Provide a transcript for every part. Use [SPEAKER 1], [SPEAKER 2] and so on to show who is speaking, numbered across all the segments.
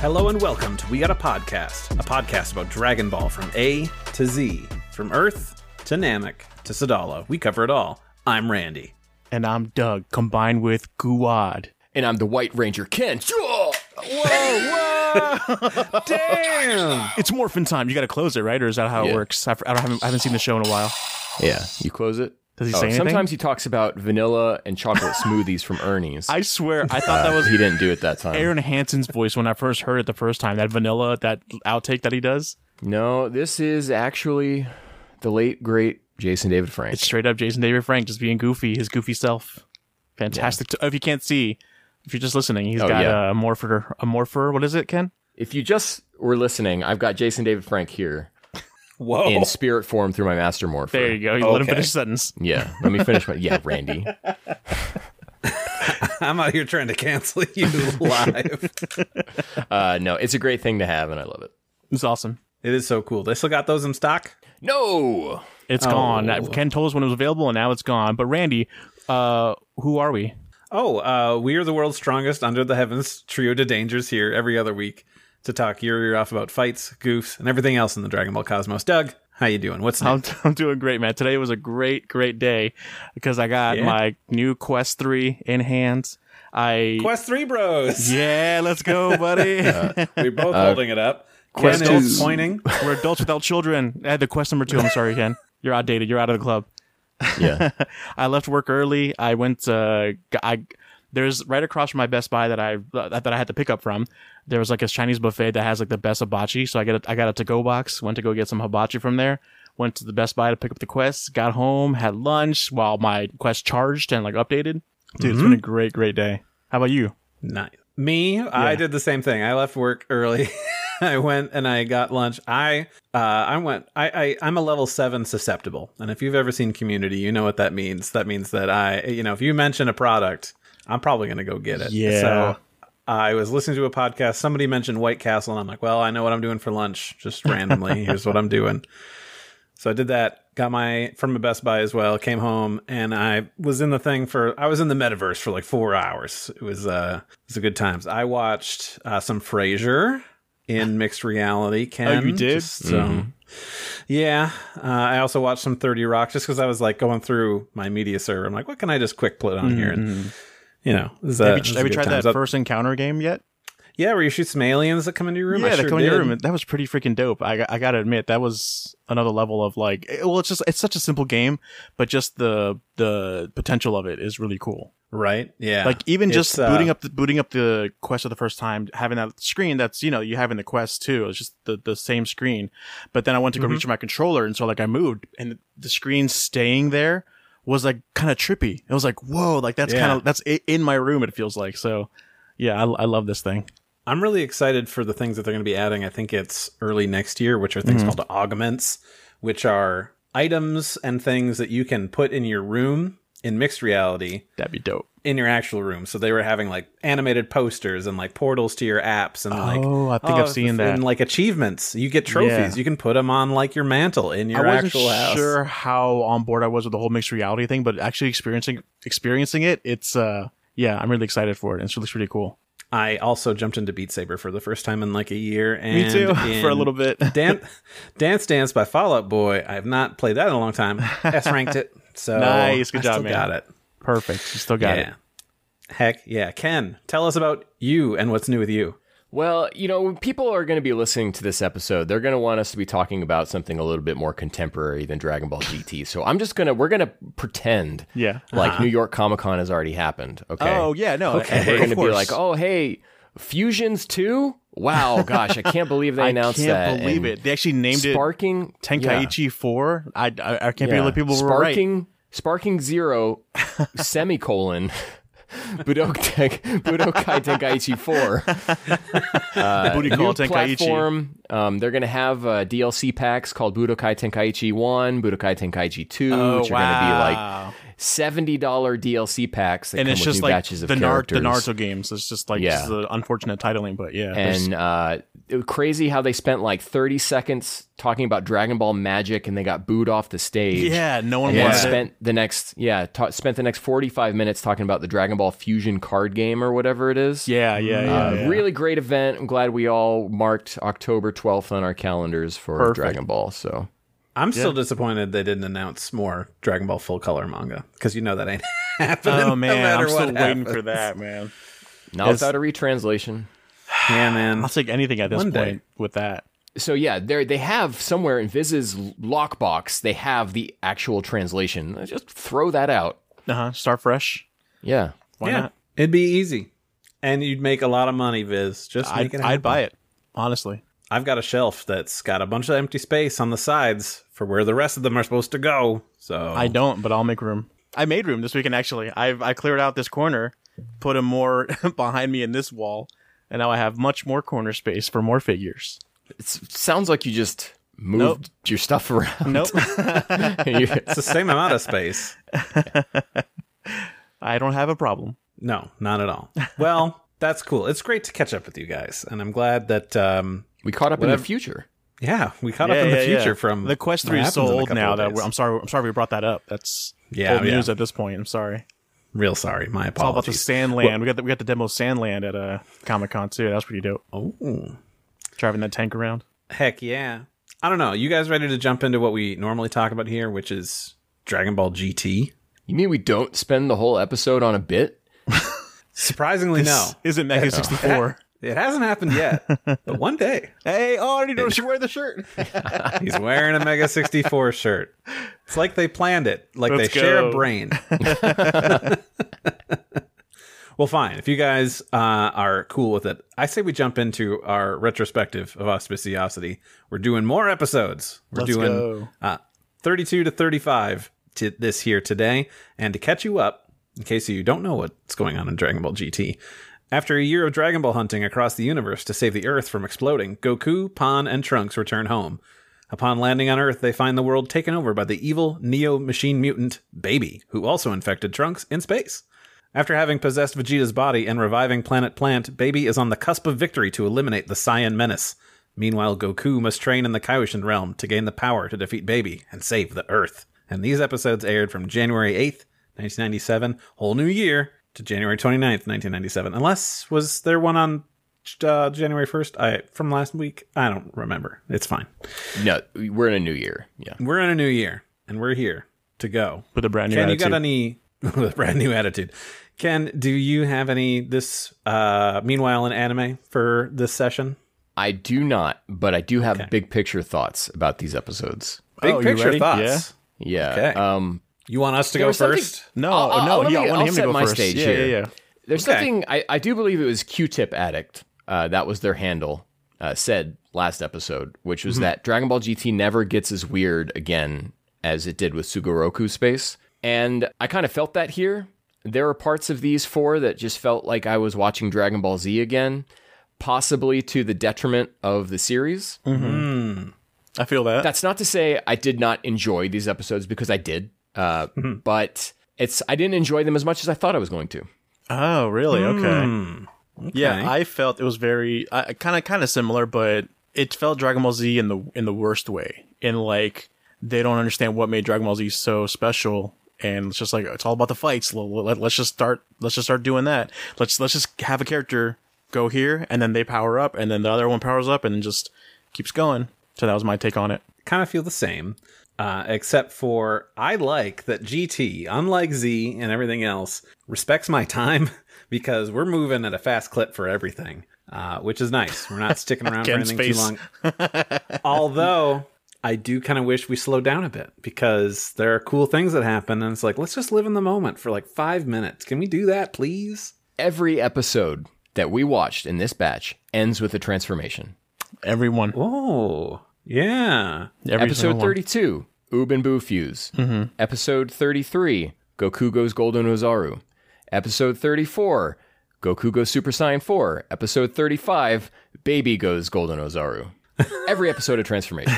[SPEAKER 1] Hello and welcome to We Got a Podcast, a podcast about Dragon Ball from A to Z, from Earth to Namek to Sadala. We cover it all. I'm Randy.
[SPEAKER 2] And I'm Doug, combined with Guad.
[SPEAKER 3] and I'm the White Ranger Ken. Whoa,
[SPEAKER 1] Damn!
[SPEAKER 2] It's morphin time. You got to close it, right? Or is that how it
[SPEAKER 3] Yeah.
[SPEAKER 2] works? I, f- I don't, haven't, I haven't seen the show in a while.
[SPEAKER 3] Yeah, you close it. Oh,
[SPEAKER 2] Does he say anything?
[SPEAKER 3] Sometimes he talks about vanilla and chocolate smoothies from Ernie's.
[SPEAKER 2] I swear, I thought that was
[SPEAKER 3] Uh, he didn't do it that time.
[SPEAKER 2] Aaron Hansen's voice when I first heard it the first time. That vanilla, that outtake that he does.
[SPEAKER 3] no, this is actually the late great Jason David Frank.
[SPEAKER 2] It's straight up Jason David Frank just being goofy, his goofy self. Fantastic. to- if you can't see, if you're just listening, he's
[SPEAKER 3] Oh,
[SPEAKER 2] got
[SPEAKER 3] yeah.
[SPEAKER 2] a morpher. A morpher. What is it, Ken?
[SPEAKER 3] if you just were listening, I've got Jason David Frank here
[SPEAKER 1] Whoa.
[SPEAKER 3] in spirit form through my master morpher.
[SPEAKER 2] Oh. There you go. You let him
[SPEAKER 1] Okay.
[SPEAKER 2] finish the sentence.
[SPEAKER 3] Yeah, let me finish my yeah, Randy.
[SPEAKER 1] I'm out here trying to cancel you live.
[SPEAKER 3] Uh, no, it's a great thing to have, and I love it.
[SPEAKER 2] It's awesome.
[SPEAKER 1] it is so cool. They still got those in stock?
[SPEAKER 3] No,
[SPEAKER 2] It's
[SPEAKER 3] Oh.
[SPEAKER 2] gone. Ken told us when it was available, and now it's gone. But Randy, uh, who are we?
[SPEAKER 1] Oh, uh, we are the world's strongest under the heavens trio de dangers here every other week to talk your ear off about fights, goofs, and everything else in the Dragon Ball cosmos. Doug, how you doing? What's new?
[SPEAKER 2] I'm, I'm doing great, man. Today was a great, great day because I got
[SPEAKER 1] Yeah?
[SPEAKER 2] my new Quest 3 in hand. I
[SPEAKER 1] Quest Uh. 3 Bros.
[SPEAKER 2] yeah, let's go, buddy.
[SPEAKER 1] We're both holding it up.
[SPEAKER 3] Uh, Quest
[SPEAKER 1] Ken is
[SPEAKER 3] two.
[SPEAKER 1] pointing.
[SPEAKER 2] We're adults without children. I had the Quest number two. I'm sorry, Ken. You're outdated. You're out of the club.
[SPEAKER 3] yeah,
[SPEAKER 2] I left work early. I went. Uh, g- I there's right across from my Best Buy that I that I had to pick up from. There was like a Chinese buffet that has like the best hibachi. So I got a, I got a to go box. Went to go get some hibachi from there. Went to the Best Buy to pick up the Quest. Got home, had lunch while my Quest charged and like updated. Dude, it's been a great great day. How about you?
[SPEAKER 1] Nice. Me, I did the same thing. I left work early. I went and I got lunch. I uh, I went. I, I I'm a level seven susceptible, and if you've ever seen Community, you know what that means. That means that I, you know, if you mention a product, I'm probably going to go get it.
[SPEAKER 2] Yeah.
[SPEAKER 1] So I was listening to a podcast. Somebody mentioned White Castle, and I'm like, well, I know what I'm doing for lunch, just randomly. Here's what I'm doing. So I did that, got my from a Best Buy as well, came home and I was in the thing for I was in the metaverse for like 4 hours. It was uh it was a good times. I watched uh, some Frasier in mixed reality. Ken,
[SPEAKER 2] Oh, you did? Mm-hmm.
[SPEAKER 1] just, um, yeah. Uh, I also watched some 30 Rock just cuz I was like going through my media server. I'm like, what can I just quick put on here and you know, it was, uh,
[SPEAKER 2] Mm-hmm. Have
[SPEAKER 1] it
[SPEAKER 2] you,
[SPEAKER 1] was
[SPEAKER 2] have you
[SPEAKER 1] good
[SPEAKER 2] tried that
[SPEAKER 1] times. Uh,
[SPEAKER 2] first encounter game yet?
[SPEAKER 1] Yeah, where you shoot some aliens that come into your room. I
[SPEAKER 2] Yeah,
[SPEAKER 1] sure
[SPEAKER 2] the Coney
[SPEAKER 1] did.
[SPEAKER 2] Room. That was pretty freaking dope. I, I gotta admit, that was another level of like. eh, Well, it's just it's such a simple game, but just the the potential of it is really cool.
[SPEAKER 1] Right? Yeah.
[SPEAKER 2] Like e- even just
[SPEAKER 1] It's, uh,
[SPEAKER 2] booting up the booting up the quest for the first time, having that screen that's you know you have in the quest too. It's just the the same screen. But then I went to go
[SPEAKER 1] Mm-hmm.
[SPEAKER 2] reach my controller, and so like I moved, and the screen staying there was like kind of trippy. It was like whoa, like that's
[SPEAKER 1] Yeah.
[SPEAKER 2] kind of that's i- in my room. It feels like so. Yeah, I, I love this thing.
[SPEAKER 1] I'm really excited for the things that they're going to be adding. I think it's early next year, which are things
[SPEAKER 2] Mm-hmm.
[SPEAKER 1] called augments, which are items and things that you can put in your room in mixed reality
[SPEAKER 2] That'd be dope.
[SPEAKER 1] in your actual room. So they were having like animated posters and like portals to your apps and like
[SPEAKER 2] Oh, I think I've
[SPEAKER 1] if-
[SPEAKER 2] seen that.
[SPEAKER 1] and like achievements. You get trophies.
[SPEAKER 2] Yeah.
[SPEAKER 1] You can put them on like your mantle in your
[SPEAKER 2] I wasn't
[SPEAKER 1] actual house.
[SPEAKER 2] sure how on board I was with the whole mixed reality thing, but actually experiencing experiencing it, it's uh yeah, I'm really excited for it. It's really really cool.
[SPEAKER 1] I also jumped into Beat Saber for the first time in like a year. And in-
[SPEAKER 2] for a little bit.
[SPEAKER 1] Dan- Dance Dance by Fallout Boy. I have not played that in a long time. S ranked it. So
[SPEAKER 2] Nice. Good
[SPEAKER 1] I
[SPEAKER 2] job,
[SPEAKER 1] still
[SPEAKER 2] man.
[SPEAKER 1] Got it.
[SPEAKER 2] Perfect. You still got
[SPEAKER 1] yeah. Heck yeah. Ken, tell us about you and what's new with you.
[SPEAKER 3] Well, you know, when people are going to be listening to this episode, they're going to want us to be talking about something a little bit more contemporary than Dragon Ball GT. So I'm just going to, we're going to pretend
[SPEAKER 2] Yeah.
[SPEAKER 3] like New York Comic Con has already happened. Okay.
[SPEAKER 2] it. Oh yeah, no.
[SPEAKER 3] And we're
[SPEAKER 2] of
[SPEAKER 3] going to be
[SPEAKER 2] course.
[SPEAKER 3] like, oh, hey, Fusions 2? Wow, gosh, I can't believe they
[SPEAKER 2] I can't
[SPEAKER 3] announced that.
[SPEAKER 2] believe
[SPEAKER 3] And
[SPEAKER 2] it. They actually named
[SPEAKER 3] Sparking
[SPEAKER 2] it Tenkaichi Four. I, I I can't
[SPEAKER 3] yeah,
[SPEAKER 2] believe people were right.
[SPEAKER 3] Sparking, Sparking Zero, semicolon. Budokai, Budokai Tenkaichi 4.
[SPEAKER 2] The booty call
[SPEAKER 3] new
[SPEAKER 2] Tenkaichi.
[SPEAKER 3] platform. Um, they're going to have uh, DLC packs called Budokai Tenkaichi 1, Budokai Tenkaichi 2,
[SPEAKER 2] Oh,
[SPEAKER 3] which are going to be
[SPEAKER 2] wow.
[SPEAKER 3] like seventy dollar DLC packs, that
[SPEAKER 2] and
[SPEAKER 3] come
[SPEAKER 2] it's
[SPEAKER 3] with
[SPEAKER 2] just
[SPEAKER 3] new
[SPEAKER 2] like
[SPEAKER 3] batches of
[SPEAKER 2] the, Nar- the
[SPEAKER 3] characters.
[SPEAKER 2] Naruto games. It's just like
[SPEAKER 3] Yeah.
[SPEAKER 2] just the unfortunate titling, but yeah. there's-
[SPEAKER 3] and uh, it was crazy how they spent like 30 seconds talking about Dragon Ball magic and they got booed off the stage.
[SPEAKER 2] yeah, no one
[SPEAKER 3] And then
[SPEAKER 2] wants it.
[SPEAKER 3] spent the next yeah ta- spent the next 45 minutes talking about the Dragon Ball Fusion card game or whatever it is.
[SPEAKER 2] Yeah, yeah, yeah.
[SPEAKER 3] Uh,
[SPEAKER 2] yeah.
[SPEAKER 3] Really great event. I'm glad we all marked October 12th on our calendars for
[SPEAKER 2] Perfect.
[SPEAKER 3] Dragon Ball. So
[SPEAKER 1] I'm still disappointed they didn't announce more Dragon Ball full color manga because you know that ain't happening.
[SPEAKER 2] Oh
[SPEAKER 1] no
[SPEAKER 2] man,
[SPEAKER 1] matter
[SPEAKER 2] I'm still
[SPEAKER 1] what
[SPEAKER 2] waiting for
[SPEAKER 1] happens.
[SPEAKER 2] that, man.
[SPEAKER 3] not without a retranslation.
[SPEAKER 1] Yeah, man.
[SPEAKER 2] I'll take anything at this
[SPEAKER 1] One day.
[SPEAKER 2] point with that.
[SPEAKER 3] So yeah, there they have somewhere in Viz's lockbox. They have the actual translation. Just throw that out.
[SPEAKER 2] Uh huh. Start fresh.
[SPEAKER 3] Yeah.
[SPEAKER 2] Why
[SPEAKER 1] Uh-huh. yeah,
[SPEAKER 2] not?
[SPEAKER 1] it'd be easy, and you'd make a lot of money, Viz. Just make
[SPEAKER 2] I'd,
[SPEAKER 1] it.
[SPEAKER 2] I'd
[SPEAKER 1] happen.
[SPEAKER 2] buy it. Honestly,
[SPEAKER 1] I've got a shelf that's got a bunch of empty space on the sides for where the rest of them are supposed to go. So
[SPEAKER 2] I don't, but I'll make room. I made room this weekend. Actually, I I cleared out this corner, put a more behind me in this wall, and now I have much more corner space for more figures.
[SPEAKER 3] It's, sounds like you just moved your stuff around.
[SPEAKER 2] Nope,
[SPEAKER 3] You-
[SPEAKER 1] it's the same amount of space.
[SPEAKER 2] I don't have a problem.
[SPEAKER 1] No, not at all. Well, that's cool. It's great to catch up with you guys, and I'm glad that um,
[SPEAKER 3] we caught up in the future.
[SPEAKER 1] yeah, we caught
[SPEAKER 2] Yeah,
[SPEAKER 1] up in
[SPEAKER 2] yeah,
[SPEAKER 1] the future
[SPEAKER 2] yeah.
[SPEAKER 1] from
[SPEAKER 2] the Quest
[SPEAKER 1] what
[SPEAKER 2] Three is
[SPEAKER 1] happens
[SPEAKER 2] so
[SPEAKER 1] in a
[SPEAKER 2] old
[SPEAKER 1] couple
[SPEAKER 2] now
[SPEAKER 1] of
[SPEAKER 2] that
[SPEAKER 1] days.
[SPEAKER 2] we're, I'm sorry. I'm sorry we brought that up. That's
[SPEAKER 1] Yeah,
[SPEAKER 2] old
[SPEAKER 1] yeah.
[SPEAKER 2] news at this point. I'm sorry.
[SPEAKER 1] real sorry. My
[SPEAKER 2] It's all about the
[SPEAKER 1] apologies.
[SPEAKER 2] Sandland. we got the, we got the demo Sandland at uh, Comic Con too. That's pretty dope.
[SPEAKER 1] Oh,
[SPEAKER 2] Driving that tank around.
[SPEAKER 1] heck yeah! I don't know. You guys ready to jump into what we normally talk about here, which is Dragon Ball GT?
[SPEAKER 3] You mean we don't spend the whole episode on a bit?
[SPEAKER 1] Surprisingly, no.
[SPEAKER 2] Is it Mega 64?
[SPEAKER 1] It hasn't happened yet, but one day
[SPEAKER 2] hey, oh, I already know she wear the shirt.
[SPEAKER 1] he's wearing a Mega 64 shirt. It's like they planned it, like
[SPEAKER 2] Let's
[SPEAKER 1] they share a
[SPEAKER 2] go.
[SPEAKER 1] brain. well, fine. If you guys uh, are cool with it, I say we jump into our retrospective of Auspiciosity. We're doing more episodes. We're
[SPEAKER 2] Let's
[SPEAKER 1] doing
[SPEAKER 2] go.
[SPEAKER 1] Uh, 32 to 35 to this here today. And to catch you up, in case you don't know what's going on in Dragon Ball GT, after a year of Dragon Ball hunting across the universe to save the Earth from exploding, Goku, Pan, and Trunks return home. Upon landing on Earth, they find the world taken over by the evil Neo machine mutant, Baby, who also infected Trunks in space. After having possessed Vegeta's body and reviving Planet Plant, Baby is on the cusp of victory to eliminate the Saiyan menace. Meanwhile, Goku must train in the Kaioshin realm to gain the power to defeat Baby and save the Earth. And these episodes aired from January 8th, 1997, whole new year, to January 29th, 1997. Unless, was there one on uh, January 1st? I From last week? I don't remember. It's fine.
[SPEAKER 3] No, we're in a new year. Yeah.
[SPEAKER 1] We're in a new year, and we're here to go.
[SPEAKER 2] With a brand new
[SPEAKER 1] Ken,
[SPEAKER 2] attitude.
[SPEAKER 1] you got any with a brand new attitude? Ken, do you have any this uh meanwhile in anime for this session?
[SPEAKER 3] I do not, but I do have big picture thoughts about these episodes.
[SPEAKER 1] Big
[SPEAKER 2] Oh, you
[SPEAKER 1] picture
[SPEAKER 2] ready?
[SPEAKER 1] thoughts.
[SPEAKER 3] Yeah.
[SPEAKER 1] Okay.
[SPEAKER 3] Um,
[SPEAKER 1] You want us to go
[SPEAKER 3] was something-
[SPEAKER 1] first?
[SPEAKER 2] no,
[SPEAKER 3] I'll- I'll-
[SPEAKER 2] Oh, no,
[SPEAKER 3] let
[SPEAKER 2] yeah,
[SPEAKER 3] me-
[SPEAKER 2] I want
[SPEAKER 3] I'll
[SPEAKER 2] him to
[SPEAKER 3] set
[SPEAKER 2] go
[SPEAKER 3] my
[SPEAKER 2] first.
[SPEAKER 3] stage
[SPEAKER 2] yeah,
[SPEAKER 3] here.
[SPEAKER 2] yeah, yeah.
[SPEAKER 3] there's
[SPEAKER 1] Okay.
[SPEAKER 3] something I, I do believe it was Q-Tip Addict. Uh, that was their handle. Uh, said last episode, which
[SPEAKER 2] Mm-hmm.
[SPEAKER 3] was that Dragon Ball GT never gets as weird again as it did with Sugoroku Space, and I kind of felt that here. There are parts of these four that just felt like I was watching Dragon Ball Z again, possibly to the detriment of the series.
[SPEAKER 2] I feel that.
[SPEAKER 3] That's not to say I did not enjoy these episodes because I did, uh,
[SPEAKER 2] Mm-hmm.
[SPEAKER 3] but it's I didn't enjoy them as much as I thought I was going to.
[SPEAKER 2] oh, really? Okay. Yeah, I felt it was very kind of kind of similar, but it felt Dragon Ball Z in the in the worst way. In like they don't understand what made Dragon Ball Z so special, and it's just like it's all about the fights. Let, let, let's just start. Let's just start doing that. Let's let's just have a character go here, and then they power up, and then the other one powers up, and just keeps going. So that was my take on it.
[SPEAKER 1] kind of feel the same, uh, except for I like that GT, unlike Z and everything else, respects my time because we're moving at a fast clip for everything, uh, which is nice. We're not sticking around for
[SPEAKER 2] Ken's
[SPEAKER 1] anything too
[SPEAKER 2] face.
[SPEAKER 1] long. Although I do kind of wish we slowed down a bit because there are cool things that happen, and it's like let's just live in the moment for like five minutes. Can we do that, please?
[SPEAKER 3] Every episode that we watched in this batch ends with a transformation.
[SPEAKER 2] Everyone,
[SPEAKER 1] Oh, yeah.
[SPEAKER 2] every single one.
[SPEAKER 3] Episode
[SPEAKER 2] Mm-hmm.
[SPEAKER 3] 32, Oob and Boo fuse. Episode 33, Goku goes Golden Ozaru. Episode 34, Goku goes Super Saiyan 4. Episode 35, Baby goes Golden Ozaru. Every episode of transformation.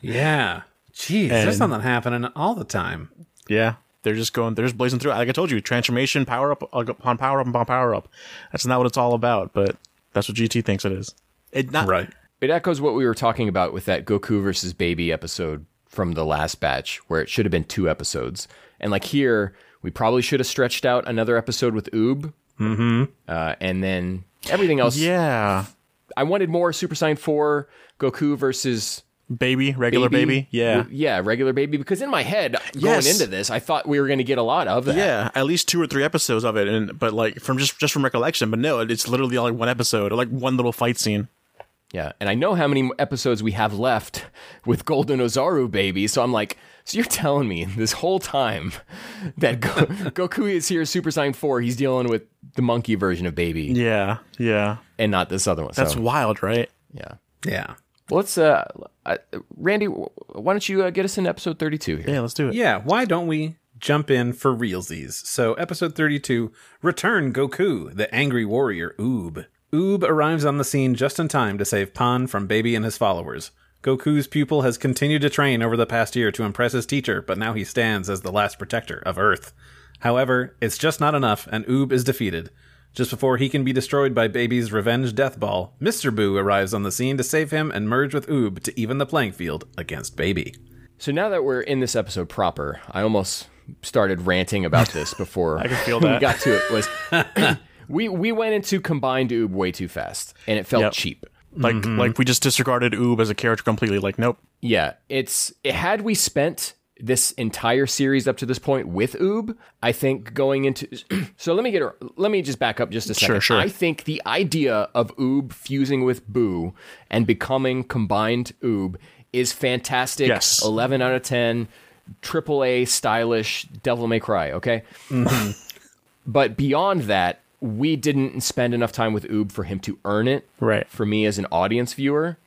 [SPEAKER 1] Yeah. Jeez, there's
[SPEAKER 2] And-
[SPEAKER 1] something happening all the time.
[SPEAKER 2] Yeah, They're just going, they're just blazing through. it. Like I told you, transformation, power up upon power up upon power up. That's not what it's all about, but that's what GT thinks it is. It not
[SPEAKER 1] Right.
[SPEAKER 3] It echoes what we were talking about with that Goku versus Baby episode from the last batch, where it should have been two episodes. And like here, we probably should have stretched out another episode with Oob. Mm-hmm. Uh, and then everything else.
[SPEAKER 2] Yeah,
[SPEAKER 3] I wanted more Super Saiyan 4, Goku versus
[SPEAKER 2] baby, regular baby. Yeah,
[SPEAKER 3] Yeah, regular Baby. Because in my head,
[SPEAKER 2] Yes.
[SPEAKER 3] going into this, I thought we were going to get a lot of that.
[SPEAKER 2] yeah, at least two or three episodes of it, and but like from just just from recollection. But no, it- it's literally like one episode or like one little fight scene.
[SPEAKER 3] Yeah, and I know how many episodes we have left with Golden Ozaru Baby, so I'm like, so you're telling me this whole time that Go- Goku is here, Super Saiyan 4, he's dealing with the monkey version of Baby
[SPEAKER 2] Yeah, yeah,
[SPEAKER 3] and not this other one.
[SPEAKER 2] that's
[SPEAKER 3] so,
[SPEAKER 2] wild, right?
[SPEAKER 3] yeah.
[SPEAKER 1] Yeah.
[SPEAKER 3] Well, let's, uh, uh, Randy, w- why don't you uh, get us in episode 32 here?
[SPEAKER 2] Yeah, let's do it.
[SPEAKER 1] Yeah. Why don't we jump in for realsies? So, episode 32 Return Goku, the angry warrior Oob. Oob arrives on the scene just in time to save Pan from Baby and his followers. Goku's pupil has continued to train over the past year to impress his teacher, but now he stands as the last protector of Earth. However, it's just not enough, and Oob is defeated. Just before he can be destroyed by Baby's revenge death ball, Mr. Boo arrives on the scene to save him and merge with Oob to even the playing field against Baby.
[SPEAKER 3] So now that we're in this episode proper, I almost started ranting about this before I
[SPEAKER 2] can feel
[SPEAKER 3] we
[SPEAKER 2] that.
[SPEAKER 3] got to it. Was we we went into combined Oob way too fast, and it felt
[SPEAKER 2] Yep.
[SPEAKER 3] cheap.
[SPEAKER 2] Like like we just disregarded Oob as a character completely. Like nope.
[SPEAKER 3] Yeah, it's it, had we spent this entire series up to this point with Oob, I think going into so let me get let me just back up just a second.
[SPEAKER 2] Sure, sure.
[SPEAKER 3] I think the idea of Oob fusing with Boo and becoming combined Oob is fantastic.
[SPEAKER 2] Yes.
[SPEAKER 3] eleven out of ten, triple A stylish Devil May Cry. Okay, but beyond that, we didn't spend enough time with Oob for him to earn it.
[SPEAKER 2] Right. Mm-hmm.
[SPEAKER 3] For me as an audience viewer,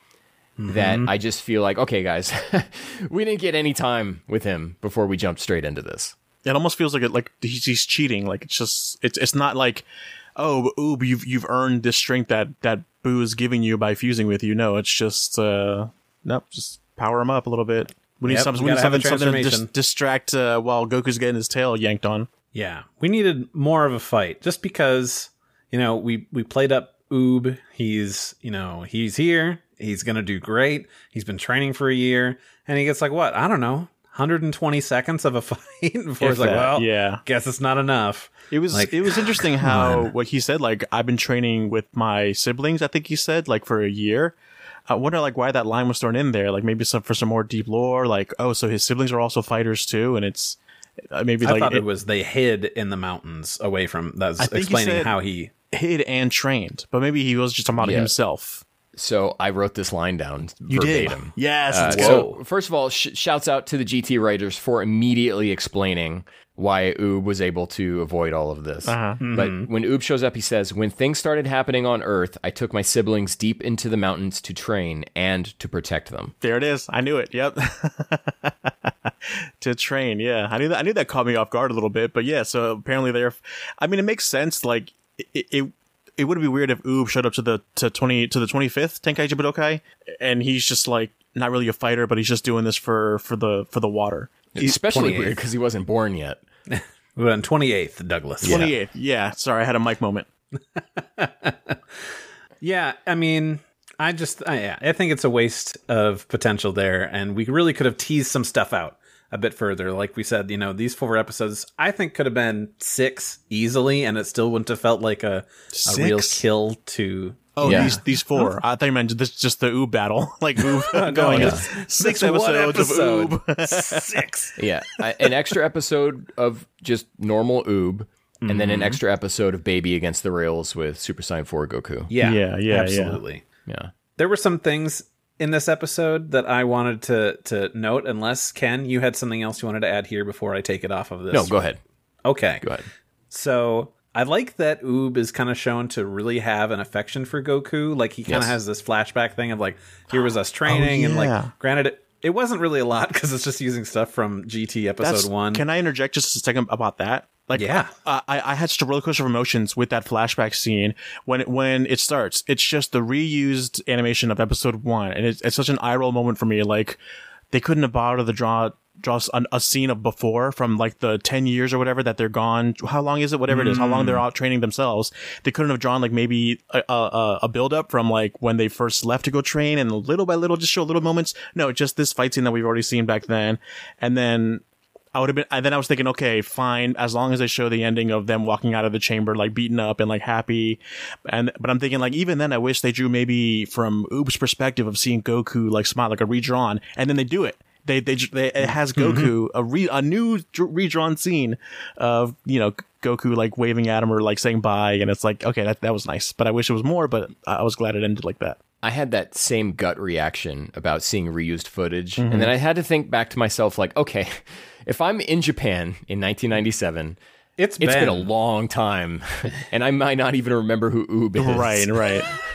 [SPEAKER 3] that I just feel like, okay, guys, we didn't get any time with him before we jumped straight into this.
[SPEAKER 2] it almost feels like it like he's, he's cheating like it's just it's it's not like oh but oob you've you've earned this strength that that boo is giving you by fusing with you no it's just uh nope just power him up a little bit we need,
[SPEAKER 1] Yep,
[SPEAKER 2] some,
[SPEAKER 1] you
[SPEAKER 2] we need
[SPEAKER 1] gotta have a
[SPEAKER 2] something something to dis-
[SPEAKER 1] transformation.
[SPEAKER 2] distract uh, while goku's getting his tail yanked on
[SPEAKER 1] Yeah, we needed more of a fight just because you know we we played up Oob. He's you know he's here. He's gonna do great. He's been training for a year, and he gets like what I don't know, 120 seconds of a fight before
[SPEAKER 2] If
[SPEAKER 1] it's like,
[SPEAKER 2] that,
[SPEAKER 1] well,
[SPEAKER 2] yeah.
[SPEAKER 1] guess it's not enough.
[SPEAKER 2] It was
[SPEAKER 1] Like,
[SPEAKER 2] it was interesting how what he said. Like I've been training with my siblings. I think he said like for a year. I wonder like why that line was thrown in there. Like maybe some for some more deep lore. Like oh, so his siblings are also fighters too, and it's uh, maybe
[SPEAKER 1] I
[SPEAKER 2] like
[SPEAKER 1] thought it,
[SPEAKER 2] it
[SPEAKER 1] was they hid in the mountains away from. That was
[SPEAKER 2] think he
[SPEAKER 1] explaining
[SPEAKER 2] said-
[SPEAKER 1] how he.
[SPEAKER 2] hid and trained. But maybe he was just talking about
[SPEAKER 3] Yeah.
[SPEAKER 2] himself.
[SPEAKER 3] So I wrote this line down
[SPEAKER 2] You did.
[SPEAKER 3] verbatim.
[SPEAKER 2] Yes.
[SPEAKER 3] Uh,
[SPEAKER 2] let's go.
[SPEAKER 3] so first of all, sh- shouts out to the GT writers for immediately explaining why Oob was able to avoid all of this.
[SPEAKER 2] Uh-huh.
[SPEAKER 3] But when Oob shows up, he says, "When things started happening on Earth, I took my siblings deep into the mountains to train and to protect them."
[SPEAKER 2] There it is. I knew it. Yep. to train. Yeah. I knew that. I knew that caught me off guard a little bit, but yeah. So apparently they're, I mean, it makes sense. Like it, it, it would be weird if Oob showed up to the, to 20, to the 25th Tenkaichi Budokai and he's just like, not really a fighter, but he's just doing this for, for the, for the water.
[SPEAKER 3] Especially
[SPEAKER 1] 28th.
[SPEAKER 3] weird because he wasn't born yet.
[SPEAKER 1] We went 28th Douglas.
[SPEAKER 2] 28th. Yeah. Sorry. I had a mic moment.
[SPEAKER 1] Yeah, I mean, I just I, yeah, I think it's a waste of potential there, and we really could have teased some stuff out a bit further. Like we said, you know, these four episodes I think could have been six easily, and it still wouldn't have felt like a, a real
[SPEAKER 2] Six?
[SPEAKER 1] kill to.
[SPEAKER 2] Oh,
[SPEAKER 3] Yeah.
[SPEAKER 2] these, these four. I thought you meant this, just the Oob battle. like Oob going six
[SPEAKER 1] That's one
[SPEAKER 2] episodes of Oob.
[SPEAKER 1] episode. six.
[SPEAKER 3] Yeah, I- an extra episode of just normal Oob, and then an extra episode of Baby Against the Rails with Super Saiyan 4 Goku.
[SPEAKER 1] Yeah,
[SPEAKER 2] Yeah, yeah, yeah.
[SPEAKER 1] absolutely.
[SPEAKER 3] Yeah.
[SPEAKER 1] There were some things in this episode that I wanted to to note. Unless Ken, you had something else you wanted to add here before I take it off of this.
[SPEAKER 3] No, go ahead.
[SPEAKER 1] Okay,
[SPEAKER 3] Go ahead.
[SPEAKER 1] So I like that Oob is kind of shown to really have an affection for Goku. Like he kind of
[SPEAKER 3] Yes.
[SPEAKER 1] has this flashback thing of like, here was us training, and
[SPEAKER 2] Oh, yeah.
[SPEAKER 1] like, granted, it, it wasn't really a lot because it's just using stuff from GT episode
[SPEAKER 2] That's-
[SPEAKER 1] one.
[SPEAKER 2] Can I interject just a second about that? Like,
[SPEAKER 1] Yeah.
[SPEAKER 2] I, I I had such a roller coaster of emotions with that flashback scene when it, when it starts. It's just the reused animation of episode one, and it's, it's such an eye roll moment for me. Like, they couldn't have bothered to draw draws an, a scene of before from like the 10 years or whatever that they're gone how long is it whatever it is how long they're out training themselves they couldn't have drawn like maybe a, a, a build up from like when they first left to go train and little by little just show little moments no just this fight scene that we've already seen back then and then I would have been, and then I was thinking, okay, fine, as long as they show the ending of them walking out of the chamber, like beaten up and like happy. And, but I'm thinking, like, even then, I wish they drew maybe from Oob's perspective of seeing Goku, like, smile, like a redrawn, and then they do it. They, they, ju- they it has Goku, a re, a new dr- redrawn scene of, you know, Goku, like, waving at him or, like, saying bye. And it's like, okay, that, that was nice. But I wish it was more, but I I was glad it ended like that.
[SPEAKER 3] I had that same gut reaction about seeing reused footage. And then I had to think back to myself, like, okay, if I'm in Japan in 1997,
[SPEAKER 1] It's been,
[SPEAKER 3] it's been a long time. and I might not even remember who Oob is.
[SPEAKER 2] Right,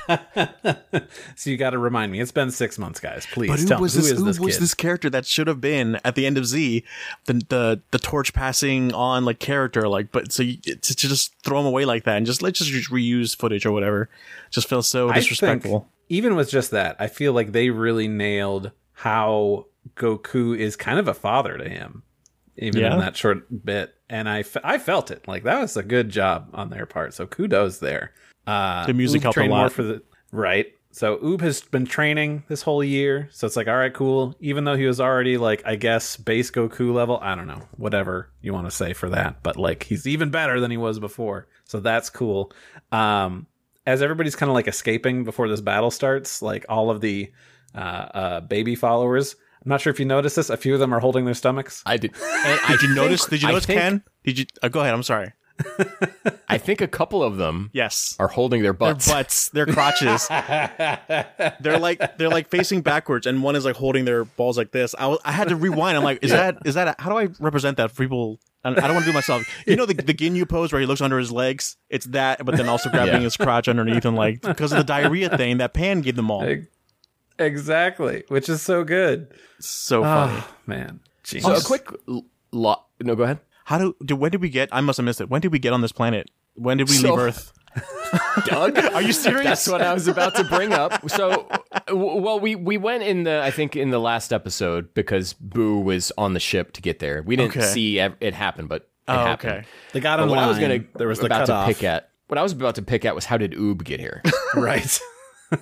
[SPEAKER 2] right.
[SPEAKER 1] so you got to remind me. It's been six months, guys. Please
[SPEAKER 2] But who
[SPEAKER 1] tell
[SPEAKER 2] was
[SPEAKER 1] me
[SPEAKER 2] this?
[SPEAKER 1] who is
[SPEAKER 2] who
[SPEAKER 1] this
[SPEAKER 2] was
[SPEAKER 1] kid?
[SPEAKER 2] this character that should have been at the end of Z, the the the torch passing on like character like? But so you, to, to just throw him away like that and just let's just reuse footage or whatever, just feels so
[SPEAKER 1] I
[SPEAKER 2] disrespectful.
[SPEAKER 1] Think, even with just that, I feel like they really nailed how Goku is kind of a father to him, even
[SPEAKER 2] Yeah.
[SPEAKER 1] in that short bit. And I, fe- I felt it. Like that was a good job on their part. So kudos there. Uh,
[SPEAKER 2] The music
[SPEAKER 1] Oob
[SPEAKER 2] helped a
[SPEAKER 1] trained More
[SPEAKER 2] lot.
[SPEAKER 1] for the, right. So Oob has been training this whole year. So it's like, all right, cool. Even though he was already like, I guess base Goku level. I don't know, whatever you want to say for that. But like, he's even better than he was before. So that's cool. Um, as everybody's kind of like escaping before this battle starts, like all of the uh, uh, baby followers. I'm not sure if you noticed this. A few of them are holding their stomachs.
[SPEAKER 3] I did. And I
[SPEAKER 2] Did you
[SPEAKER 3] think-
[SPEAKER 2] notice? Did you
[SPEAKER 3] I
[SPEAKER 2] notice
[SPEAKER 3] think-
[SPEAKER 2] Ken? Did you uh, go ahead? I'm sorry.
[SPEAKER 3] I think a couple of them
[SPEAKER 2] Yes,
[SPEAKER 3] are holding their
[SPEAKER 2] their
[SPEAKER 3] butts.
[SPEAKER 2] butts, their crotches. they're like they're like facing backwards, and one is like holding their balls like this. I, was- I had to rewind. I'm like, is that is that a, how do I represent that for people? I don't, I don't want to do it myself. You know the the Ginyu pose where he looks under his legs. It's that, but then also grabbing
[SPEAKER 3] Yeah.
[SPEAKER 2] his crotch underneath and like because of the diarrhea thing that Pan gave them all.
[SPEAKER 1] Ex- Exactly, which is so good.
[SPEAKER 2] so funny.
[SPEAKER 1] Oh man,
[SPEAKER 3] So a
[SPEAKER 1] Jesus.
[SPEAKER 3] quick l- lo- No, go ahead.
[SPEAKER 2] How do, do when did we get? I must have missed it. When did we get on this planet? When did we
[SPEAKER 3] So-
[SPEAKER 2] leave Earth?
[SPEAKER 3] Doug, are
[SPEAKER 2] you serious?
[SPEAKER 3] That's what I was about to bring up. So, w- well, we we went in the I think in the last episode because Boo was on the ship to get there. We didn't
[SPEAKER 2] Okay.
[SPEAKER 3] see ev- it happen, but it
[SPEAKER 2] Oh,
[SPEAKER 3] happened.
[SPEAKER 2] okay.
[SPEAKER 1] they got
[SPEAKER 3] But
[SPEAKER 1] on
[SPEAKER 3] what
[SPEAKER 1] line.
[SPEAKER 3] I was gonna
[SPEAKER 1] there was the
[SPEAKER 3] about
[SPEAKER 1] cutoff,
[SPEAKER 3] to pick at what I was about to pick at was how did Oob get here?
[SPEAKER 1] right?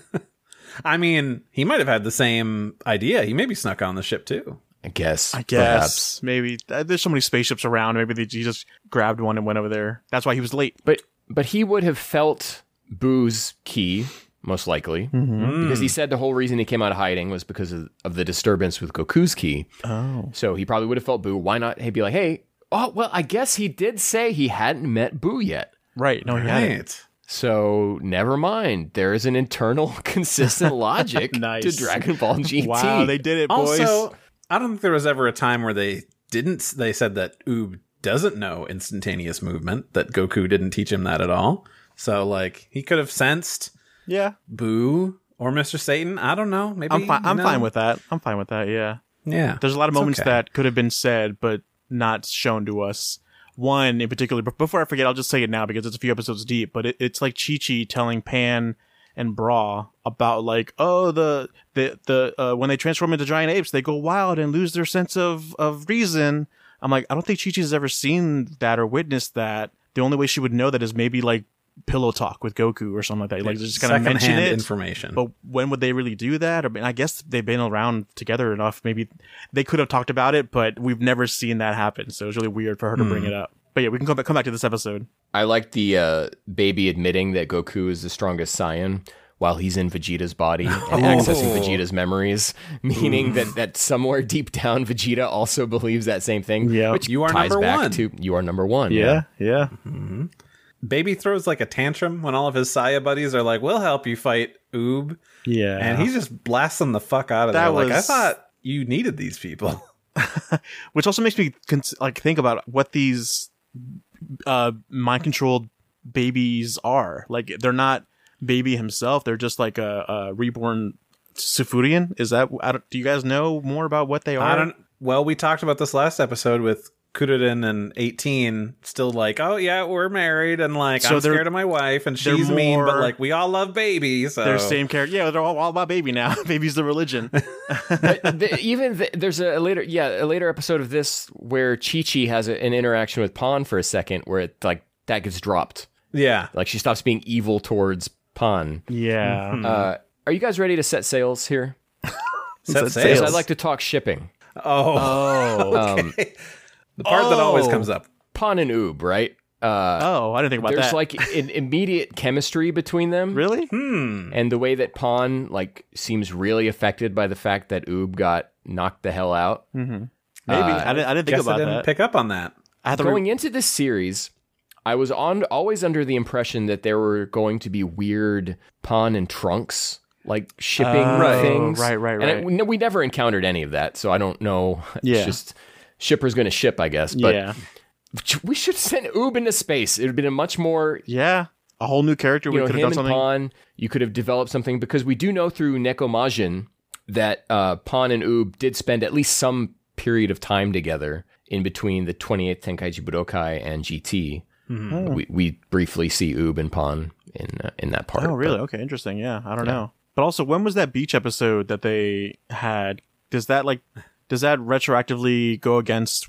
[SPEAKER 1] I mean, he might have had the same idea. He maybe snuck on the ship too.
[SPEAKER 3] I guess.
[SPEAKER 2] I
[SPEAKER 3] perhaps.
[SPEAKER 2] guess maybe uh, there's so many spaceships around. Maybe they, he just grabbed one and went over there. That's why he was late.
[SPEAKER 3] But but he would have felt Boo's key most likely
[SPEAKER 2] Mm-hmm.
[SPEAKER 1] Mm,
[SPEAKER 3] because he said the whole reason he came out of hiding was because of, of the disturbance with Goku's key.
[SPEAKER 2] Oh,
[SPEAKER 3] So he probably would have felt Boo. Why not? He'd be like, hey, oh well, I guess he did say he hadn't met Boo yet.
[SPEAKER 2] right. No, he had it.
[SPEAKER 1] Right.
[SPEAKER 3] So never mind. There is an internal consistent logic
[SPEAKER 2] Nice.
[SPEAKER 3] to Dragon Ball GT.
[SPEAKER 2] Wow, they did it, boys.
[SPEAKER 1] Also, I don't think there was ever a time where they didn't. They said that Oob doesn't know instantaneous movement. That Goku didn't teach him that at all. So like he could have sensed
[SPEAKER 2] yeah,
[SPEAKER 1] Boo or Mr. Satan. I don't know. Maybe
[SPEAKER 2] I'm fine.
[SPEAKER 1] you
[SPEAKER 2] I'm
[SPEAKER 1] know?
[SPEAKER 2] fine with that. I'm fine with that. Yeah,
[SPEAKER 1] yeah.
[SPEAKER 2] there's a lot of
[SPEAKER 1] It's
[SPEAKER 2] moments
[SPEAKER 1] okay.
[SPEAKER 2] that could have been said but not shown to us. One in particular, but before I forget, I'll just say it now because it's a few episodes deep. But it, it's like Chi Chi telling Pan and Bra about like, oh, the the the uh, when they transform into giant apes, they go wild and lose their sense of of reason. I'm like, I don't think Chi Chi's ever seen that or witnessed that. The only way she would know that is maybe like pillow talk with Goku or something like that. Like just kind of mention
[SPEAKER 1] Secondhand
[SPEAKER 2] it.
[SPEAKER 1] information.
[SPEAKER 2] But when would they really do that? I mean, I guess they've been around together enough. Maybe they could have talked about it, but we've never seen that happen. So it was really weird for her to bring it up. But yeah, we can come back, come back to this episode.
[SPEAKER 3] I like the uh, baby admitting that Goku is the strongest Saiyan while he's in Vegeta's body and accessing
[SPEAKER 1] Oh.
[SPEAKER 3] Vegeta's memories, meaning that, that somewhere deep down Vegeta also believes that same thing.
[SPEAKER 2] Yeah.
[SPEAKER 3] which
[SPEAKER 1] You are
[SPEAKER 3] ties
[SPEAKER 1] number
[SPEAKER 3] back
[SPEAKER 1] one.
[SPEAKER 3] to you are number one.
[SPEAKER 2] yeah.
[SPEAKER 1] Baby throws like a tantrum when all of his Saya buddies are like, "We'll help you fight Oob,"
[SPEAKER 2] Yeah.
[SPEAKER 1] and he just blasts them the fuck out of
[SPEAKER 2] That
[SPEAKER 1] there. Like I
[SPEAKER 2] was-
[SPEAKER 1] thought you needed these people.
[SPEAKER 2] Which also makes me cons- like think about what these uh, mind controlled babies are. Like they're not baby himself. They're just like a, a reborn Sufurian. Is that I don't, do you guys know more about what they are?
[SPEAKER 1] I don't. Well, we talked about this last episode with Kudin and 18 still like, oh yeah, we're married and like
[SPEAKER 2] So
[SPEAKER 1] I'm
[SPEAKER 2] they're-
[SPEAKER 1] scared of my wife and
[SPEAKER 2] they're
[SPEAKER 1] she's mean, but
[SPEAKER 2] more-
[SPEAKER 1] like we all love babies. So
[SPEAKER 2] They're same character. Yeah, they're all, all about baby now. Baby's the religion.
[SPEAKER 3] the, even the, there's a later yeah a later episode of this where Chi Chi has a, an interaction with Pon for a second where it like that gets dropped
[SPEAKER 1] yeah.
[SPEAKER 3] like she stops being evil towards Pon.
[SPEAKER 2] yeah.
[SPEAKER 3] Uh, are you guys ready to set sails here?
[SPEAKER 1] Set
[SPEAKER 2] Set
[SPEAKER 1] sails.
[SPEAKER 3] Because I'd like to talk shipping.
[SPEAKER 1] oh,
[SPEAKER 2] Oh.
[SPEAKER 3] Um,
[SPEAKER 1] the part that always
[SPEAKER 2] Oh.
[SPEAKER 1] comes up.
[SPEAKER 3] Pon and Oob, right? Uh,
[SPEAKER 2] oh, I didn't think about
[SPEAKER 3] there's
[SPEAKER 2] that.
[SPEAKER 3] like an immediate chemistry between them.
[SPEAKER 2] really?
[SPEAKER 1] Hmm.
[SPEAKER 3] And the way that Pon like seems really affected by the fact that Oob got knocked the hell out.
[SPEAKER 2] Mm-hmm.
[SPEAKER 3] Uh,
[SPEAKER 2] Maybe I didn't. I didn't think
[SPEAKER 1] Guess I
[SPEAKER 2] about
[SPEAKER 1] didn't
[SPEAKER 2] that.
[SPEAKER 1] pick up on that.
[SPEAKER 2] I had to re-
[SPEAKER 3] Going into this series, I was on always under the impression that there were going to be weird Pon and Trunks like shipping
[SPEAKER 2] Oh, right.
[SPEAKER 3] things.
[SPEAKER 2] right, right,
[SPEAKER 3] And I-
[SPEAKER 2] right.
[SPEAKER 3] we- no, we never encountered any of that, so I don't know. It's
[SPEAKER 2] Yeah.
[SPEAKER 3] just shipper's going to ship, I guess. But
[SPEAKER 2] yeah,
[SPEAKER 3] we should send Oob into space. It would have been a much more
[SPEAKER 2] yeah. A whole new character.
[SPEAKER 3] you
[SPEAKER 2] We
[SPEAKER 3] know,
[SPEAKER 2] could
[SPEAKER 3] him
[SPEAKER 2] have done
[SPEAKER 3] and
[SPEAKER 2] something.
[SPEAKER 3] Pon, you could have developed something because we do know through Nekomajin that uh, Pon and Oob did spend at least some period of time together in between the 28th Tenkaichi Budokai and GT.
[SPEAKER 2] Hmm. Mm-hmm.
[SPEAKER 3] We, we briefly see Oob and Pon in uh, in that part.
[SPEAKER 2] Oh, really? Okay, interesting. Yeah, I don't know. But also, when was that beach episode that they had? Does that like, does that retroactively go against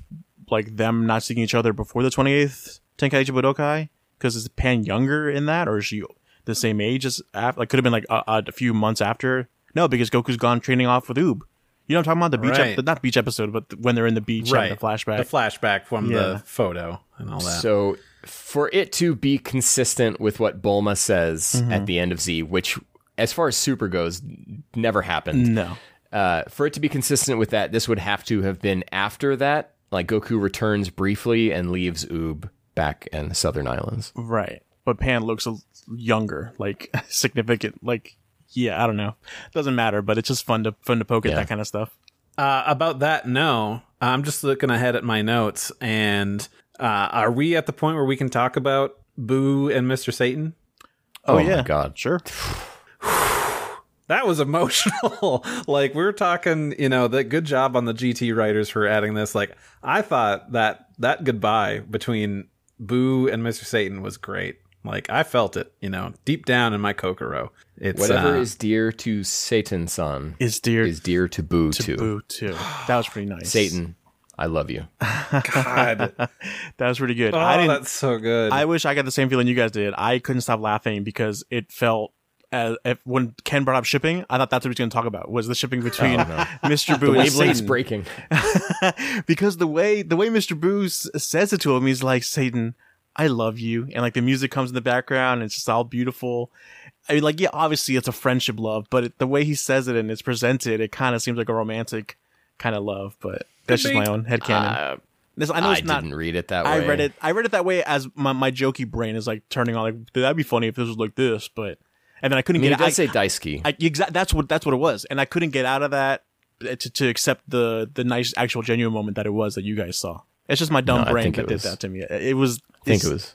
[SPEAKER 2] like them not seeing each other before the twenty eighth Tenkaichi Budokai? Because is Pan younger in that, or is she the same age as after? Like, could have been like a, a few months after. No, because Goku's gone training off with Oob. You know, what I'm talking about the beach,
[SPEAKER 1] Right.
[SPEAKER 2] ep- not beach episode, but when they're in the beach and the flashback.
[SPEAKER 1] The flashback from
[SPEAKER 2] Yeah.
[SPEAKER 1] the photo and all that.
[SPEAKER 3] So for it to be consistent with what Bulma says
[SPEAKER 2] Mm-hmm.
[SPEAKER 3] at the end of Z, which as far as Super goes, n- never happened.
[SPEAKER 2] no.
[SPEAKER 3] uh, for it to be consistent with that, this would have to have been after that. Like Goku returns briefly and leaves Oob back in the Southern Islands.
[SPEAKER 2] Right. But Pan looks a l- younger, like significant, like yeah, I don't know. Doesn't matter, but it's just fun to fun to poke at
[SPEAKER 3] Yeah.
[SPEAKER 2] that kind of stuff.
[SPEAKER 1] Uh, about that, no. I'm just looking ahead at my notes. And uh, are we at the point where we can talk about Boo and Mr. Satan?
[SPEAKER 2] Oh,
[SPEAKER 3] my
[SPEAKER 2] yeah.
[SPEAKER 3] God.
[SPEAKER 2] Sure.
[SPEAKER 1] That was emotional. like we were talking, you know, that good job on the GT writers for adding this. Like I thought that that goodbye between Boo and Mr. Satan was great. Like I felt it, you know, deep down in my kokoro. It's
[SPEAKER 3] Whatever
[SPEAKER 1] uh,
[SPEAKER 3] is dear to Satan, son,
[SPEAKER 2] Is dear
[SPEAKER 3] is dear to Boo,
[SPEAKER 2] to
[SPEAKER 3] too.
[SPEAKER 2] Boo too. That was pretty nice.
[SPEAKER 3] Satan, I love you.
[SPEAKER 1] God. oh,
[SPEAKER 2] That was pretty good. I didn't
[SPEAKER 1] that's so good.
[SPEAKER 2] I wish I got the same feeling you guys did. I couldn't stop laughing because it felt as if when Ken brought up shipping, I thought that's what he was going to talk about was the shipping between Mr. Boo and
[SPEAKER 3] Wavelength's
[SPEAKER 2] Satan.
[SPEAKER 3] breaking.
[SPEAKER 2] because the way the way Mr. Boo s- says it to him, he's like, "Satan, I love you," and like the music comes in the background, and it's just all beautiful. I mean, like, yeah, obviously it's a friendship love, but it, the way he says it and it's presented, it kind of seems like a romantic kind of love. But that's
[SPEAKER 1] Could
[SPEAKER 2] just
[SPEAKER 1] be.
[SPEAKER 2] my own headcanon.
[SPEAKER 3] Uh,
[SPEAKER 2] This I know
[SPEAKER 3] I,
[SPEAKER 2] it's not.
[SPEAKER 3] didn't read it that way.
[SPEAKER 2] I read it. I read it that way as my, my jokey brain is like turning on like that'd be funny if this was like this, but and then I couldn't
[SPEAKER 3] I mean, it
[SPEAKER 2] get it. I-
[SPEAKER 3] does say Daisuke.
[SPEAKER 2] I, exa- that's what that's what it was, and I couldn't get out of that uh, to, to accept the the nice actual genuine moment that it was that you guys saw. It's just my dumb
[SPEAKER 3] No, I
[SPEAKER 2] brain
[SPEAKER 3] think
[SPEAKER 2] that
[SPEAKER 3] it
[SPEAKER 2] did
[SPEAKER 3] was-
[SPEAKER 2] that to me. It it was.
[SPEAKER 3] I think it was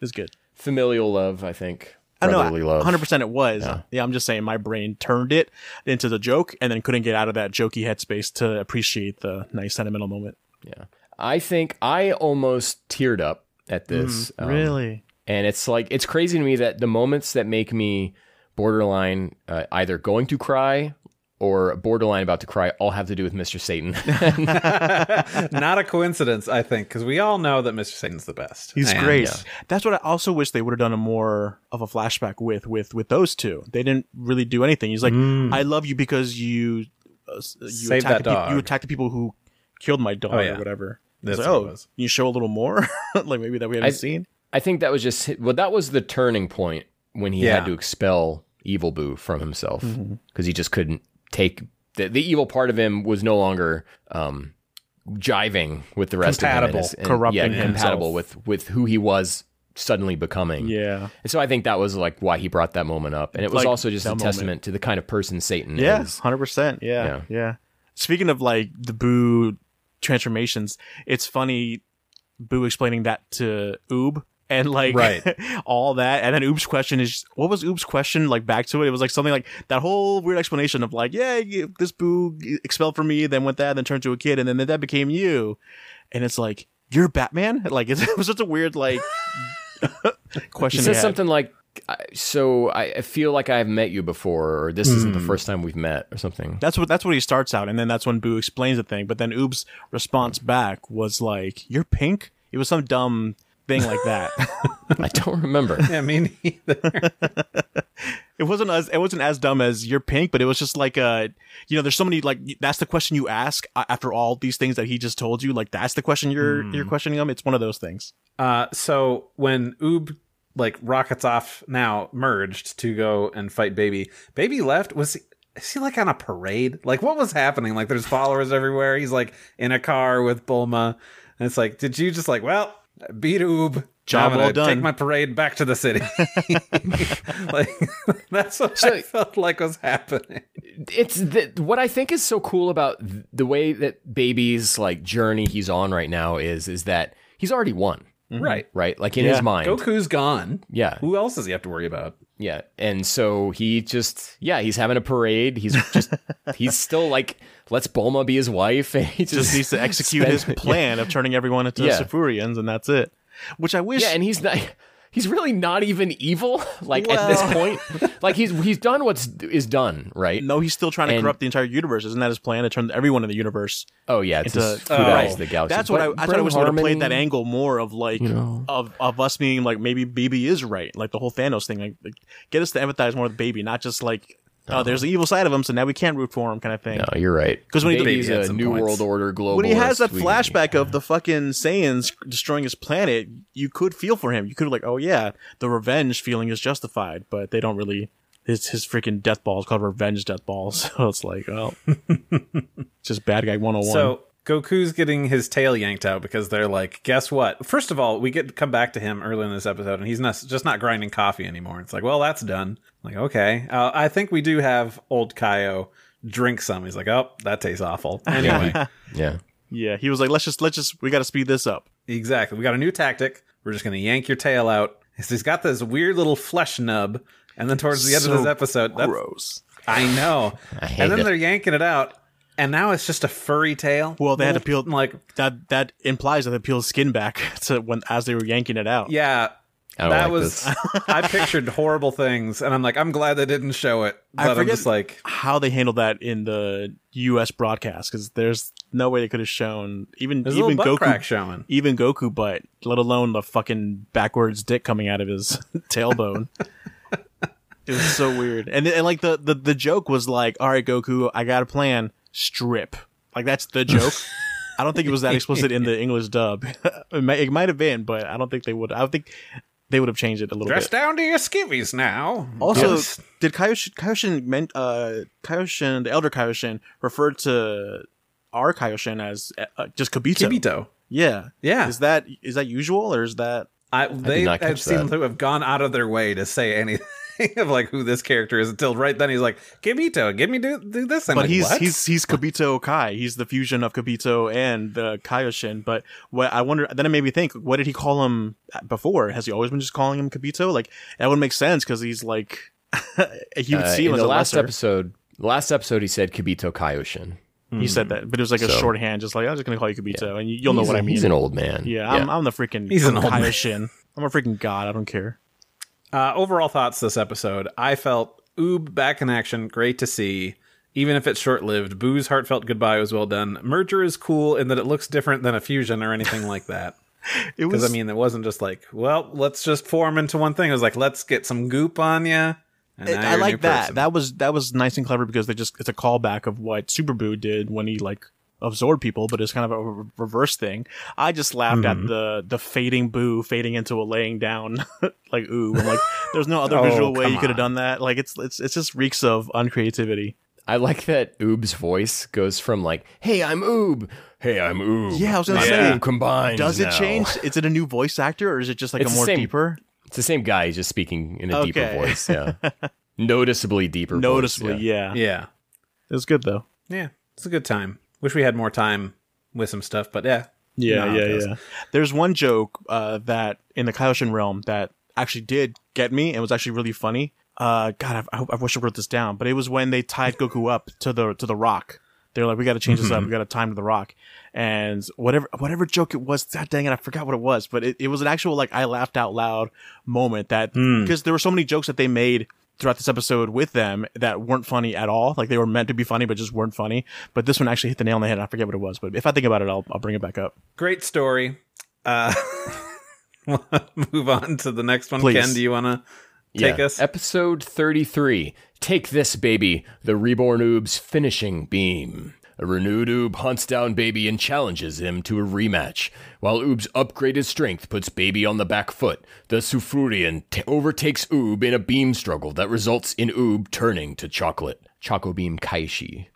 [SPEAKER 2] It's good.
[SPEAKER 3] familial love, I think.
[SPEAKER 2] I know.
[SPEAKER 3] Brotherly love.
[SPEAKER 2] Hundred percent. It was. Yeah. I'm just saying my brain turned it into the joke, and then couldn't get out of that jokey headspace to appreciate the nice sentimental moment.
[SPEAKER 3] Yeah. I think I almost teared up at
[SPEAKER 2] Mm-hmm.
[SPEAKER 3] this. um,
[SPEAKER 2] really?
[SPEAKER 3] And it's like it's crazy to me that the moments that make me borderline uh, either going to cry or borderline about to cry all have to do with Mr. Satan.
[SPEAKER 1] Not a coincidence, I think, because we all know that Mr. Satan's the best.
[SPEAKER 2] He's
[SPEAKER 1] And-
[SPEAKER 2] great. That's what I also wish they would have done a more of a flashback with with with those two. They didn't really do anything. He's like, I love you because you uh, s- you
[SPEAKER 1] Mm. Saved
[SPEAKER 2] attacked
[SPEAKER 1] that
[SPEAKER 2] the peop- you
[SPEAKER 1] dog. Oh,
[SPEAKER 2] attacked the people who killed my dog
[SPEAKER 1] yeah.
[SPEAKER 2] or whatever.
[SPEAKER 1] That's
[SPEAKER 2] It's like,
[SPEAKER 1] what it
[SPEAKER 2] oh,
[SPEAKER 1] was.
[SPEAKER 2] you show a little more, like maybe that we haven't
[SPEAKER 3] I-
[SPEAKER 2] seen.
[SPEAKER 3] I think that was just well, that was the turning point when he had
[SPEAKER 1] Yeah.
[SPEAKER 3] to expel Evil Boo from himself because
[SPEAKER 2] Mm-hmm.
[SPEAKER 3] he just couldn't take the, the evil part of him was no longer um, jiving with the rest
[SPEAKER 1] Compatible.
[SPEAKER 3] of him, and-
[SPEAKER 2] Corrupting
[SPEAKER 3] yeah, compatible
[SPEAKER 2] himself.
[SPEAKER 3] with with who he was suddenly becoming.
[SPEAKER 2] Yeah,
[SPEAKER 3] And so I think that was like why he brought that moment up, and it was
[SPEAKER 2] Like,
[SPEAKER 3] also just a
[SPEAKER 2] that moment.
[SPEAKER 3] testament to the kind of person Satan
[SPEAKER 2] yeah,
[SPEAKER 3] is.
[SPEAKER 2] hundred percent. Yeah,
[SPEAKER 3] Yeah.
[SPEAKER 2] yeah. Speaking of like the Boo transformations, it's funny Boo explaining that to Oob and like
[SPEAKER 1] Right.
[SPEAKER 2] all that. And then Oob's question is what was Oob's question like back to it? It was like something like that whole weird explanation of like, yeah, you- this boo expelled from me, then went that, then turned to a kid, and then that became you. And it's like, "You're Batman." Like it's, it was such a weird like
[SPEAKER 3] He
[SPEAKER 2] question.
[SPEAKER 3] says
[SPEAKER 2] he had.
[SPEAKER 3] something like, I- "So I I feel like I've met you before, or this isn't the
[SPEAKER 2] Hmm.
[SPEAKER 3] first time we've met, or something."
[SPEAKER 2] That's what that's what he starts out, and then that's when Boo explains the thing. But then Oob's response back was like, "You're pink." It was some dumb thing like that.
[SPEAKER 3] I don't remember.
[SPEAKER 1] Yeah, me neither.
[SPEAKER 2] it wasn't as it wasn't as dumb as "You're pink," but it was just like uh you know, there's so many like that's the question you ask a- after all these things that he just told you. Like that's the question you're
[SPEAKER 3] Hmm.
[SPEAKER 2] you're questioning him. It's one of those things.
[SPEAKER 1] Uh, so when Oob like rockets off now merged to go and fight Baby, Baby left. Was he, is he like on a parade? Like what was happening? Like there's followers everywhere. He's like in a car with Bulma, and it's like, did you just like well beat Oob?
[SPEAKER 2] Job
[SPEAKER 1] I'm
[SPEAKER 2] well
[SPEAKER 1] gonna Take
[SPEAKER 2] done.
[SPEAKER 1] my parade back to the city. like that's what
[SPEAKER 3] So-
[SPEAKER 1] I felt like was happening.
[SPEAKER 3] it's the, what I think is so cool about th- the way that baby's like journey he's on right now is is that he's already won,
[SPEAKER 1] Right.
[SPEAKER 3] right? Like in
[SPEAKER 2] Yeah.
[SPEAKER 3] his mind,
[SPEAKER 1] Goku's gone.
[SPEAKER 3] yeah,
[SPEAKER 1] Who else does he have to worry about?
[SPEAKER 3] yeah. And so he just yeah, he's having a parade. He's just he's still like lets Bulma be his wife, and he just,
[SPEAKER 2] Just needs to execute
[SPEAKER 3] spend-
[SPEAKER 2] his plan of turning everyone into
[SPEAKER 3] Yeah.
[SPEAKER 2] Safurians, and that's it. Which I wish.
[SPEAKER 3] Yeah, and he's not. He's really not even evil. Like at this point, like he's he's done what's is done, right?
[SPEAKER 2] no, he's still trying to
[SPEAKER 3] and-
[SPEAKER 2] corrupt the entire universe. Isn't that his plan to turn everyone in the universe
[SPEAKER 3] Oh yeah, to
[SPEAKER 2] into-
[SPEAKER 3] foodarize
[SPEAKER 1] Oh,
[SPEAKER 3] the galaxy.
[SPEAKER 2] That's what I,
[SPEAKER 3] But
[SPEAKER 2] I thought. I
[SPEAKER 3] Bren
[SPEAKER 2] wish they would have
[SPEAKER 3] Harmon-
[SPEAKER 2] played that angle more of like of of us being like maybe BB is right, like the whole Thanos thing. Like, like, get us to empathize more with BB, not just like
[SPEAKER 3] Uh-huh.
[SPEAKER 2] oh, there's the evil side of him, so now we can't root for him, kind of thing.
[SPEAKER 3] No, you're right.
[SPEAKER 2] 'Cause when he-
[SPEAKER 3] Baby's
[SPEAKER 1] Maybe at
[SPEAKER 3] a
[SPEAKER 1] some
[SPEAKER 3] new
[SPEAKER 1] points.
[SPEAKER 3] world order global.
[SPEAKER 2] When he has that flashback of the fucking Saiyans destroying his planet, you could feel for him. You could like, oh yeah, the revenge feeling is justified, but they don't really. His his freaking death ball is called revenge death ball, so it's like, oh, just bad guy one hundred and one.
[SPEAKER 1] So Goku's getting his tail yanked out because they're like, guess what? First of all, we get to come back to him early in this episode, and he's not just not grinding coffee anymore. It's like, well, that's done. I'm like, okay, uh, I think we do have old Kaio drink some. He's like, oh, that tastes awful. Anyway,
[SPEAKER 3] yeah,
[SPEAKER 2] yeah, he was like, let's just let's just we got to speed this up.
[SPEAKER 1] exactly. We got a new tactic. We're just gonna yank your tail out. So he's got this weird little flesh nub, and then towards the end
[SPEAKER 2] So
[SPEAKER 1] of this episode, that's,
[SPEAKER 2] Gross.
[SPEAKER 1] I know.
[SPEAKER 3] I hate
[SPEAKER 1] and then
[SPEAKER 3] it.
[SPEAKER 1] they're yanking it out, and now it's just a furry tail.
[SPEAKER 2] Well, they had to peel-
[SPEAKER 1] like,
[SPEAKER 2] that that implies that they peeled skin back to when as they were yanking it out.
[SPEAKER 1] yeah.
[SPEAKER 3] I don't
[SPEAKER 1] that
[SPEAKER 3] like
[SPEAKER 1] was
[SPEAKER 3] this.
[SPEAKER 1] I pictured horrible things, and I'm like, I'm glad they didn't show it.
[SPEAKER 2] I
[SPEAKER 1] But I'm
[SPEAKER 2] forget-
[SPEAKER 1] just like,
[SPEAKER 2] How they handled that in the U.S. broadcast because there's no way they could have shown even
[SPEAKER 1] there's a
[SPEAKER 2] even
[SPEAKER 1] little butt
[SPEAKER 2] Goku
[SPEAKER 1] crack showing.
[SPEAKER 2] even Goku butt, let alone the fucking backwards dick coming out of his tailbone. it was so weird, and and like the, the the joke was like, "All right, Goku, I got a plan. Strip." Like that's the joke. I don't think it was that explicit in the English dub. it, might, it might have been, but I don't think they would. I don't think they would have changed it a little bit.
[SPEAKER 1] Dress down to your skivvies now.
[SPEAKER 2] Also,
[SPEAKER 1] Yes.
[SPEAKER 2] did Kaioshin, Kaioshin meant uh Kaioshin, the elder Kaioshin, referred to our Kaioshin as uh, uh, just Kabito?
[SPEAKER 1] Kibito.
[SPEAKER 2] Yeah,
[SPEAKER 1] Yeah.
[SPEAKER 2] Is that is that usual or is that?
[SPEAKER 1] I, they
[SPEAKER 3] not
[SPEAKER 1] had
[SPEAKER 3] catch
[SPEAKER 1] seemed
[SPEAKER 3] that.
[SPEAKER 1] to have gone out of their way to say anything of like who this character is until right then he's like, Kibito, give me do, do this. I'm
[SPEAKER 2] But
[SPEAKER 1] like,
[SPEAKER 2] he's
[SPEAKER 1] what?
[SPEAKER 2] he's he's Kabito Kai. He's the fusion of Kabito and the Kaioshin. But what I wonder then it made me think: what did he call him before? Has he always been just calling him Kabito? Like that would make sense because he's like he would
[SPEAKER 3] Uh,
[SPEAKER 2] see him
[SPEAKER 3] in
[SPEAKER 2] as
[SPEAKER 3] the
[SPEAKER 2] a
[SPEAKER 3] last
[SPEAKER 2] lesser.
[SPEAKER 3] episode. Last episode, he said Kibito Kaioshin.
[SPEAKER 2] He said that, but it was like a
[SPEAKER 3] So-
[SPEAKER 2] shorthand, just like I'm just gonna call you Kabito, and you, you'll know
[SPEAKER 3] He's
[SPEAKER 2] what
[SPEAKER 3] a-
[SPEAKER 2] I mean.
[SPEAKER 3] He's an old man.
[SPEAKER 2] Yeah, I'm, I'm the freaking
[SPEAKER 1] He's an old man.
[SPEAKER 2] Kaioshin. I'm a freaking god. I don't care.
[SPEAKER 1] Uh, overall thoughts this episode. I felt Oob back in action. Great to see. Even if it's short lived, Boo's heartfelt goodbye was well done. Merger is cool in that it looks different than a fusion or anything like that.
[SPEAKER 2] It was.
[SPEAKER 1] Because I mean, it wasn't just like, well, let's just form into one thing. It was like, let's get some goop on you. And now
[SPEAKER 2] I
[SPEAKER 1] you're a new
[SPEAKER 2] like that.
[SPEAKER 1] person.
[SPEAKER 2] That was that was nice and clever because they just it's a callback of what Super Boo did when he like absorbed people, but it's kind of a re- reverse thing. I just laughed
[SPEAKER 3] Mm-hmm.
[SPEAKER 2] at the the fading Boo fading into a laying down like ooh. I'm like, there's no other
[SPEAKER 1] Oh,
[SPEAKER 2] visual way
[SPEAKER 1] come
[SPEAKER 2] you could have done that. Like it's it's it's just reeks of uncreativity.
[SPEAKER 3] I like that Oob's voice goes from like, "Hey, I'm Oob," "Hey, I'm Oob."
[SPEAKER 2] Yeah, I was gonna
[SPEAKER 3] I'm
[SPEAKER 2] say,
[SPEAKER 3] Oob combined.
[SPEAKER 2] Does it
[SPEAKER 3] now."
[SPEAKER 2] change? Is it a new voice actor or is it just like
[SPEAKER 3] It's
[SPEAKER 2] a
[SPEAKER 3] the
[SPEAKER 2] more
[SPEAKER 3] same
[SPEAKER 2] deeper?
[SPEAKER 3] It's the same guy, he's just speaking in a deeper
[SPEAKER 2] Okay.
[SPEAKER 3] voice. Yeah, noticeably deeper. voice,
[SPEAKER 2] Noticeably, yeah.
[SPEAKER 1] Yeah.
[SPEAKER 2] It was good though.
[SPEAKER 1] Yeah. It's a good time. Wish we had more time with some stuff, but yeah.
[SPEAKER 2] Yeah,
[SPEAKER 1] No, it
[SPEAKER 2] yeah,
[SPEAKER 1] doesn't.
[SPEAKER 2] yeah. There's one joke uh, that in the Kaioshin realm that actually did get me and was actually really funny. Uh, God, I, I, I wish I wrote this down, but it was when they tied Goku up to the to the rock They're like, we got to change this up. We got to time the rock, and whatever whatever joke it was. God dang it, I forgot what it was, but it, it was an actual like I laughed out loud moment that because there were so many jokes that they made throughout this episode with them that weren't funny at all. Like they were meant to be funny, but just weren't funny. But this one actually hit the nail on the head. I forget what it was, but if I think about it, I'll I'll bring it back up.
[SPEAKER 1] Great story. Uh, move on to the next one.
[SPEAKER 2] Please.
[SPEAKER 1] Ken, do you want to take us?
[SPEAKER 3] Episode 33. Take this, baby. The reborn oob's finishing beam. A renewed oob hunts down baby and challenges him to a rematch. While oob's upgraded strength puts baby on the back foot, the Sufurian t- overtakes oob in a beam struggle that results in oob turning to chocolate. Choco Beam Kaishi.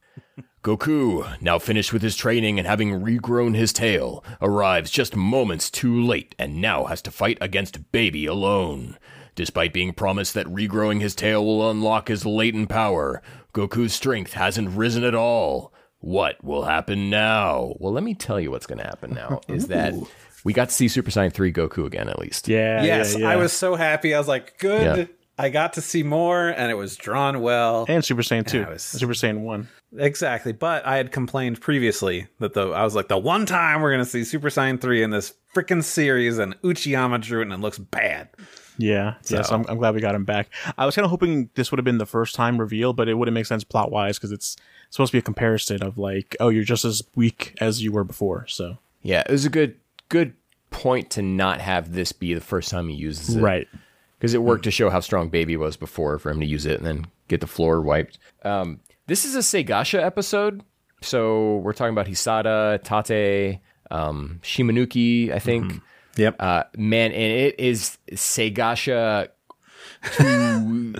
[SPEAKER 3] Goku, now finished with his training and having regrown his tail, arrives just moments too late and now has to fight against Baby alone. Despite being promised that regrowing his tail will unlock his latent power, Goku's strength hasn't risen at all. What will happen now? Well, let me tell you what's going to happen now is that we got to see Super Saiyan 3 Goku again, at least.
[SPEAKER 2] Yeah.
[SPEAKER 1] yes, I was so happy. I was like, good.
[SPEAKER 3] Yeah.
[SPEAKER 1] I got to see more, and it was drawn well.
[SPEAKER 2] And Super Saiyan two,
[SPEAKER 1] I was-
[SPEAKER 2] Super Saiyan one.
[SPEAKER 1] Exactly. But I had complained previously that the I was like the one time we're gonna see Super Saiyan 3 in this freaking series and Uchiyama drew it and it looks bad.
[SPEAKER 2] Yeah, yeah. So I'm, I'm glad we got him back. I was kind of hoping this would have been the first time reveal, but it wouldn't make sense plot wise because it's supposed to be a comparison of like, oh, you're just as weak as you were before. So
[SPEAKER 3] Yeah, it was a good good point to not have this be the first time he uses it. because it
[SPEAKER 2] Hmm.
[SPEAKER 3] worked to show how strong Baby was before for him to use it and then get the floor wiped. Um, this is a Seigasha episode, so we're talking about Hisada, Tate, um, Shimanuki, I think.
[SPEAKER 2] Mm-hmm.
[SPEAKER 1] Yep.
[SPEAKER 3] Uh, man, and it is Seigasha. Seigasha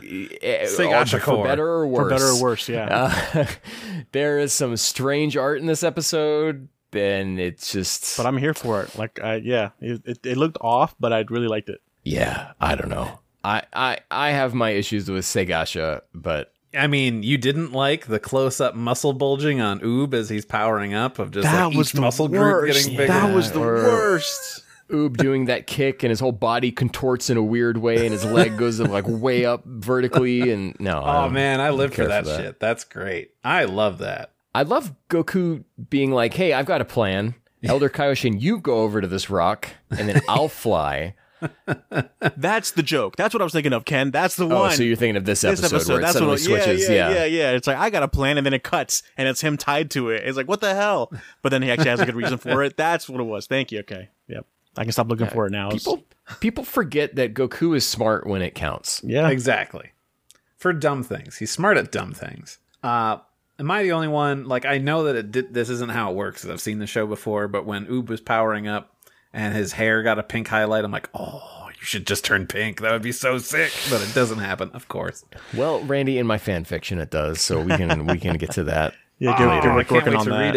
[SPEAKER 1] Seigasha
[SPEAKER 3] eh, for
[SPEAKER 1] core.
[SPEAKER 3] better or worse.
[SPEAKER 2] for better or worse. Yeah,
[SPEAKER 3] Uh, there is some strange art in this episode, and it's just.
[SPEAKER 2] but I'm here for it. Like, I, yeah, it, it, it looked off, but I really liked it.
[SPEAKER 3] yeah, I don't know. I, I I have my issues with Seigasha, but
[SPEAKER 1] I mean, you didn't like the close up muscle bulging on Oob as he's powering up of just like, each muscle group getting bigger.
[SPEAKER 2] That was the
[SPEAKER 3] Or-
[SPEAKER 2] worst.
[SPEAKER 3] Oob doing that kick and his whole body contorts in a weird way and his leg goes like way up vertically and no. I
[SPEAKER 1] Oh
[SPEAKER 3] don't-
[SPEAKER 1] man, I lived for
[SPEAKER 3] care
[SPEAKER 1] that,
[SPEAKER 3] for that.
[SPEAKER 1] shit. That's great. I love that.
[SPEAKER 3] I love Goku being like, "Hey, I've got a plan. Elder Kaioshin, you go over to this rock and then I'll fly."
[SPEAKER 2] That's the joke. That's what I was thinking of, Ken. That's the one.
[SPEAKER 3] Oh, so you're thinking of this
[SPEAKER 2] this
[SPEAKER 3] episode, where it
[SPEAKER 2] that's
[SPEAKER 3] suddenly
[SPEAKER 2] what
[SPEAKER 3] switches?
[SPEAKER 2] yeah, yeah, yeah. It's like I got a plan, and then it cuts, and it's him tied to it. It's like what the hell? But then he actually has a good reason for it. That's what it was. Thank you. Okay. Yep. I can stop looking for it now. It's-
[SPEAKER 3] People people forget that Goku is smart when it counts.
[SPEAKER 2] yeah.
[SPEAKER 1] Exactly. For dumb things. He's smart at dumb things. Uh am I the only one like I know that it did, this isn't how it works 'cause I've seen the show before, but when Oob was powering up and his hair got a pink highlight, I'm like, "Oh, you should just turn pink. That would be so sick." But it doesn't happen, of course.
[SPEAKER 3] Well, Randy, in my fan fiction, it does. So we can we can get to that.
[SPEAKER 2] Yeah. Good,
[SPEAKER 1] Oh,
[SPEAKER 2] good
[SPEAKER 1] I
[SPEAKER 2] work
[SPEAKER 1] can't
[SPEAKER 2] working
[SPEAKER 1] wait
[SPEAKER 2] on
[SPEAKER 1] to
[SPEAKER 2] that.
[SPEAKER 1] read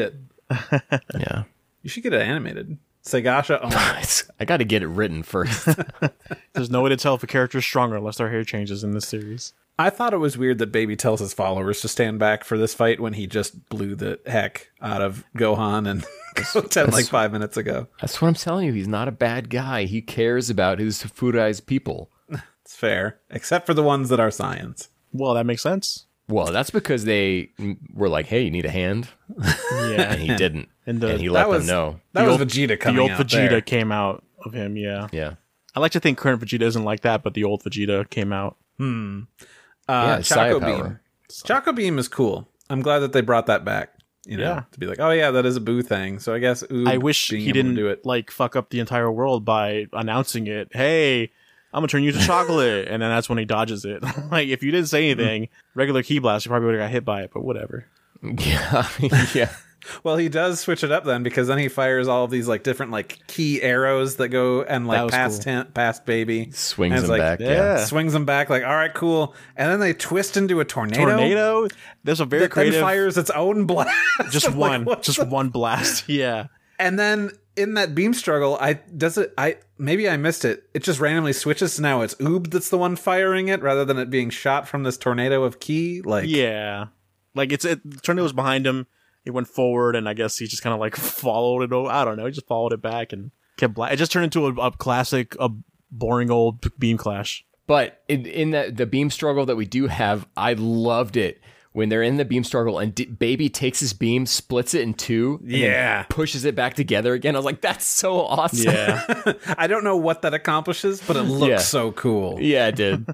[SPEAKER 1] it.
[SPEAKER 3] Yeah,
[SPEAKER 1] You should get it animated. Segasha. Oh my
[SPEAKER 3] I got to get it written first.
[SPEAKER 2] There's no way to tell if a character's stronger unless their hair changes in this series.
[SPEAKER 1] I thought it was weird that Baby tells his followers to stand back for this fight when he just blew the heck out of Gohan and Goten like five minutes ago.
[SPEAKER 3] That's what I'm telling you. He's not a bad guy. He cares about his Furai's people.
[SPEAKER 1] It's fair, except for the ones that are science.
[SPEAKER 2] Well, that makes sense.
[SPEAKER 3] Well, that's because they mm, were like, "Hey, you need a hand," and
[SPEAKER 2] Yeah.
[SPEAKER 3] he didn't,
[SPEAKER 2] And
[SPEAKER 3] and,
[SPEAKER 2] the-
[SPEAKER 3] he
[SPEAKER 1] That
[SPEAKER 3] let
[SPEAKER 1] was
[SPEAKER 3] them know.
[SPEAKER 1] That
[SPEAKER 2] The
[SPEAKER 1] was
[SPEAKER 2] old-
[SPEAKER 1] Vegeta
[SPEAKER 2] the
[SPEAKER 1] coming
[SPEAKER 2] old
[SPEAKER 1] out
[SPEAKER 2] Vegeta
[SPEAKER 1] there.
[SPEAKER 2] came out of him. Yeah.
[SPEAKER 3] Yeah,
[SPEAKER 2] I like to think current Vegeta isn't like that, but the old Vegeta came out.
[SPEAKER 1] Uh,
[SPEAKER 3] Yeah,
[SPEAKER 1] Choco
[SPEAKER 3] Saya power.
[SPEAKER 1] Beam. Choco Beam is cool. I'm glad that they brought that back. You know,
[SPEAKER 2] Yeah.
[SPEAKER 1] to be like, oh yeah, that is a boo thing. So I guess ooh,
[SPEAKER 2] I wish
[SPEAKER 1] being
[SPEAKER 2] he
[SPEAKER 1] able to
[SPEAKER 2] didn't
[SPEAKER 1] do it.
[SPEAKER 2] like fuck up the entire world by announcing it. Hey, I'm gonna turn you to chocolate, and then that's when he dodges it. like if you didn't say anything, regular key blast, you probably would have got hit by it. But whatever.
[SPEAKER 3] yeah, yeah.
[SPEAKER 1] Well, he does switch it up then because then he fires all of these like different like key arrows that go and
[SPEAKER 2] That
[SPEAKER 1] like
[SPEAKER 2] was
[SPEAKER 1] past him, past baby,
[SPEAKER 3] Swings
[SPEAKER 1] And it's
[SPEAKER 3] him
[SPEAKER 1] like,
[SPEAKER 3] back. Yeah.
[SPEAKER 2] yeah.
[SPEAKER 1] swings them back like all right cool and then they twist into a tornado
[SPEAKER 2] Tornado. There's a very
[SPEAKER 1] that then
[SPEAKER 2] creative.
[SPEAKER 1] fires its own blast
[SPEAKER 2] just
[SPEAKER 1] I'm like,
[SPEAKER 2] one,
[SPEAKER 1] what
[SPEAKER 2] just
[SPEAKER 1] the-
[SPEAKER 2] one blast. Yeah.
[SPEAKER 1] and then in that beam struggle i does it i maybe i missed it it just randomly switches to now it's oob that's the one firing it rather than it being shot from this tornado of key like
[SPEAKER 2] Yeah. Like it's it tornado was behind him. He went forward and I guess he just kind of like followed it over. I don't know. He just followed it back and kept bla- it just turned into a, a classic a boring old beam clash.
[SPEAKER 3] But in, in that the beam struggle that we do have, I loved it when they're in the beam struggle and D- Baby takes his beam, splits it in two, and then
[SPEAKER 1] Yeah.
[SPEAKER 3] pushes it back together again. I was like, that's so awesome.
[SPEAKER 1] Yeah. I don't know what that accomplishes, but it looks
[SPEAKER 3] Yeah.
[SPEAKER 1] so cool.
[SPEAKER 3] yeah, it did.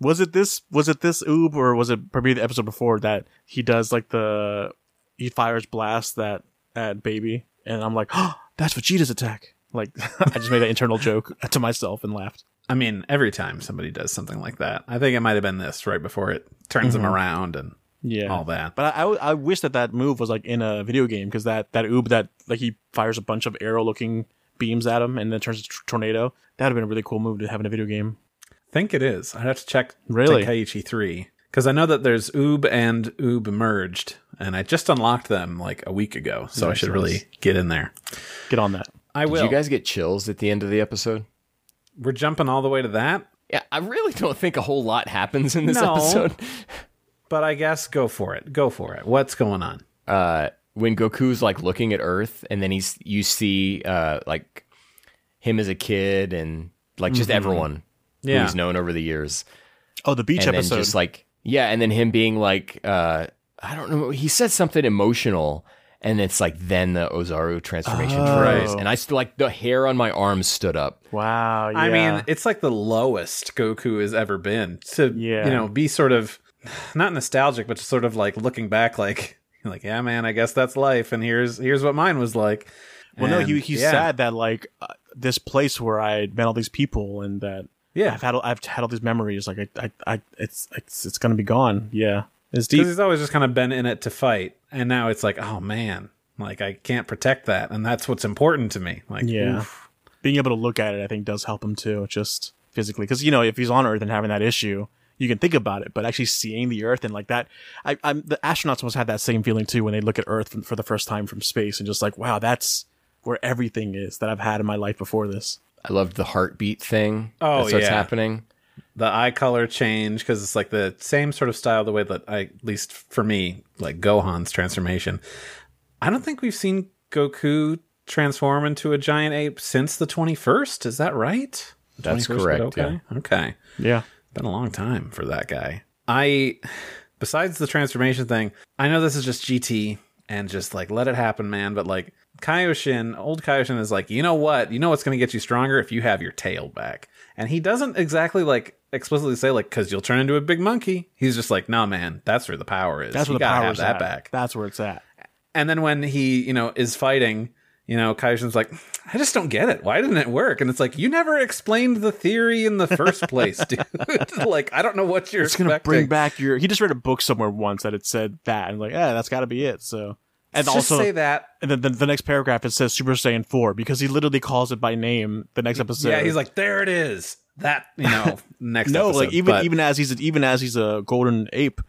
[SPEAKER 2] Was it this? Was it this Oob, or was it maybe the episode before that he does like the he fires blast that at baby, and I'm like, oh, that's Vegeta's attack. Like I just made an internal joke to myself and laughed.
[SPEAKER 1] I mean, every time somebody does something like that, I think it might have been this right before it turns them around and
[SPEAKER 2] Yeah,
[SPEAKER 1] all that.
[SPEAKER 2] but I, I I wish that that move was like in a video game because that that Oob that like he fires a bunch of arrow looking beams at him and then turns into tr- tornado. That would have been a really cool move to have in a video game.
[SPEAKER 1] I think it is. I'd have to check
[SPEAKER 2] Really?
[SPEAKER 1] Tenkaichi 3 because I know that there's Oob and Oob merged, and I just unlocked them like a week ago, so I
[SPEAKER 2] Nice,
[SPEAKER 1] should
[SPEAKER 2] nice.
[SPEAKER 1] really get in there.
[SPEAKER 2] Get on that.
[SPEAKER 1] I
[SPEAKER 3] Did
[SPEAKER 1] will.
[SPEAKER 3] you guys get chills at the end of the episode?
[SPEAKER 1] We're jumping all the way to that,
[SPEAKER 3] Yeah, I really don't think a whole lot happens in this
[SPEAKER 1] No.
[SPEAKER 3] episode.
[SPEAKER 1] but I guess go for it. Go for it. What's going on?
[SPEAKER 3] uh, when Goku's like looking at Earth, and then he's you see uh, like him as a kid, and like just everyone who
[SPEAKER 1] Mm-hmm. Yeah.
[SPEAKER 3] he's known over the years,
[SPEAKER 2] Oh, the beach
[SPEAKER 3] and
[SPEAKER 2] episode.
[SPEAKER 3] then just like yeah, and then him being like uh, I don't know, he said something emotional, and it's like then the Ozaru transformation,
[SPEAKER 2] Oh.
[SPEAKER 3] occurs. and I still like the hair on my arm stood up.
[SPEAKER 2] wow. Yeah.
[SPEAKER 1] I mean, it's like the lowest Goku has ever been to,
[SPEAKER 2] Yeah.
[SPEAKER 1] you know, be sort of not nostalgic, but just sort of like looking back, like, like, yeah, man, I guess that's life, and here's here's what mine was like.
[SPEAKER 2] Well, no,
[SPEAKER 1] And,
[SPEAKER 2] he, he's
[SPEAKER 1] yeah,
[SPEAKER 2] sad that like uh, this place where I met all these people and that
[SPEAKER 1] Yeah,
[SPEAKER 2] I've had I've had all these memories. Like I, I, I it's it's it's gonna be gone. Yeah, it's deep.
[SPEAKER 1] because he's always just kind of been in it to fight, and now it's like, oh man, like I can't protect that, and that's what's important to me. Like,
[SPEAKER 2] Yeah,
[SPEAKER 1] oof.
[SPEAKER 2] being able to look at it, I think, does help him too, just physically. Because you know, if he's on Earth and having that issue, you can think about it, but actually seeing the Earth and like that, I, I'm the astronauts must have that same feeling too when they look at Earth for, for the first time from space and just like, wow, that's where everything is that I've had in my life before this.
[SPEAKER 3] I loved the heartbeat thing.
[SPEAKER 1] Oh,
[SPEAKER 3] That's what's
[SPEAKER 1] yeah.
[SPEAKER 3] happening.
[SPEAKER 1] the eye color change because it's like the same sort of style the way that I, at least for me like gohan's transformation i don't think we've seen goku transform into a giant ape since the 21st is that right The
[SPEAKER 3] That's
[SPEAKER 1] 21st, but
[SPEAKER 3] correct,
[SPEAKER 1] okay okay
[SPEAKER 2] Yeah.
[SPEAKER 1] been a long time for that guy i besides the transformation thing i know this is just gt and just like let it happen man but like kaioshin old kaioshin is like you know what you know what's going to get you stronger if you have your tail back and he doesn't exactly like explicitly say like because you'll turn into a big monkey he's just like no man that's where the power is
[SPEAKER 2] That's
[SPEAKER 1] you
[SPEAKER 2] where the
[SPEAKER 1] gotta
[SPEAKER 2] power
[SPEAKER 1] have
[SPEAKER 2] is
[SPEAKER 1] that
[SPEAKER 2] at.
[SPEAKER 1] back
[SPEAKER 2] That's where it's at.
[SPEAKER 1] and then when he, you know, is fighting, you know, Kaioshin's like, I just don't get it. Why didn't it work? And it's like, you never explained the theory in the first place, dude. like, I don't know what you're
[SPEAKER 2] It's
[SPEAKER 1] expecting.
[SPEAKER 2] gonna bring back your. He just read a book somewhere once that it said that, and like, yeah, that's got to be it. So, and
[SPEAKER 1] Just
[SPEAKER 2] also,
[SPEAKER 1] say that.
[SPEAKER 2] and then the, the next paragraph it says Super Saiyan four because he literally calls it by name. The next episode,
[SPEAKER 1] yeah, he's like, there it is. That you know, next.
[SPEAKER 2] no,
[SPEAKER 1] episode.
[SPEAKER 2] like even
[SPEAKER 1] But
[SPEAKER 2] even as he's a, even as he's a golden ape,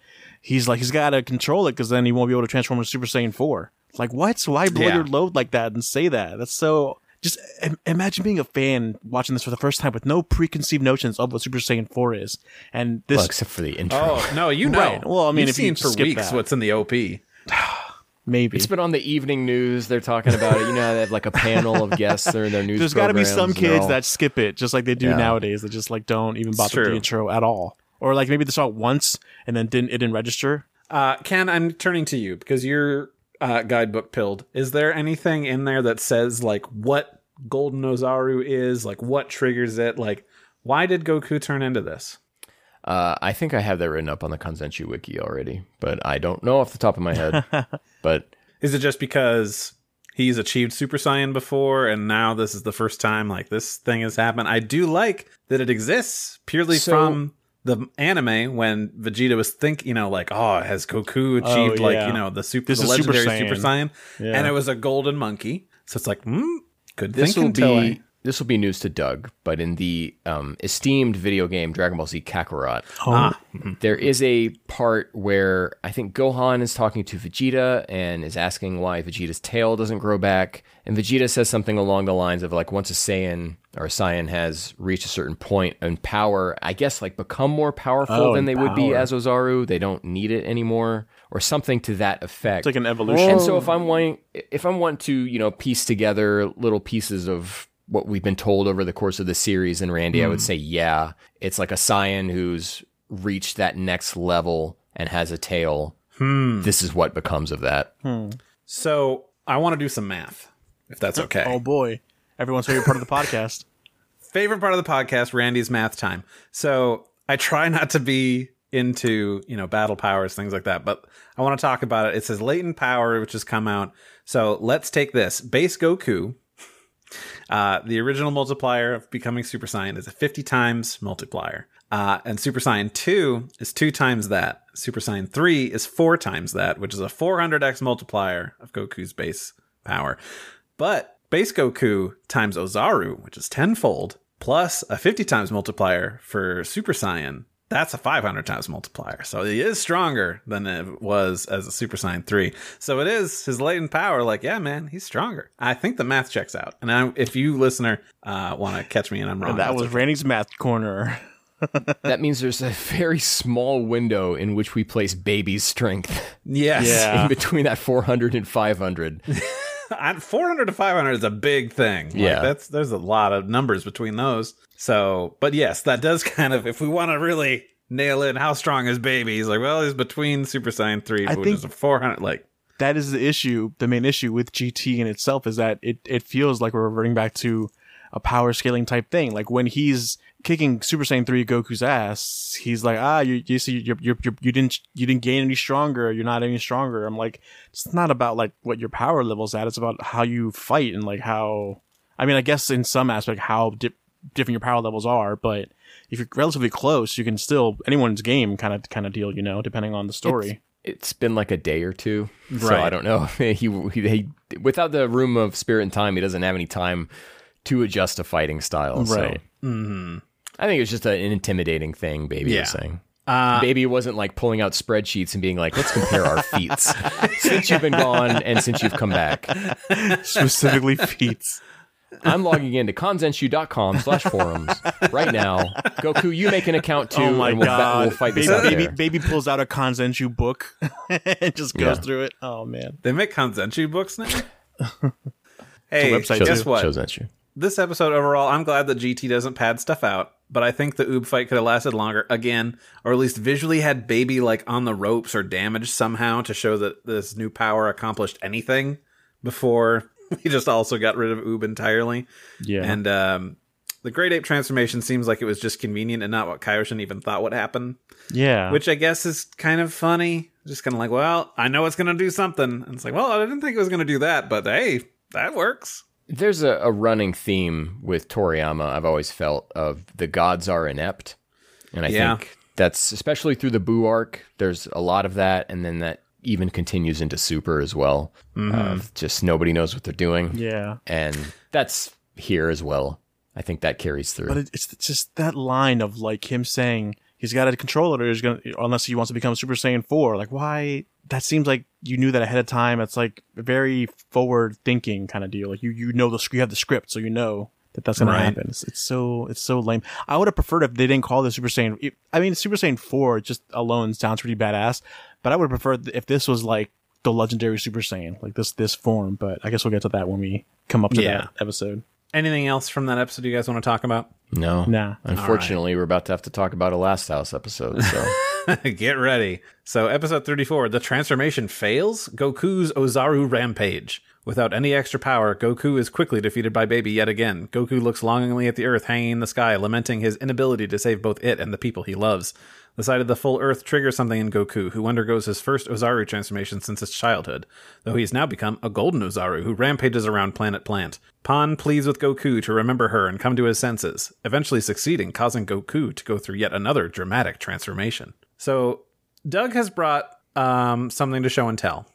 [SPEAKER 2] he's like he's got to control it because then he won't be able to transform into Super Saiyan four. Like what? So why blow
[SPEAKER 1] Yeah.
[SPEAKER 2] your load like that and say that? That's so. Just im- imagine being a fan watching this for the first time with no preconceived notions of what Super Saiyan four is, and this
[SPEAKER 3] Well, except for the intro.
[SPEAKER 1] Oh no, you know.
[SPEAKER 2] Right. Well, I mean,
[SPEAKER 1] You've
[SPEAKER 2] if you
[SPEAKER 1] seen
[SPEAKER 2] just
[SPEAKER 1] for
[SPEAKER 2] skip
[SPEAKER 1] weeks
[SPEAKER 2] that.
[SPEAKER 1] what's in the op.
[SPEAKER 2] maybe
[SPEAKER 3] It's been on the evening news. They're talking about it. You know, how they have like a panel of guests. They're in their news.
[SPEAKER 2] There's got to be
[SPEAKER 3] programs,
[SPEAKER 2] some
[SPEAKER 3] and they're
[SPEAKER 2] kids
[SPEAKER 3] all-
[SPEAKER 2] that skip it, just like they do
[SPEAKER 3] Yeah.
[SPEAKER 2] nowadays. That just like don't even bother
[SPEAKER 1] true.
[SPEAKER 2] with the intro at all, or like maybe they saw it once and then didn't it didn't register.
[SPEAKER 1] Uh, Ken, I'm turning to you because you're uh, guidebook pilled. Is there anything in there that says like what Golden Ozaru is, like what triggers it, like why did Goku turn into this?
[SPEAKER 3] Uh, I think I have that written up on the Kanzenshi wiki already, but I don't know off the top of my head. but
[SPEAKER 1] Is it just because he's achieved Super Saiyan before and now this is the first time like this thing has happened? I do like that it exists purely
[SPEAKER 3] So-
[SPEAKER 1] from the anime when Vegeta was think, you know, like, oh, has Goku achieved
[SPEAKER 2] Oh,
[SPEAKER 1] like,
[SPEAKER 2] yeah.
[SPEAKER 1] you know, the super
[SPEAKER 2] This
[SPEAKER 1] the
[SPEAKER 2] is Super
[SPEAKER 1] legendary Super Saiyan?
[SPEAKER 2] Saiyan. Yeah.
[SPEAKER 1] And it was a golden monkey. So it's like, hmm, good
[SPEAKER 3] this will
[SPEAKER 1] thinking,
[SPEAKER 3] be
[SPEAKER 1] Toei.
[SPEAKER 3] this will be news to Doug. But in the um, esteemed video game Dragon Ball Z Kakarot,
[SPEAKER 1] Ah,
[SPEAKER 3] there is a part where I think Gohan is talking to Vegeta and is asking why Vegeta's tail doesn't grow back. And Vegeta says something along the lines of like, once a Saiyan or a Saiyan has reached a certain point in power, I guess like become more powerful
[SPEAKER 2] Oh,
[SPEAKER 3] than
[SPEAKER 2] in
[SPEAKER 3] they would be
[SPEAKER 2] power.
[SPEAKER 3] as Ozaru. They don't need it anymore, or something to that effect.
[SPEAKER 2] It's like an evolution.
[SPEAKER 3] And so if I'm wanting, if I'm wanting to, you know, piece together little pieces of what we've been told over the course of the series, and Randy, I would say, yeah, it's like a Saiyan who's reached that next level and has a tail This is what becomes of that.
[SPEAKER 1] So I want to do some math, if that's okay.
[SPEAKER 2] Oh boy, everyone's favorite part of the podcast.
[SPEAKER 1] favorite part of the podcast, Randy's math time. So I try not to be into, you know, battle powers, things like that, but I want to talk about it. It says latent power, which has come out. So let's take this. Base Goku, uh, the original multiplier of becoming Super Saiyan is a 50 times multiplier. Uh, and Super Saiyan 2 is two times that. Super Saiyan 3 is four times that, which is a 400x multiplier of Goku's base power. But base Goku times Ozaru, which is tenfold, plus a 50 times multiplier for Super Saiyan, that's a 500 times multiplier. So he is stronger than it was as a Super Saiyan 3. So it is his latent power. Like, yeah, man, he's stronger. I think the math checks out. And I, if you, listener, uh, want to catch me and I'm wrong,
[SPEAKER 2] that
[SPEAKER 1] that's
[SPEAKER 2] was Randy's math corner.
[SPEAKER 3] that means there's a very small window in which we place baby's strength
[SPEAKER 1] Yes.
[SPEAKER 2] Yeah.
[SPEAKER 3] in between that 400 and 500.
[SPEAKER 1] I- 400 to 500 is a big thing. Like,
[SPEAKER 3] Yeah.
[SPEAKER 1] That's, there's a lot of numbers between those. So, but yes, that does kind of, if we want to really nail in how strong is baby, he's like, well, he's between Super Saiyan 3,
[SPEAKER 2] I
[SPEAKER 1] which
[SPEAKER 2] think-
[SPEAKER 1] is a 400. Like,
[SPEAKER 2] That is the issue. The main issue with GT in itself is that it it feels like we're reverting back to a power scaling type thing. Like when he's kicking Super Saiyan three Goku's ass, he's like, ah, you you see, you you you didn't you didn't gain any stronger. You're not any stronger. I'm like, it's not about like what your power level's at. It's about how you fight and like how. I mean, I guess in some aspect how di- different your power levels are, but if you're relatively close, you can still anyone's game kind of kind of deal. You know, depending on the story.
[SPEAKER 3] It's been like a day or two, so
[SPEAKER 1] Right.
[SPEAKER 3] I don't know. he, he, he- without the room of spirit and time, he doesn't have any time to adjust to fighting style.
[SPEAKER 2] Right. Mm-hmm.
[SPEAKER 3] So. I think it's just an intimidating thing. Baby
[SPEAKER 1] Yeah.
[SPEAKER 3] was saying.
[SPEAKER 2] Uh,
[SPEAKER 3] Baby wasn't like pulling out spreadsheets and being like, "Let's compare our feats since you've been gone and since you've come back."
[SPEAKER 2] specifically feats.
[SPEAKER 3] I'm logging into consenshu.com slash forums right now. Goku, you make an account too,
[SPEAKER 2] Oh my
[SPEAKER 3] and we'll, fa-
[SPEAKER 2] god!
[SPEAKER 3] we'll fight
[SPEAKER 2] baby,
[SPEAKER 3] this out
[SPEAKER 2] baby,
[SPEAKER 3] there.
[SPEAKER 2] baby pulls out a Kanzenshu book and just goes
[SPEAKER 3] Yeah.
[SPEAKER 2] through it. Oh man!
[SPEAKER 1] they make Kanzenshu books now? hey,
[SPEAKER 2] website,
[SPEAKER 1] guess
[SPEAKER 2] too.
[SPEAKER 1] what?
[SPEAKER 3] Shouzenshu.
[SPEAKER 1] this episode overall, I'm glad that GT doesn't pad stuff out, but I think the Oob fight could have lasted longer again, or at least visually had Baby like on the ropes or damaged somehow to show that this new power accomplished anything before we just also got rid of Oob entirely.
[SPEAKER 2] Yeah,
[SPEAKER 1] And um, the Great Ape transformation seems like it was just convenient and not what Kaioshin even thought would happen,
[SPEAKER 2] yeah.
[SPEAKER 1] which I guess is kind of funny. Just kind of like, well, I know it's going to do something. And it's like, well, I didn't think it was going to do that, but hey, that works.
[SPEAKER 3] There's a, a running theme with Toriyama I've always felt of the gods are inept. And I
[SPEAKER 1] Yeah.
[SPEAKER 3] think that's especially through the Boo arc, there's a lot of that, and then that even continues into Super as well. Of just nobody knows what they're doing.
[SPEAKER 2] yeah,
[SPEAKER 3] And that's here as well. I think that carries through.
[SPEAKER 2] but it, it's it's just that line of like him saying he's got to control it, or he's gonna unless he wants to become Super Saiyan four. Like why? That seems like you knew that ahead of time. It's like very forward thinking kind of deal. Like you you know the sc- you have the script, so you know. That that's gonna
[SPEAKER 1] Right.
[SPEAKER 2] happen. It's, it's so it's so lame. I would have preferred if they didn't call the Super Saiyan. it- I mean, Super Saiyan Four just alone sounds pretty badass, but I would have preferred if this was like the legendary Super Saiyan, like this this form. But I guess we'll get to that when we come up to
[SPEAKER 1] Yeah.
[SPEAKER 2] that episode.
[SPEAKER 1] Anything else from that episode you guys want to talk about?
[SPEAKER 3] no.
[SPEAKER 2] Nah.
[SPEAKER 3] Unfortunately, we're about to have to talk about a Last House episode. So.
[SPEAKER 1] Get ready. So, episode 34 the transformation fails Goku's Ozaru rampage. Without any extra power, Goku is quickly defeated by Baby yet again. Goku looks longingly at the earth hanging in the sky, lamenting his inability to save both it and the people he loves. The sight of the full earth triggers something in Goku, who undergoes his first Ozaru transformation since his childhood, though he has now become a golden Ozaru who rampages around planet Plant. Pan pleads with Goku to remember her and come to his senses, eventually succeeding, causing Goku to go through yet another dramatic transformation. So Doug has brought um, something to show and tell,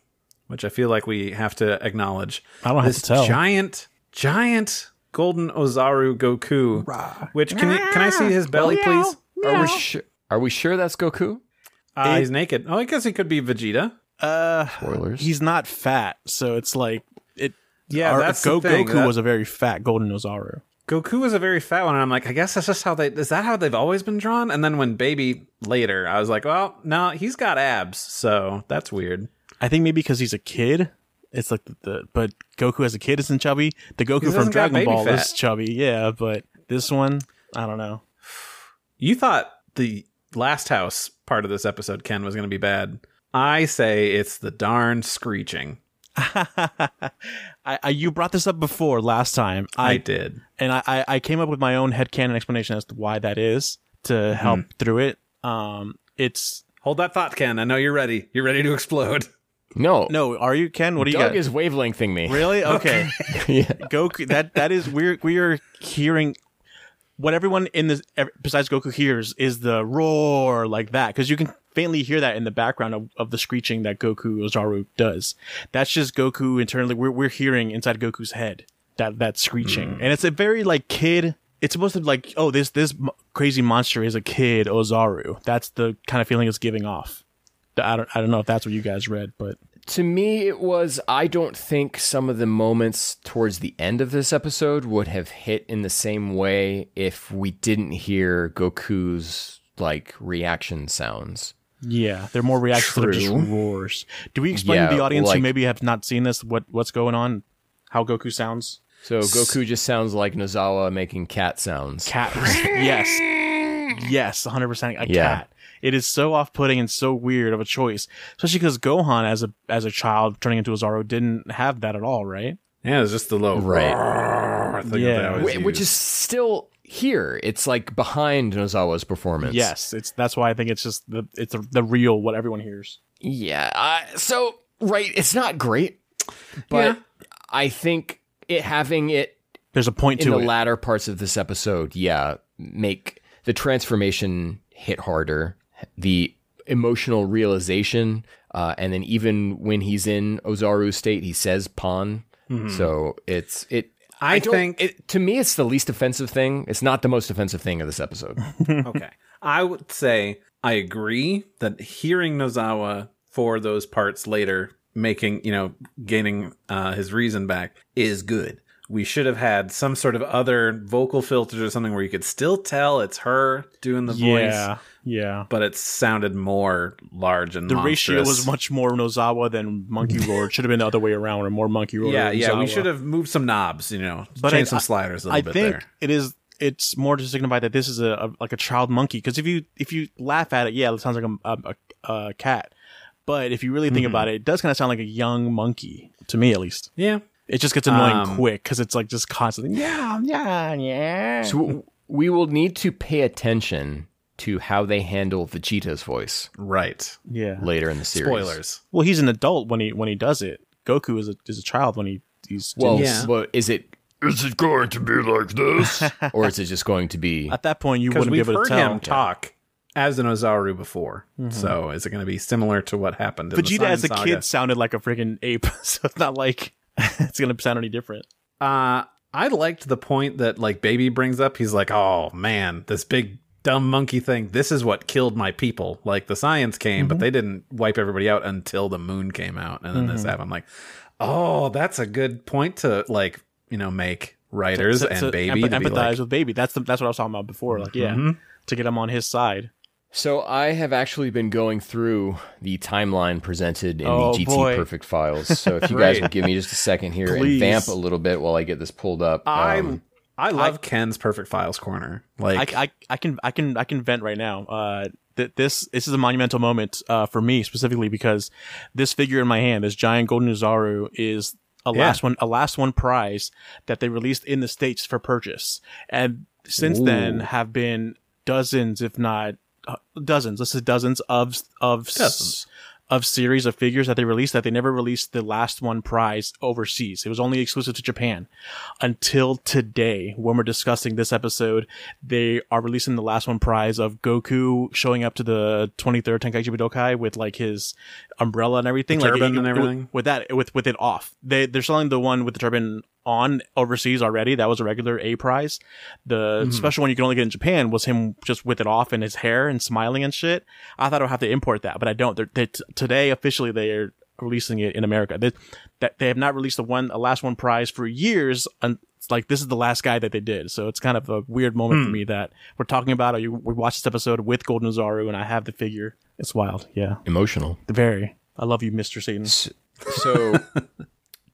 [SPEAKER 1] which I feel like we have to acknowledge.
[SPEAKER 2] I don't have
[SPEAKER 1] This
[SPEAKER 2] to tell.
[SPEAKER 1] Giant, giant golden Ozaru Goku. Which can you, can I see his belly, please?
[SPEAKER 3] Are we sure? Are we sure that's Goku?
[SPEAKER 1] Uh, he's naked. Oh, I guess he could be Vegeta.
[SPEAKER 2] Uh,
[SPEAKER 3] Spoilers.
[SPEAKER 2] he's not fat, so it's like it.
[SPEAKER 1] Yeah,
[SPEAKER 2] our-
[SPEAKER 1] that's
[SPEAKER 2] Go-
[SPEAKER 1] the thing.
[SPEAKER 2] Goku
[SPEAKER 1] That-
[SPEAKER 2] was a very fat Golden Ozaru.
[SPEAKER 1] Goku was a very fat one, and I'm like, I guess that's just how they is that how they've always been drawn? And then when baby later, I was like, well, no, he's got abs, so that's weird.
[SPEAKER 2] I think maybe because he's a kid, it's like the, the but Goku as a kid isn't chubby. The Goku from
[SPEAKER 1] hasn't got
[SPEAKER 2] Dragon
[SPEAKER 1] baby
[SPEAKER 2] Ball is
[SPEAKER 1] fat.
[SPEAKER 2] chubby, yeah, but this one, I don't know.
[SPEAKER 1] You thought the last house part of this episode, Ken, was gonna be bad. I say it's the darn screeching.
[SPEAKER 2] I, I, you brought this up before last time.
[SPEAKER 1] I,
[SPEAKER 2] I,
[SPEAKER 1] did.
[SPEAKER 2] and I- I, I came up with my own headcanon explanation as to why that is to
[SPEAKER 1] Hmm.
[SPEAKER 2] help through it. Um, it's
[SPEAKER 1] Hold that thought, Ken. I know you're ready. You're ready to explode.
[SPEAKER 3] No,
[SPEAKER 2] no, are you Ken? What do you
[SPEAKER 3] Doug
[SPEAKER 2] got?
[SPEAKER 3] is wavelengthing me.
[SPEAKER 2] really okay.
[SPEAKER 3] yeah.
[SPEAKER 2] Goku, that that is we're we are hearing what everyone in this ev- besides Goku hears is the roar like that because you can faintly hear that in the background of, of the screeching that Goku Ozaru does. That's just Goku internally. We're we're hearing inside Goku's head that that screeching, and it's a very like kid. It's supposed to be like oh this this m- crazy monster is a kid Ozaru. That's the kind of feeling it's giving off. I don't I don't know if that's what you guys read, but
[SPEAKER 3] To me, it was, I don't think some of the moments towards the end of this episode would have hit in the same way if we didn't hear Goku's like reaction sounds.
[SPEAKER 2] Yeah, they're more reactive to just
[SPEAKER 3] True.
[SPEAKER 2] roars. Do we explain to
[SPEAKER 3] Yeah,
[SPEAKER 2] the audience
[SPEAKER 3] like-
[SPEAKER 2] who maybe have not seen this what what's going on? How Goku sounds?
[SPEAKER 3] So Goku just sounds like Nozawa making cat sounds.
[SPEAKER 2] Cat. yes. Yes, 100% a
[SPEAKER 3] Yeah.
[SPEAKER 2] cat. It is so off-putting and so weird of a choice, especially cuz Gohan as a as a child turning into a Zaro didn't have that at all, right?
[SPEAKER 1] Yeah, it's just the low
[SPEAKER 3] Right.
[SPEAKER 1] roar thing
[SPEAKER 2] Yeah.
[SPEAKER 1] that I always
[SPEAKER 3] Wh- Which
[SPEAKER 1] use.
[SPEAKER 3] is still here. It's like behind Nozawa's performance.
[SPEAKER 2] Yes, it's that's why I think it's just the it's the, the real what everyone hears.
[SPEAKER 3] Yeah. I so right, it's not great, but I think it having it
[SPEAKER 2] There's a point
[SPEAKER 3] in
[SPEAKER 2] to
[SPEAKER 3] the
[SPEAKER 2] it.
[SPEAKER 3] latter parts of this episode, yeah, make the transformation hit harder, the emotional realization, uh, and then even when he's in Ozaru's state, he says "pon."
[SPEAKER 2] Hmm.
[SPEAKER 3] So it's it.
[SPEAKER 1] I
[SPEAKER 3] don't-
[SPEAKER 1] think-
[SPEAKER 3] it, to me, it's the least offensive thing. It's not the most offensive thing of this episode.
[SPEAKER 1] okay. I would say I agree that hearing Nozawa for those parts later, making, you know, gaining uh, his reason back is good. We should have had some sort of other vocal filters or something where you could still tell it's her doing the voice,
[SPEAKER 2] yeah. Yeah.
[SPEAKER 1] but it sounded more large and
[SPEAKER 2] The
[SPEAKER 1] monstrous.
[SPEAKER 2] ratio was much more Nozawa than Monkey Roar. It should have been the other way around, or more Monkey Roar.
[SPEAKER 1] Yeah,
[SPEAKER 2] than
[SPEAKER 1] yeah. We
[SPEAKER 2] Nozawa.
[SPEAKER 1] should have moved some knobs, you know,
[SPEAKER 2] But
[SPEAKER 1] changed
[SPEAKER 2] I-
[SPEAKER 1] some sliders a little
[SPEAKER 2] I
[SPEAKER 1] bit
[SPEAKER 2] think
[SPEAKER 1] there.
[SPEAKER 2] it is. It's more to signify that this is a, a like a child monkey. Because if you if you laugh at it, yeah, it sounds like a a, a, a cat. But if you really
[SPEAKER 1] Mm-hmm.
[SPEAKER 2] think about it, it does kind of sound like a young monkey to me, at least.
[SPEAKER 1] Yeah.
[SPEAKER 2] It just gets annoying
[SPEAKER 1] Um,
[SPEAKER 2] quick because it's like just constantly. Yeah, yeah, yeah.
[SPEAKER 3] so w- we will need to pay attention to how they handle Vegeta's voice
[SPEAKER 1] Right.
[SPEAKER 2] yeah.
[SPEAKER 3] later in the series.
[SPEAKER 1] Spoilers.
[SPEAKER 2] Well, he's an adult when he when he does it. Goku is a is a child when he he's
[SPEAKER 3] Well,
[SPEAKER 1] Yeah.
[SPEAKER 3] well, is it
[SPEAKER 4] Is it going to be like this?
[SPEAKER 3] or is it just going to be?
[SPEAKER 2] at that point you
[SPEAKER 1] because
[SPEAKER 2] wouldn't be
[SPEAKER 1] we've
[SPEAKER 2] able
[SPEAKER 1] heard
[SPEAKER 2] to tell. Mm-hmm.
[SPEAKER 1] him talk as an Ozaru before. So is it going to be similar to what happened? in the
[SPEAKER 2] Vegeta
[SPEAKER 1] Saiyan
[SPEAKER 2] as a
[SPEAKER 1] saga?
[SPEAKER 2] kid sounded like a freaking ape, so it's not like it's gonna sound any different.
[SPEAKER 1] Uh, I liked the point that like Baby brings up. He's like, "Oh man, this big dumb monkey thing. This is what killed my people. Like the science came, but they didn't wipe everybody out until the moon came out, and then this happened." I'm like, "Oh, that's a good point to like you know make writers
[SPEAKER 2] To-
[SPEAKER 1] and
[SPEAKER 2] to
[SPEAKER 1] Baby
[SPEAKER 2] empa-
[SPEAKER 1] to be like,
[SPEAKER 2] empathize
[SPEAKER 1] Mm-hmm.
[SPEAKER 2] with baby. That's the, that's what I was talking about before. Like, yeah, to get him on his side.
[SPEAKER 3] So I have actually been going through the timeline presented in
[SPEAKER 2] Oh,
[SPEAKER 3] the GT
[SPEAKER 2] boy.
[SPEAKER 3] Perfect files. So if you guys
[SPEAKER 1] Great.
[SPEAKER 3] would give me just a second here
[SPEAKER 2] Please.
[SPEAKER 3] and vamp a little bit while I get this pulled up.
[SPEAKER 1] I
[SPEAKER 3] Um,
[SPEAKER 1] I love Ken's Perfect Files corner.
[SPEAKER 2] I,
[SPEAKER 1] Like,
[SPEAKER 2] I, I can I can I can vent right now. Uh, that this this is a monumental moment uh, for me specifically because this figure in my hand, this giant golden Uzaru, is a
[SPEAKER 1] Yeah.
[SPEAKER 2] last one a last one prize that they released in the states for purchase, and since then have been dozens, if not uh, dozens. This is dozens of of s-
[SPEAKER 1] Dozens.
[SPEAKER 2] of series of figures that they released that they never released the last one prize overseas. It was only exclusive to Japan until today when we're discussing this episode. They are releasing the last one prize of Goku showing up to the 23rd Tenkaichi Budokai with like his umbrella and everything, like
[SPEAKER 1] turban
[SPEAKER 2] it-
[SPEAKER 1] and
[SPEAKER 2] it-
[SPEAKER 1] everything.
[SPEAKER 2] With that, with with it off, they they're selling the one with the turban on overseas already. That was a regular A prize. The
[SPEAKER 1] Mm-hmm.
[SPEAKER 2] special one you can only get in Japan was him just with it off and his hair and smiling and shit. I thought I would have to import that, but I don't. They're, they t- today officially they are releasing it in America. They, that they have not released a one a last one prize for years. And it's like this is the last guy that they did, so it's kind of a weird moment
[SPEAKER 1] Hmm.
[SPEAKER 2] for me that we're talking about. Or you we watched this episode with Golden Ozaru, and I have the figure. It's wild, yeah,
[SPEAKER 3] emotional.
[SPEAKER 2] very. I love you, Mister Satan.
[SPEAKER 3] So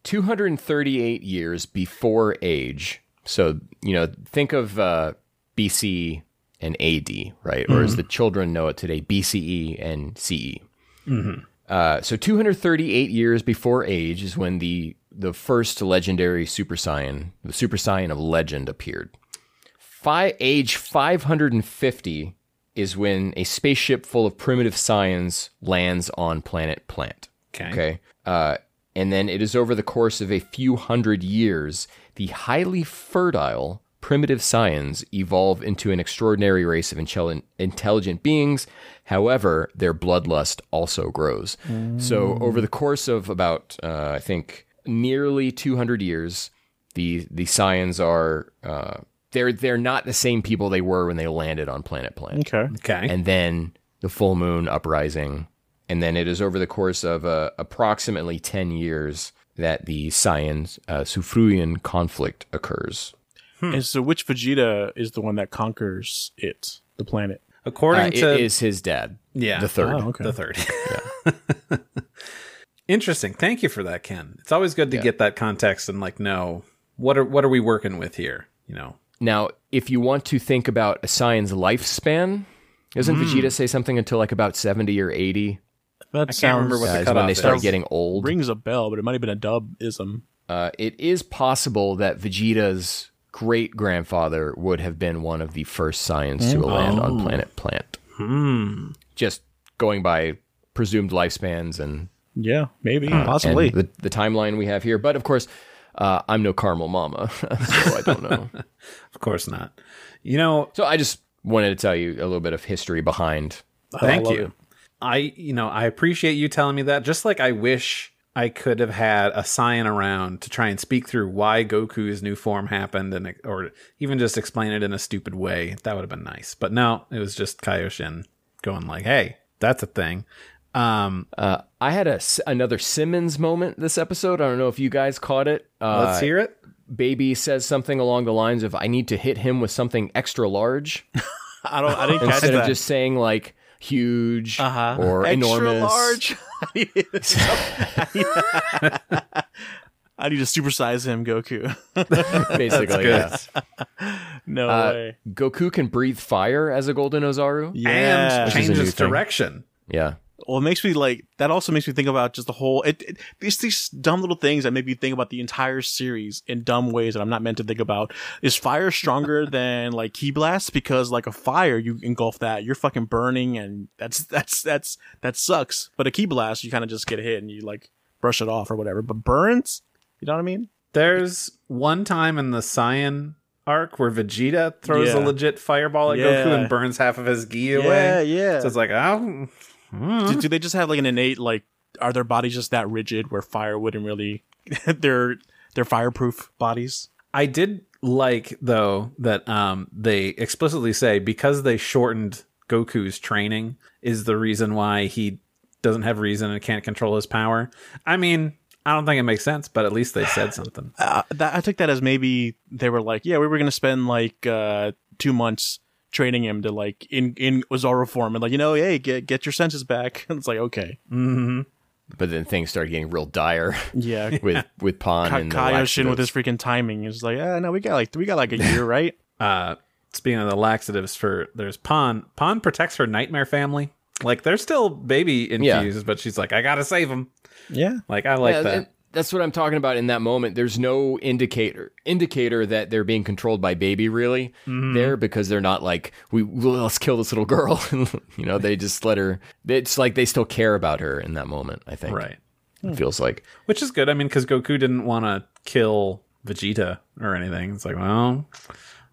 [SPEAKER 3] 238 years before age. So, you know, think of uh, BC E and AD, right? Or as the children know it today, BCE and CE. Uh, so 238 years before age is when the the first legendary super saiyan, the super saiyan of legend, appeared. Fi age 550 is when a spaceship full of primitive scions lands on planet Plant.
[SPEAKER 1] Okay.
[SPEAKER 3] Okay. Uh, and then it is over the course of a few hundred years, the highly fertile primitive scions evolve into an extraordinary race of intel- intelligent beings. However, their bloodlust also grows. So, over the course of about, uh, I think, nearly 200 years, the the scions are uh, they're they're not the same people they were when they landed on planet Plant
[SPEAKER 2] Okay.
[SPEAKER 1] Okay.
[SPEAKER 3] and then the full moon uprising. And then it is over the course of uh, approximately 10 years that the Saiyan uh, Sufruyan conflict occurs. hmm.
[SPEAKER 2] And so, which Vegeta is the one that conquers it, the planet?
[SPEAKER 1] According
[SPEAKER 3] Uh, it
[SPEAKER 1] to
[SPEAKER 3] is his dad.
[SPEAKER 1] yeah,
[SPEAKER 3] The third.
[SPEAKER 2] Oh, okay.
[SPEAKER 1] the third. Interesting. Thank you for that, Ken. It's always good to get that context and like know what are what are we working with here. You know.
[SPEAKER 3] Now, if you want to think about a Saiyan's lifespan,
[SPEAKER 1] Hmm.
[SPEAKER 3] doesn't Vegeta say something until like about 70 or 80?
[SPEAKER 2] That
[SPEAKER 1] I can't remember what
[SPEAKER 3] Uh,
[SPEAKER 1] the
[SPEAKER 3] is when
[SPEAKER 1] cutoff
[SPEAKER 3] they start
[SPEAKER 1] is.
[SPEAKER 3] getting old.
[SPEAKER 2] rings a bell, but it might have been a dubism.
[SPEAKER 3] Uh, it is possible that Vegeta's great grandfather would have been one of the first Saiyans to land on planet Plant. Just going by presumed lifespans and,
[SPEAKER 2] Yeah, maybe,
[SPEAKER 3] and
[SPEAKER 2] possibly.
[SPEAKER 3] the, the timeline we have here. But of course, uh, I'm no caramel mama, so I don't know.
[SPEAKER 1] Of course not. You know,
[SPEAKER 3] so I just wanted to tell you a little bit of history behind.
[SPEAKER 1] Thank
[SPEAKER 2] love
[SPEAKER 1] you.
[SPEAKER 2] it.
[SPEAKER 1] I, you know, I appreciate you telling me that. Just like I wish I could have had a sign around to try and speak through why Goku's new form happened, and or even just explain it in a stupid way. That would have been nice. But no, it was just Kaioshin going like, "Hey, that's a thing." Um,
[SPEAKER 3] Uh, I had a s another Simmons moment this episode. I don't know if you guys caught it. Uh,
[SPEAKER 1] let's hear it.
[SPEAKER 3] Baby says something along the lines of, I need to hit him with something extra large.
[SPEAKER 2] I don't. I didn't catch
[SPEAKER 3] instead of
[SPEAKER 2] that.
[SPEAKER 3] just saying like huge
[SPEAKER 2] Uh-huh.
[SPEAKER 3] or
[SPEAKER 2] Extra
[SPEAKER 3] enormous.
[SPEAKER 2] large. I need to supersize him, Goku.
[SPEAKER 3] Basically, yeah.
[SPEAKER 1] Good.
[SPEAKER 2] no
[SPEAKER 3] Uh,
[SPEAKER 2] way.
[SPEAKER 3] Goku can breathe fire as a golden Ozaru.
[SPEAKER 2] Yeah.
[SPEAKER 1] And
[SPEAKER 3] Which is a new
[SPEAKER 1] changes
[SPEAKER 3] thing.
[SPEAKER 1] direction.
[SPEAKER 3] Yeah,
[SPEAKER 2] well, it makes me like that. Also makes me think about just the whole. It, it these these dumb little things that make you think about the entire series in dumb ways that I'm not meant to think about. Is fire stronger than like key blasts? Because like a fire, you engulf that, you're fucking burning, and that's that's that's that sucks. But a key blast, you kind of just get hit and you like brush it off or whatever. But burns, you know what I mean?
[SPEAKER 1] There's one time in the Saiyan arc where Vegeta throws
[SPEAKER 2] Yeah.
[SPEAKER 1] a legit fireball at Goku
[SPEAKER 2] Yeah.
[SPEAKER 1] and burns half of his gi away.
[SPEAKER 2] yeah.
[SPEAKER 1] So it's like, oh,
[SPEAKER 2] do, do they just have like an innate like? Are their bodies just that rigid where fire wouldn't really? they're they're fireproof bodies.
[SPEAKER 1] I did like though that um, they explicitly say because they shortened Goku's training is the reason why he doesn't have reason and can't control his power. I mean, I don't think it makes sense, but at least they said something.
[SPEAKER 2] uh, that, I took that as maybe they were like, yeah, we were gonna spend like uh, two months training him to like in in Ozaru form and like you know, hey, get get your senses back. And it's like okay,
[SPEAKER 3] but then things started getting real dire
[SPEAKER 2] yeah.
[SPEAKER 3] with with Pon
[SPEAKER 2] Ka-
[SPEAKER 3] and the
[SPEAKER 2] Kaioshin with
[SPEAKER 3] Laxatives.
[SPEAKER 2] his freaking timing is like, ah, no, we got like we got like a year, right?
[SPEAKER 1] Uh, speaking of the laxatives, for there's Pon. Pon protects her nightmare family. Like they're still baby infused, but she's like, I gotta save them.
[SPEAKER 2] yeah,
[SPEAKER 1] Like I like
[SPEAKER 3] Yeah,
[SPEAKER 1] that.
[SPEAKER 3] and That's what I'm talking about in that moment. There's no indicator indicator that they're being controlled by baby really
[SPEAKER 2] Mm-hmm.
[SPEAKER 3] there because they're not like we let's kill this little girl. you know, they just let her. It's like they still care about her in that moment. I think
[SPEAKER 1] right.
[SPEAKER 3] it feels like.
[SPEAKER 1] Which is good. I mean, because Goku didn't want to kill Vegeta or anything. It's like, well,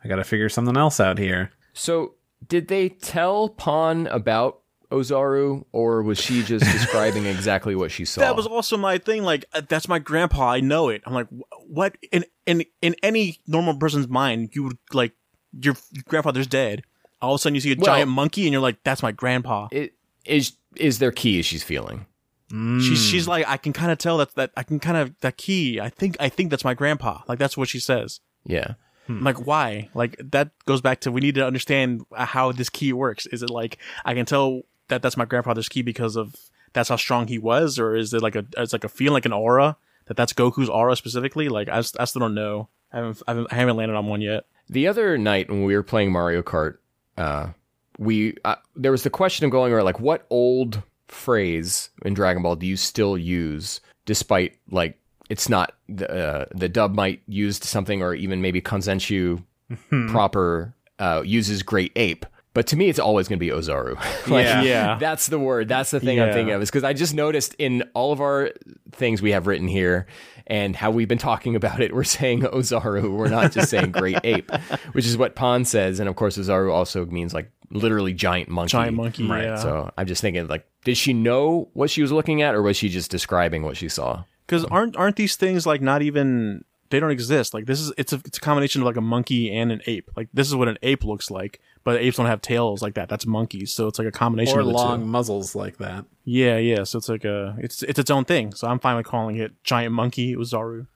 [SPEAKER 1] I got to figure something else out here.
[SPEAKER 3] So, did they tell Pon about Ozaru, or was she just describing exactly what she saw?
[SPEAKER 2] that was also my thing. Like uh, that's my grandpa. I know it. I'm like, wh- what? In in in any normal person's mind, you would like your, your grandfather's dead. All of a sudden, you see a
[SPEAKER 3] Well-
[SPEAKER 2] giant monkey, and you're like, "That's my grandpa."
[SPEAKER 3] It- is is there key is she's feeling?
[SPEAKER 1] Hmm. Mm-hmm.
[SPEAKER 2] She's she's like I can kind of tell that that I can kind of that key. I think I think that's my grandpa. Like that's what she says.
[SPEAKER 3] Yeah.
[SPEAKER 2] I'm like why? Like that goes back to we need to understand uh, how this key works. Is it like I can tell that that's my grandfather's key because of that's how strong he was, or is it like a it's like a feeling like an aura that that's Goku's aura specifically? Like I, s- I still don't know. I haven't, I haven't I haven't landed on one yet.
[SPEAKER 3] The other night when we were playing Mario Kart, uh, we uh, there was the question of going around like what old phrase in Dragon Ball do you still use despite like it's not the uh, the dub might use something or even maybe Konsenshu
[SPEAKER 2] Hmm.
[SPEAKER 3] proper uh, uses great ape. But to me, it's always going to be Ozaru. like,
[SPEAKER 1] Yeah.
[SPEAKER 2] Yeah.
[SPEAKER 3] That's the word. That's the thing I'm
[SPEAKER 2] Yeah.
[SPEAKER 3] thinking of. Is because I just noticed in all of our things we have written here and how we've been talking about it, we're saying Ozaru. We're not just saying great ape, which is what Pon says. And of course, Ozaru also means like literally giant monkey.
[SPEAKER 2] Giant monkey.
[SPEAKER 1] Right,
[SPEAKER 2] Yeah.
[SPEAKER 3] So I'm just thinking like, did she know what she was looking at or was she just describing what she saw?
[SPEAKER 2] Because aren't aren't these things like not even they don't exist? Like this is it's a it's a combination of like a monkey and an ape. Like this is what an ape looks like, but apes don't have tails like that. That's monkeys, so it's like a combination
[SPEAKER 1] or
[SPEAKER 2] of the
[SPEAKER 1] long
[SPEAKER 2] Two.
[SPEAKER 1] muzzles like that.
[SPEAKER 2] Yeah, yeah. So it's like a it's it's its own thing. So I'm finally calling it giant monkey Uzaru.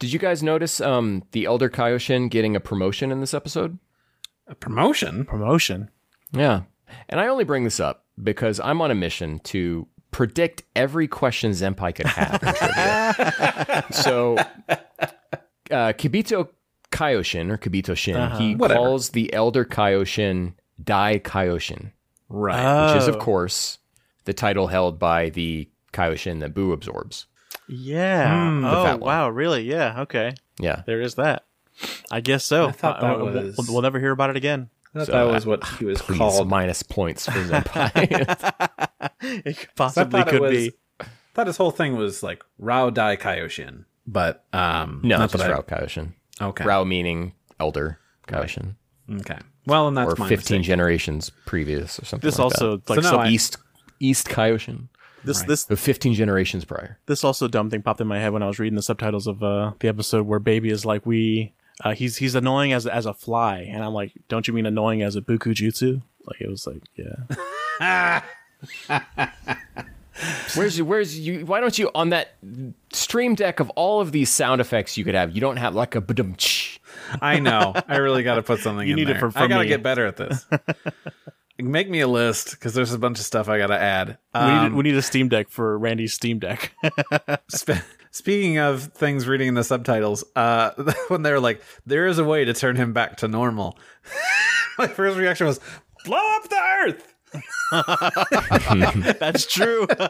[SPEAKER 3] Did you guys notice um, the Elder Kaioshin getting a promotion in this episode?
[SPEAKER 1] A promotion.
[SPEAKER 2] Promotion.
[SPEAKER 3] Yeah. And I only bring this up because I'm on a mission to predict every question Zenpai could have. in trivia. so, uh, Kibito Kaioshin, or Kibito Shin, he
[SPEAKER 1] Uh-huh. Whatever.
[SPEAKER 3] calls the elder Kaioshin Dai Kaioshin,
[SPEAKER 1] Right.
[SPEAKER 3] which is,
[SPEAKER 2] Oh,
[SPEAKER 3] of course, the title held by the Kaioshin that Boo absorbs.
[SPEAKER 2] Yeah.
[SPEAKER 1] Hmm,
[SPEAKER 2] oh
[SPEAKER 3] fat one.
[SPEAKER 2] wow, really? Yeah. Okay.
[SPEAKER 3] Yeah.
[SPEAKER 2] There is that. I guess so. I
[SPEAKER 1] thought that was-
[SPEAKER 2] We'll, we'll never hear about it again.
[SPEAKER 1] I thought
[SPEAKER 3] so
[SPEAKER 1] that
[SPEAKER 3] I-
[SPEAKER 1] was what he was
[SPEAKER 3] Please,
[SPEAKER 1] called.
[SPEAKER 3] minus points for Zenpai.
[SPEAKER 2] It could
[SPEAKER 1] I
[SPEAKER 2] possibly
[SPEAKER 1] thought it
[SPEAKER 2] could
[SPEAKER 1] was-
[SPEAKER 2] be.
[SPEAKER 1] I thought his whole thing was like Rao Dai Kaioshin, but um,
[SPEAKER 3] no,
[SPEAKER 1] not
[SPEAKER 3] just
[SPEAKER 1] that I- Oh,
[SPEAKER 3] Rao Kaioshin.
[SPEAKER 1] Okay.
[SPEAKER 3] Rao meaning elder Kaioshin.
[SPEAKER 1] Okay. Well, and that's
[SPEAKER 3] or
[SPEAKER 1] my
[SPEAKER 3] 15
[SPEAKER 1] mistake.
[SPEAKER 3] generations previous or something
[SPEAKER 2] This
[SPEAKER 3] like
[SPEAKER 2] also
[SPEAKER 3] that.
[SPEAKER 2] like
[SPEAKER 1] So
[SPEAKER 2] so
[SPEAKER 1] now I-
[SPEAKER 3] east east Kaioshin
[SPEAKER 2] this this
[SPEAKER 3] the 15 generations prior
[SPEAKER 2] this also dumb thing popped in my head when I was reading the subtitles of uh, the episode where Baby is like, "We," uh, he's he's annoying as as a fly, and I'm like, "Don't you mean annoying as a buku jutsu?" Like it was like, yeah,
[SPEAKER 3] where's you where's you why don't you on that stream deck of all of these sound effects you could have you don't have like a badum-tsh.
[SPEAKER 1] I know. I really got to put something
[SPEAKER 2] You
[SPEAKER 1] in
[SPEAKER 2] need it
[SPEAKER 1] there.
[SPEAKER 2] for- for
[SPEAKER 1] I got to
[SPEAKER 2] me.
[SPEAKER 1] get better at this. Make me a list because there's a bunch of stuff I got to add.
[SPEAKER 2] we
[SPEAKER 1] Um,
[SPEAKER 2] need we need a Steam Deck for Randy's Steam Deck.
[SPEAKER 1] spe- speaking of things reading in the subtitles, uh, when they're like, "There is a way to turn him back to normal," my first reaction was, "Blow up the earth."
[SPEAKER 2] That's true. That's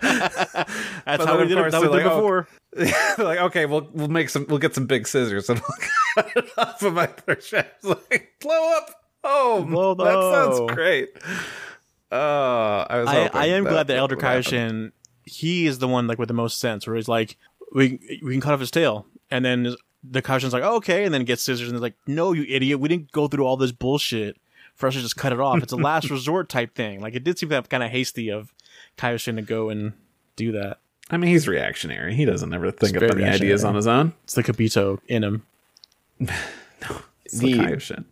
[SPEAKER 2] how
[SPEAKER 1] then,
[SPEAKER 2] we
[SPEAKER 1] of
[SPEAKER 2] did it.
[SPEAKER 1] course,
[SPEAKER 2] That we
[SPEAKER 1] they're
[SPEAKER 2] did
[SPEAKER 1] like, oh,
[SPEAKER 2] before.
[SPEAKER 1] They're like, okay, we'll we'll make some, we'll get some big scissors and we'll cut it off of my first I was like, blow up home.
[SPEAKER 2] Blow the
[SPEAKER 1] that
[SPEAKER 2] home.
[SPEAKER 1] sounds great. Oh, I was.
[SPEAKER 2] I,
[SPEAKER 1] hoping
[SPEAKER 2] I am glad that Elder
[SPEAKER 1] would happen.
[SPEAKER 2] Kaioshin, he is the one like with the most sense, where he's like, we we can cut off his tail, and then the Kaioshin's like, oh, okay, and then gets scissors, and they're like, no, you idiot, we didn't go through all this bullshit for us to just cut it off. It's a last resort type thing. Like it did seem that kind of hasty of Kaioshin to go and do that.
[SPEAKER 1] I mean, he's reactionary. He doesn't ever think up
[SPEAKER 2] very
[SPEAKER 1] any ideas
[SPEAKER 2] reactionary.
[SPEAKER 1] on his own.
[SPEAKER 2] It's the Kabito in him.
[SPEAKER 1] It's
[SPEAKER 3] The-
[SPEAKER 1] the Kaioshin.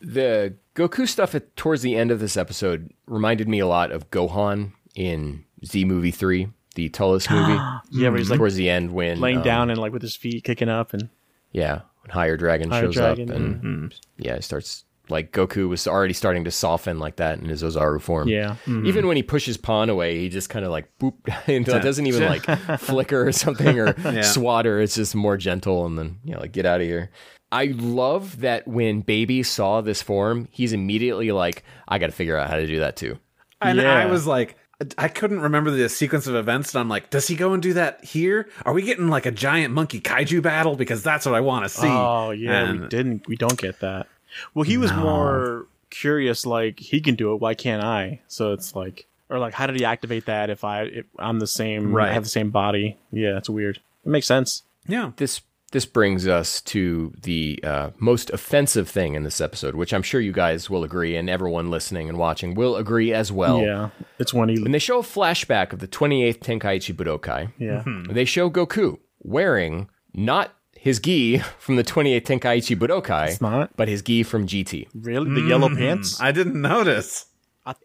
[SPEAKER 3] the goku stuff at towards the end of this episode reminded me a lot of gohan in z movie 3 the tallest movie
[SPEAKER 2] Yeah, where he's like
[SPEAKER 3] towards the end when
[SPEAKER 2] laying
[SPEAKER 3] um,
[SPEAKER 2] down and like with his feet kicking up and
[SPEAKER 3] Yeah, when Higher Dragon
[SPEAKER 2] Higher
[SPEAKER 3] shows
[SPEAKER 2] Dragon, mm-hmm.
[SPEAKER 3] up and yeah, it starts like Goku was already starting to soften like that in his Ozaru form.
[SPEAKER 2] yeah.
[SPEAKER 3] Even when he pushes Pon away, he just kind of like boop, and it doesn't even like flicker or something or swat her. It's just more gentle and then, you know, like get out of here. I love that when Baby saw this form, he's immediately like, I got to figure out how to do that too.
[SPEAKER 1] And I
[SPEAKER 2] Yeah.
[SPEAKER 1] was like, I couldn't remember the sequence of events, and I'm like, does he go and do that here? Are we getting like a giant monkey kaiju battle? Because that's what I want to see.
[SPEAKER 2] Oh yeah, we
[SPEAKER 1] And-
[SPEAKER 2] didn't. We don't get that. Well, he was more curious. Like he can do it. Why can't I? So it's like, or like, how did he activate that? If I, if I'm the same,
[SPEAKER 1] Right.
[SPEAKER 2] I have the same body. Yeah, it's weird. It makes sense.
[SPEAKER 1] Yeah.
[SPEAKER 3] This this brings us to the uh, most offensive thing in this episode, which I'm sure you guys will agree, and everyone listening and watching will agree as well.
[SPEAKER 2] Yeah, it's when
[SPEAKER 3] When
[SPEAKER 2] he.
[SPEAKER 3] they show a flashback of the 28th Tenkaichi Budokai,
[SPEAKER 2] Yeah,
[SPEAKER 3] Mm-hmm. they show Goku wearing not his gi from the 28th Tenkaichi Budokai,
[SPEAKER 2] it's not
[SPEAKER 3] but his gi from GT.
[SPEAKER 2] really the yellow pants.
[SPEAKER 1] I didn't notice.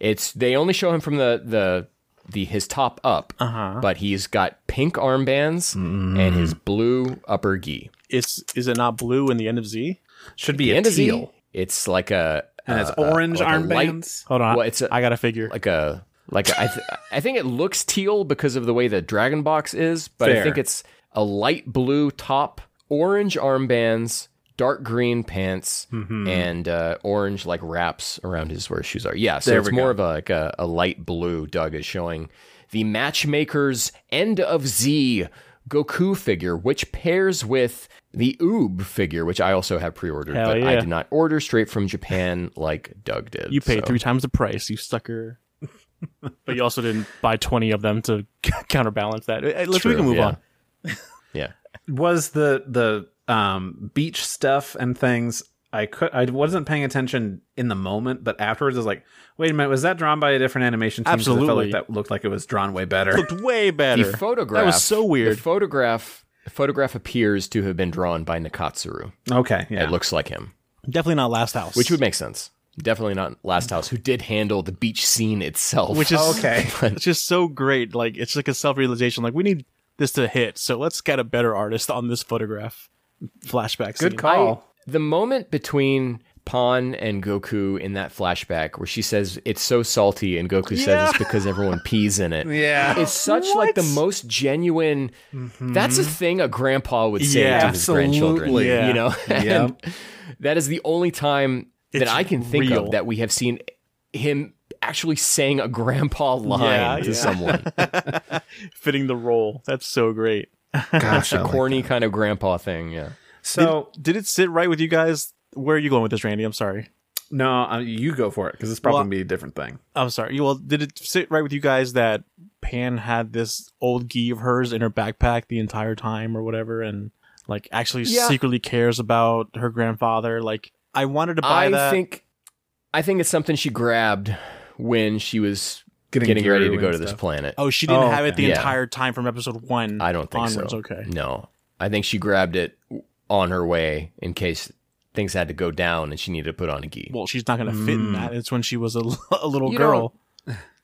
[SPEAKER 3] It's they only show him from the the the his top up,
[SPEAKER 2] Uh-huh.
[SPEAKER 3] but he's got pink armbands and his blue upper gi.
[SPEAKER 2] It's is it not blue in the end of Z?
[SPEAKER 1] Should be
[SPEAKER 3] The
[SPEAKER 1] a
[SPEAKER 3] end of Z,
[SPEAKER 1] teal.
[SPEAKER 3] It's like a
[SPEAKER 1] And it's
[SPEAKER 3] uh, uh,
[SPEAKER 1] orange
[SPEAKER 3] like a light-
[SPEAKER 1] armbands.
[SPEAKER 2] Hold on,
[SPEAKER 3] Well, it's a-
[SPEAKER 2] I got to figure.
[SPEAKER 3] like a like a, I th- I think it looks teal because of the way the dragon box is, but I
[SPEAKER 1] Fair.
[SPEAKER 3] think it's a light blue top, orange armbands, dark green pants, and uh, orange like wraps around his where his shoes are. Yeah, so
[SPEAKER 1] There
[SPEAKER 3] it's
[SPEAKER 1] we
[SPEAKER 3] more
[SPEAKER 1] go.
[SPEAKER 3] of a, like a, a light blue. Doug is showing the matchmaker's End of Z Goku figure, which pairs with the Oob figure, which I also have pre ordered,
[SPEAKER 2] Hell
[SPEAKER 3] but I
[SPEAKER 2] yeah.
[SPEAKER 3] did not order straight from Japan like Doug did.
[SPEAKER 2] You paid
[SPEAKER 3] so.
[SPEAKER 2] three times the price, you sucker. but you also didn't buy twenty of them to counterbalance that. Hey, Let's we
[SPEAKER 3] True,
[SPEAKER 2] can move
[SPEAKER 3] yeah.
[SPEAKER 2] on.
[SPEAKER 3] Yeah.
[SPEAKER 1] was the the um beach stuff and things I could I wasn't paying attention in the moment, but afterwards I was like, wait a minute, was that drawn by a different animation team? 'Cause It felt
[SPEAKER 2] Absolutely.
[SPEAKER 1] like that looked like it was drawn way better.
[SPEAKER 2] Looked way better.
[SPEAKER 3] The photograph.
[SPEAKER 2] That was so weird.
[SPEAKER 3] The photograph. The photograph appears to have been drawn by Nakatsuru.
[SPEAKER 1] okay. Yeah.
[SPEAKER 3] It looks like him,
[SPEAKER 2] Definitely not Last House.
[SPEAKER 3] which would make sense. Definitely not Last House, who did handle the beach scene itself.
[SPEAKER 2] which is
[SPEAKER 1] okay.
[SPEAKER 2] it's just so great. Like it's like a self realization. Like we need this to hit, so let's get a better artist on this photograph flashback.
[SPEAKER 1] Good
[SPEAKER 2] scene.
[SPEAKER 1] call.
[SPEAKER 3] the moment between Pon and Goku in that flashback, where she says it's so salty, and Goku says it's because everyone pees in it.
[SPEAKER 1] yeah.
[SPEAKER 3] It's such like the most genuine. That's a thing a grandpa would say
[SPEAKER 2] Mm-hmm. Yeah,
[SPEAKER 3] to his grandchildren.
[SPEAKER 1] absolutely.
[SPEAKER 2] Yeah.
[SPEAKER 3] You know,
[SPEAKER 1] Yeah.
[SPEAKER 3] And that is the only time that
[SPEAKER 2] It's
[SPEAKER 3] I can think
[SPEAKER 2] real.
[SPEAKER 3] of that we have seen him actually saying a grandpa line
[SPEAKER 2] Yeah,
[SPEAKER 3] to
[SPEAKER 2] yeah.
[SPEAKER 3] someone.
[SPEAKER 2] Fitting the role. That's so great.
[SPEAKER 1] Gosh, I like-
[SPEAKER 3] Corny kind of grandpa thing. Yeah.
[SPEAKER 1] so
[SPEAKER 2] Did it sit right with you guys? Where are you going with this, Randy? I'm sorry.
[SPEAKER 1] no, uh, you go for it because it's probably
[SPEAKER 2] Well-
[SPEAKER 1] gonna be a different thing.
[SPEAKER 2] I'm sorry. Well, did it sit right with you guys that Pan had this old gi of hers in her backpack the entire time or whatever and like actually
[SPEAKER 3] Yeah.
[SPEAKER 2] secretly cares about her grandfather? Like I wanted to buy
[SPEAKER 3] I
[SPEAKER 2] that.
[SPEAKER 3] think, I think it's something she grabbed when she was getting,
[SPEAKER 1] Getting
[SPEAKER 3] ready
[SPEAKER 1] Guru
[SPEAKER 3] to go
[SPEAKER 1] and
[SPEAKER 3] to this
[SPEAKER 1] stuff.
[SPEAKER 3] planet.
[SPEAKER 2] oh, she didn't
[SPEAKER 1] Oh,
[SPEAKER 2] have it
[SPEAKER 1] okay.
[SPEAKER 2] the
[SPEAKER 3] Yeah.
[SPEAKER 2] entire time from episode 1.
[SPEAKER 3] I don't think
[SPEAKER 2] onwards.
[SPEAKER 3] so.
[SPEAKER 2] Okay.
[SPEAKER 3] No, I think she grabbed it on her way in case things had to go down and she needed to put on a gi.
[SPEAKER 2] Well, she's not going to fit
[SPEAKER 3] Hmm.
[SPEAKER 2] in that. It's when she was a, l- a little
[SPEAKER 3] You
[SPEAKER 2] girl.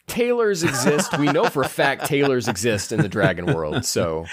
[SPEAKER 3] tailors exist. we know for a fact tailors exist in the dragon world. So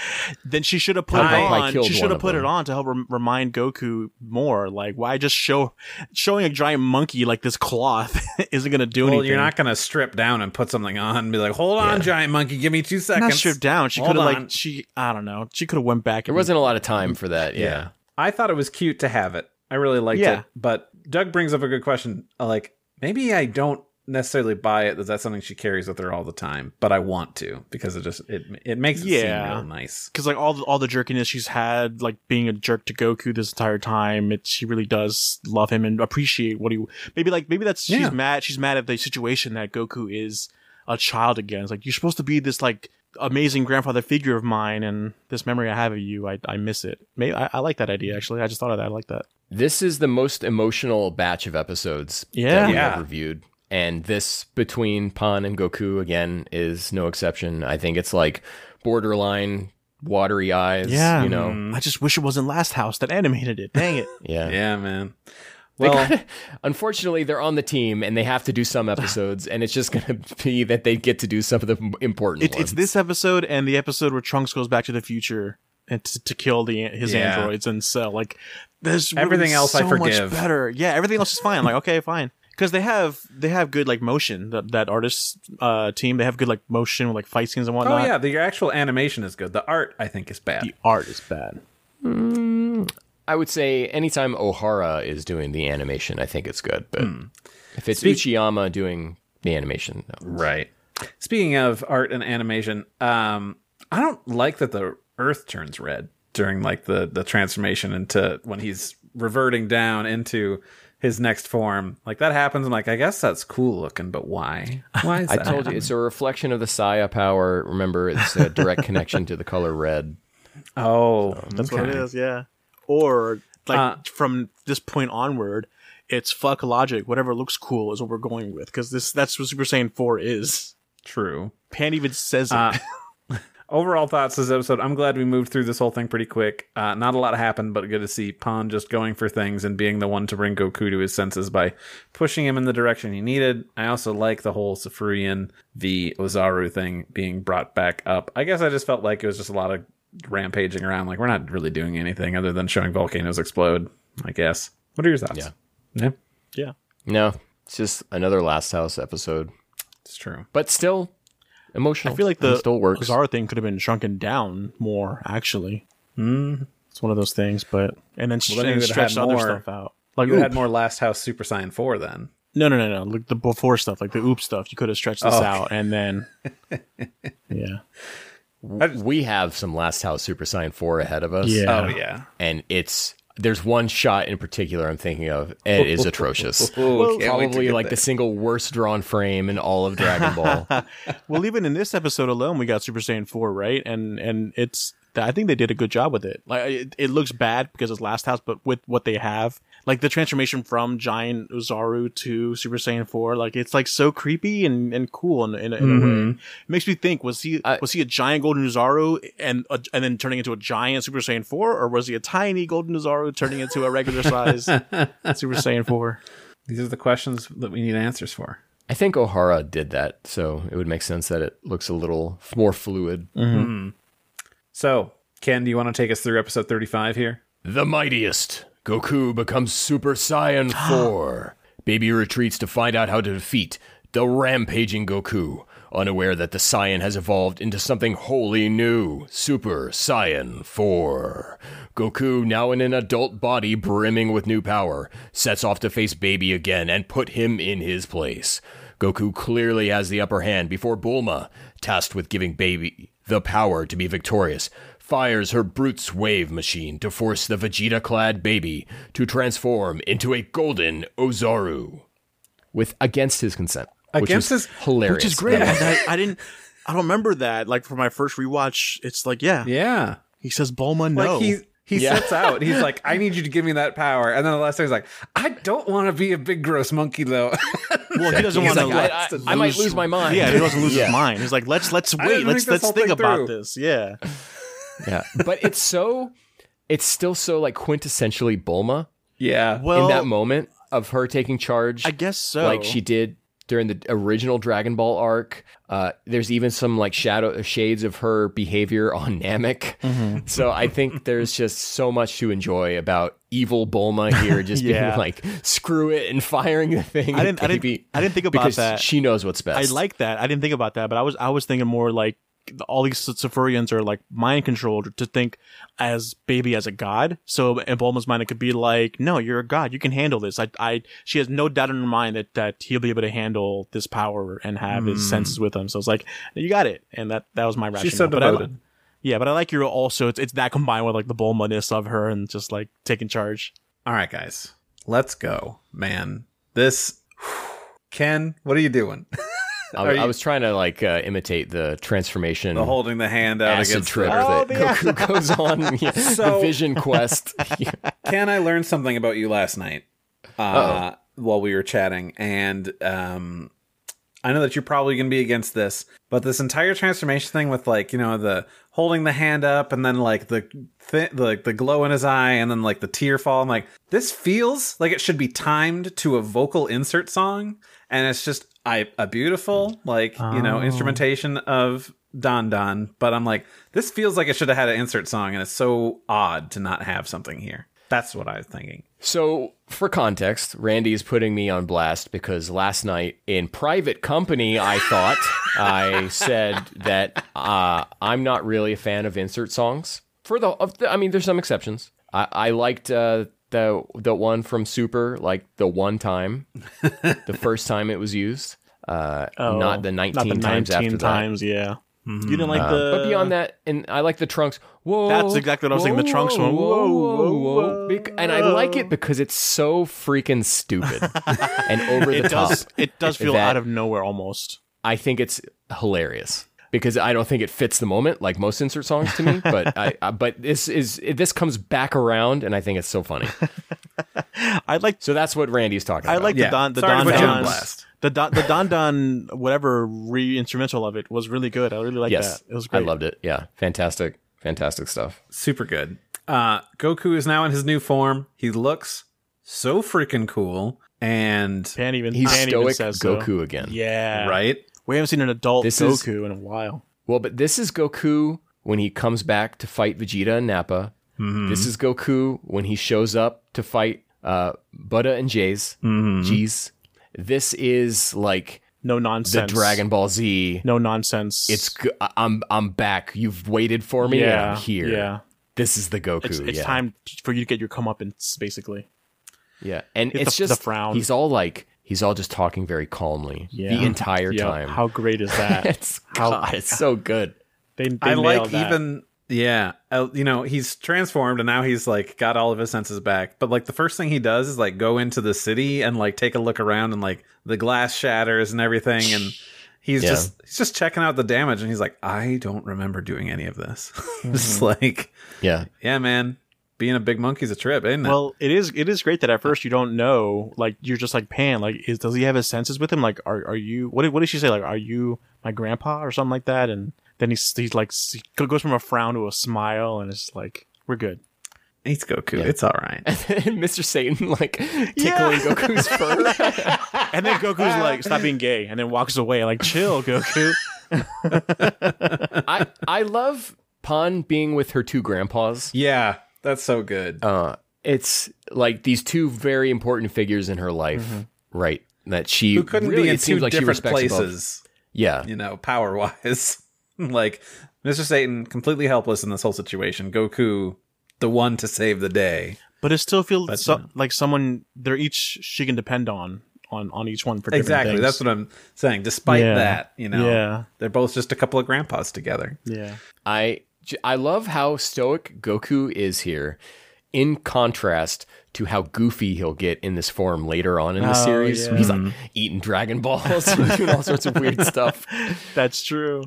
[SPEAKER 2] then she should have put
[SPEAKER 3] I-
[SPEAKER 2] it
[SPEAKER 3] I
[SPEAKER 2] on.
[SPEAKER 3] killed
[SPEAKER 2] She should
[SPEAKER 3] one
[SPEAKER 2] have
[SPEAKER 3] of
[SPEAKER 2] put
[SPEAKER 3] them.
[SPEAKER 2] it on to help rem- remind Goku more. Like, why just show showing a giant monkey like this cloth isn't going to do
[SPEAKER 1] Well,
[SPEAKER 2] anything?
[SPEAKER 1] you're not gonna strip down and put something on and be like, "Hold on, giant monkey, give me two seconds."
[SPEAKER 2] Not stripped down. She
[SPEAKER 1] Hold
[SPEAKER 2] could have
[SPEAKER 1] on.
[SPEAKER 2] like she. I don't know. She could have went back.
[SPEAKER 3] there
[SPEAKER 2] and-
[SPEAKER 3] wasn't a lot of time for that. Yeah.
[SPEAKER 1] I thought it was cute to have it. I really liked
[SPEAKER 2] Yeah.
[SPEAKER 1] it. But Doug brings up a good question. Uh, Like, maybe I don't necessarily buy it. Is that something she carries with her all the time? But I want to because it just it it makes it
[SPEAKER 2] Yeah.
[SPEAKER 1] seem real nice.
[SPEAKER 2] because like all the, all the jerkiness she's had, like being a jerk to Goku this entire time, it, she really does love him and appreciate what he. Maybe like maybe that's
[SPEAKER 1] Yeah.
[SPEAKER 2] she's mad. She's mad at the situation that Goku is a child again. It's like you're supposed to be this like amazing grandfather figure of mine, and this memory I have of you, I, I miss it. Maybe I, I like that idea actually. I just thought of that. I like that.
[SPEAKER 3] This is the most emotional batch of episodes
[SPEAKER 2] Yeah.
[SPEAKER 3] that we
[SPEAKER 1] Yeah.
[SPEAKER 3] have reviewed. And this between Pan and Goku again is no exception. I think it's like borderline watery eyes.
[SPEAKER 2] Yeah.
[SPEAKER 3] You know?
[SPEAKER 2] I just wish it wasn't Last House that animated it. Dang it.
[SPEAKER 3] Yeah.
[SPEAKER 1] Yeah, man.
[SPEAKER 3] They
[SPEAKER 1] Well,
[SPEAKER 3] gotta- unfortunately, they're on the team and they have to do some episodes, and it's just going to be that they get to do some of the m- important
[SPEAKER 2] It,
[SPEAKER 3] ones.
[SPEAKER 2] it's this episode and the episode where Trunks goes back to the future and t- to kill the his
[SPEAKER 1] Yeah.
[SPEAKER 2] androids and so like there's really
[SPEAKER 1] Everything else I
[SPEAKER 2] so much
[SPEAKER 1] forgive.
[SPEAKER 2] better. Yeah, everything else is fine. like okay, fine. Because they have they have good like motion that that artist uh, team they have good like motion with like fight scenes and
[SPEAKER 1] oh
[SPEAKER 2] whatnot.
[SPEAKER 1] yeah, the actual animation is good. The art I think is bad.
[SPEAKER 2] the art is bad.
[SPEAKER 3] I would say anytime O'Hara is doing the animation, I think it's good. But
[SPEAKER 1] Hmm.
[SPEAKER 3] if it's Uchiyama doing the animation, no.
[SPEAKER 1] Right. Speaking of art and animation, um, I don't like that the Earth turns red during like the the transformation into when he's reverting down into his next form. Like that happens. I'm like, I guess that's cool looking, but why? Why is
[SPEAKER 3] I
[SPEAKER 1] that?
[SPEAKER 3] told you it's a reflection of the Saya power. Remember, it's a direct connection to the color red.
[SPEAKER 1] Oh,
[SPEAKER 2] That's what
[SPEAKER 1] okay.
[SPEAKER 2] it is, yeah. Or like
[SPEAKER 1] Uh,
[SPEAKER 2] from this point onward, it's fuck logic. Whatever looks cool is what we're going with because this that's what Super Saiyan Four is.
[SPEAKER 1] True.
[SPEAKER 2] Pan even says it.
[SPEAKER 1] Uh, Overall thoughts this episode. I'm glad we moved through this whole thing pretty quick. Uh, not a lot happened, but good to see Pon just going for things and being the one to bring Goku to his senses by pushing him in the direction he needed. I also like the whole Safurian the Ozaru thing being brought back up. I guess I just felt like it was just a lot of rampaging around. Like we're not really doing anything other than showing volcanoes explode. I guess. What are your thoughts?
[SPEAKER 3] Yeah.
[SPEAKER 1] yeah,
[SPEAKER 2] yeah.
[SPEAKER 3] No, it's just another Last House episode,
[SPEAKER 1] it's true.
[SPEAKER 3] but still emotional.
[SPEAKER 2] I feel like
[SPEAKER 3] and
[SPEAKER 2] the
[SPEAKER 3] still works.
[SPEAKER 2] Bizarro thing could have been shrunken down more. Actually, mm. it's one of those things. But and
[SPEAKER 1] then
[SPEAKER 2] then, and
[SPEAKER 1] you would have
[SPEAKER 2] stretched
[SPEAKER 1] had
[SPEAKER 2] other
[SPEAKER 1] more.
[SPEAKER 2] stuff out. Like
[SPEAKER 1] You
[SPEAKER 2] ooh,
[SPEAKER 1] had more Last House Super Saiyan 4 then.
[SPEAKER 2] No, no, no, no. Like the before stuff, like the oop stuff. You could have stretched
[SPEAKER 1] Oh.
[SPEAKER 2] this out and then. yeah.
[SPEAKER 3] We have some Last House Super Saiyan 4 ahead of us.
[SPEAKER 2] Yeah.
[SPEAKER 1] Oh yeah.
[SPEAKER 3] And it's there's one shot in particular I'm thinking of, and it is atrocious.
[SPEAKER 1] Ooh, can't wait to
[SPEAKER 3] Probably
[SPEAKER 1] get
[SPEAKER 3] like the
[SPEAKER 1] there.
[SPEAKER 3] single worst drawn frame in all of Dragon Ball.
[SPEAKER 2] Well, even in this episode alone, we got Super Saiyan four, right? And and it's I think they did a good job with it. Like it, it looks bad because it's last house, but with what they have, like the transformation from giant Uzaru to Super Saiyan four, like it's like so creepy and, and cool in, in, a- in a way. It makes me think was he
[SPEAKER 3] I-
[SPEAKER 2] was he a giant golden Uzaru and a, and then turning into a giant Super Saiyan four, or was he a tiny golden Uzaru turning into a regular size Super Saiyan four?
[SPEAKER 1] These are the questions that we need answers for.
[SPEAKER 3] I think O'Hara did that, so it would make sense that it looks a little f- more fluid.
[SPEAKER 1] So, Ken, do you want to take us through episode 35 here?
[SPEAKER 3] The mightiest Goku becomes Super Saiyan 4. Baby retreats to find out how to defeat the rampaging Goku, unaware that the Saiyan has evolved into something wholly new Super Saiyan 4. Goku, now in an adult body brimming with new power, sets off to face Baby again and put him in his place. Goku clearly has the upper hand before Bulma, tasked with giving Baby the power to be victorious, fires her Brute's wave machine to force the Vegeta clad baby to transform into a golden Ozaru. With against his consent.
[SPEAKER 1] Against
[SPEAKER 3] which is
[SPEAKER 1] his-
[SPEAKER 3] hilarious.
[SPEAKER 2] Which is great. I, I didn't. I don't remember that. Like for my first rewatch, it's like yeah,
[SPEAKER 1] Yeah.
[SPEAKER 2] He says Bulma
[SPEAKER 1] Like
[SPEAKER 2] no.
[SPEAKER 1] he he
[SPEAKER 3] Yeah.
[SPEAKER 1] sets out. He's like, I need you to give me that power. And then the last thing is like, I don't want to be a big gross monkey though.
[SPEAKER 2] well, he doesn't
[SPEAKER 1] He's
[SPEAKER 2] want to.
[SPEAKER 1] like,
[SPEAKER 2] let,
[SPEAKER 1] I-
[SPEAKER 3] I might lose my mind.
[SPEAKER 2] Yeah, he doesn't lose
[SPEAKER 3] Yeah.
[SPEAKER 2] his mind. He's like, let's let's wait,
[SPEAKER 1] didn't
[SPEAKER 2] let's
[SPEAKER 1] think this
[SPEAKER 2] let's
[SPEAKER 1] whole
[SPEAKER 2] think
[SPEAKER 1] thing
[SPEAKER 2] about
[SPEAKER 1] through.
[SPEAKER 2] this. Yeah,
[SPEAKER 3] yeah. But it's so it's still so like quintessentially Bulma
[SPEAKER 1] yeah.
[SPEAKER 2] well,
[SPEAKER 3] in that moment of her taking charge.
[SPEAKER 2] I guess so.
[SPEAKER 3] like she did during the original Dragon Ball arc. Uh, there's even some like shadow shades of her behavior on Namek.
[SPEAKER 2] Mm-hmm.
[SPEAKER 3] So I think there's just so much to enjoy about evil Bulma here, just being
[SPEAKER 2] Yeah.
[SPEAKER 3] like screw it and firing the thing.
[SPEAKER 2] I
[SPEAKER 3] at
[SPEAKER 2] didn't, I didn't,
[SPEAKER 3] Baby
[SPEAKER 2] I didn't think about
[SPEAKER 3] because
[SPEAKER 2] that.
[SPEAKER 3] she knows what's
[SPEAKER 2] I
[SPEAKER 3] best.
[SPEAKER 2] like that. I didn't think about that, but I was I was thinking more like all these Safurians are like mind controlled to think as baby as a god. So in Bulma's mind, it could be like, no, you're a god. You can handle this. I, I, she has no doubt in her mind that that he'll be able to handle this power and have his senses with him. So it's like, you got it, and that that was my rationale.
[SPEAKER 1] Hmm. She's so
[SPEAKER 2] But I li-
[SPEAKER 1] devoted.
[SPEAKER 2] yeah, but I like your also. It's it's that combined with like the Bulma ness of her and just like taking charge.
[SPEAKER 1] All right, guys. Let's go, man. This Ken, what are you doing?
[SPEAKER 3] I,
[SPEAKER 1] Are
[SPEAKER 3] I
[SPEAKER 1] you-
[SPEAKER 3] was trying to like uh, imitate the transformation.
[SPEAKER 1] The holding the hand out
[SPEAKER 3] Acid
[SPEAKER 1] against
[SPEAKER 3] trip
[SPEAKER 1] the-
[SPEAKER 2] Oh,
[SPEAKER 3] that
[SPEAKER 2] the-
[SPEAKER 3] Goku goes on, yeah,
[SPEAKER 1] So-
[SPEAKER 3] the vision quest. Yeah.
[SPEAKER 1] Ken, I learned something about you last night uh, while we were chatting, and um, I know that you're probably going to be against this, but this entire transformation thing with like you know the holding the hand up and then like the thi- like the glow in his eye and then like the tear fall. I'm like, this feels like it should be timed to a vocal insert song, and it's just I a beautiful like you know instrumentation of Don Don, but I'm like, this feels like it should have had an insert song, and it's so odd to not have something here. That's what I was thinking.
[SPEAKER 3] So, for context, Randy is putting me on blast because last night in private company, I thought I said that uh, I'm not really a fan of insert songs. For the, of the I mean, there's some exceptions. I, I liked uh, the the one from Super, like the one time, the first time it was used, uh,
[SPEAKER 2] Oh,
[SPEAKER 3] not the 19 times after that. Uh,
[SPEAKER 2] times. Yeah,
[SPEAKER 1] Mm-hmm.
[SPEAKER 2] you didn't like the
[SPEAKER 3] But beyond that, and I like the trunks. Whoa,
[SPEAKER 2] Uh, That's exactly what I was thinking, the trunks one. Whoa, whoa, whoa.
[SPEAKER 3] Bec- and I like it because it's so freaking stupid and over the
[SPEAKER 2] it does
[SPEAKER 3] top.
[SPEAKER 2] it does feel
[SPEAKER 3] That-
[SPEAKER 2] out of nowhere almost.
[SPEAKER 3] I think it's hilarious because I don't think it fits the moment like most insert songs to me. But I, I but this is this comes back around, and I think it's so funny.
[SPEAKER 2] I like
[SPEAKER 3] So that's what Randy's talking
[SPEAKER 2] I
[SPEAKER 3] about.
[SPEAKER 2] like
[SPEAKER 1] Yeah.
[SPEAKER 2] the Don the
[SPEAKER 1] Sorry to
[SPEAKER 2] Don
[SPEAKER 1] put you on
[SPEAKER 2] Don
[SPEAKER 1] blast.
[SPEAKER 2] the Don the Don Don whatever re instrumental of it was really good. I really like
[SPEAKER 3] yes,
[SPEAKER 2] that. It was great.
[SPEAKER 3] I loved it. Yeah, fantastic, fantastic stuff.
[SPEAKER 1] Super good. Uh, Goku is now in his new form. He looks so freaking cool, and
[SPEAKER 2] Pan even
[SPEAKER 3] He's
[SPEAKER 2] Pan even
[SPEAKER 3] stoic
[SPEAKER 2] says so.
[SPEAKER 3] Goku again.
[SPEAKER 2] Yeah,
[SPEAKER 1] right.
[SPEAKER 2] We haven't seen an adult
[SPEAKER 3] This is-
[SPEAKER 2] Goku in a while.
[SPEAKER 3] Well, but this is Goku when he comes back to fight Vegeta and Nappa.
[SPEAKER 2] Mm-hmm.
[SPEAKER 3] This is Goku when he shows up to fight uh, Buddha and Jays.
[SPEAKER 2] Mm-hmm.
[SPEAKER 3] Jeez. This is like
[SPEAKER 2] No
[SPEAKER 3] the
[SPEAKER 2] nonsense.
[SPEAKER 3] Dragon Ball Z.
[SPEAKER 2] No nonsense.
[SPEAKER 3] It's go- I- I'm I'm back. You've waited for me. and
[SPEAKER 2] yeah
[SPEAKER 3] I'm here.
[SPEAKER 2] Yeah,
[SPEAKER 3] This is the Goku.
[SPEAKER 2] it's, it's
[SPEAKER 3] yeah.
[SPEAKER 2] time for you to get your comeuppance basically.
[SPEAKER 3] Yeah. And
[SPEAKER 2] Hit
[SPEAKER 3] it's
[SPEAKER 2] the-
[SPEAKER 3] just
[SPEAKER 2] the frown.
[SPEAKER 3] He's all like He's all just talking very calmly
[SPEAKER 2] Yeah.
[SPEAKER 3] the entire
[SPEAKER 2] Yo,
[SPEAKER 3] time.
[SPEAKER 2] How great is that?
[SPEAKER 3] it's God, it's so good.
[SPEAKER 2] they, they
[SPEAKER 1] I
[SPEAKER 2] nailed
[SPEAKER 1] like
[SPEAKER 2] that.
[SPEAKER 1] even yeah, uh, you know, he's transformed and now he's like got all of his senses back. But like the first thing he does is like go into the city and like take a look around and like the glass shatters and everything and he's
[SPEAKER 3] Yeah.
[SPEAKER 1] just he's just checking out the damage and he's like I don't remember doing any of this.
[SPEAKER 2] Mm-hmm.
[SPEAKER 1] just like
[SPEAKER 3] Yeah,
[SPEAKER 1] yeah, man, being a big monkey's a trip, isn't it?
[SPEAKER 2] Well, it is it is great that at first you don't know, like you're just like Pan, like is does he have his senses with him? Like are are you what did, what did she say? Like are you my grandpa or something like that? And then he's he's like s- he goes from a frown to a smile, and it's like we're good.
[SPEAKER 1] he's Goku. It's all right.
[SPEAKER 3] and Mr. Satan like tickling
[SPEAKER 2] Yeah.
[SPEAKER 3] Goku's fur.
[SPEAKER 2] And then Goku's like stop being gay, and then walks away like chill, Goku.
[SPEAKER 3] I I love Pon being with her two grandpas.
[SPEAKER 1] Yeah, that's so good.
[SPEAKER 3] Uh, it's like these two very important figures in her life, right? That she
[SPEAKER 1] Mm-hmm. Who couldn't
[SPEAKER 3] really,
[SPEAKER 1] be in
[SPEAKER 3] it seems
[SPEAKER 1] two
[SPEAKER 3] like she
[SPEAKER 1] different
[SPEAKER 3] respects above-
[SPEAKER 1] places?
[SPEAKER 3] Yeah,
[SPEAKER 1] you know, power wise. like Mr. Satan completely helpless in this whole situation. Goku the one to save the day.
[SPEAKER 2] But it still feels
[SPEAKER 1] But,
[SPEAKER 2] so,
[SPEAKER 1] yeah.
[SPEAKER 2] like someone they're each she can depend on on on each one for different
[SPEAKER 1] Exactly.
[SPEAKER 2] things.
[SPEAKER 1] That's what I'm saying. Despite
[SPEAKER 2] Yeah.
[SPEAKER 1] that, you know,
[SPEAKER 2] Yeah.
[SPEAKER 1] they're both just a couple of grandpas together.
[SPEAKER 2] yeah.
[SPEAKER 3] I j- I love how stoic Goku is here, in contrast to how goofy he'll get in this form later on in the
[SPEAKER 2] Oh,
[SPEAKER 3] series.
[SPEAKER 2] yeah.
[SPEAKER 3] He's like eating Dragon Balls and doing all sorts of weird stuff.
[SPEAKER 1] Oh.
[SPEAKER 2] That's true.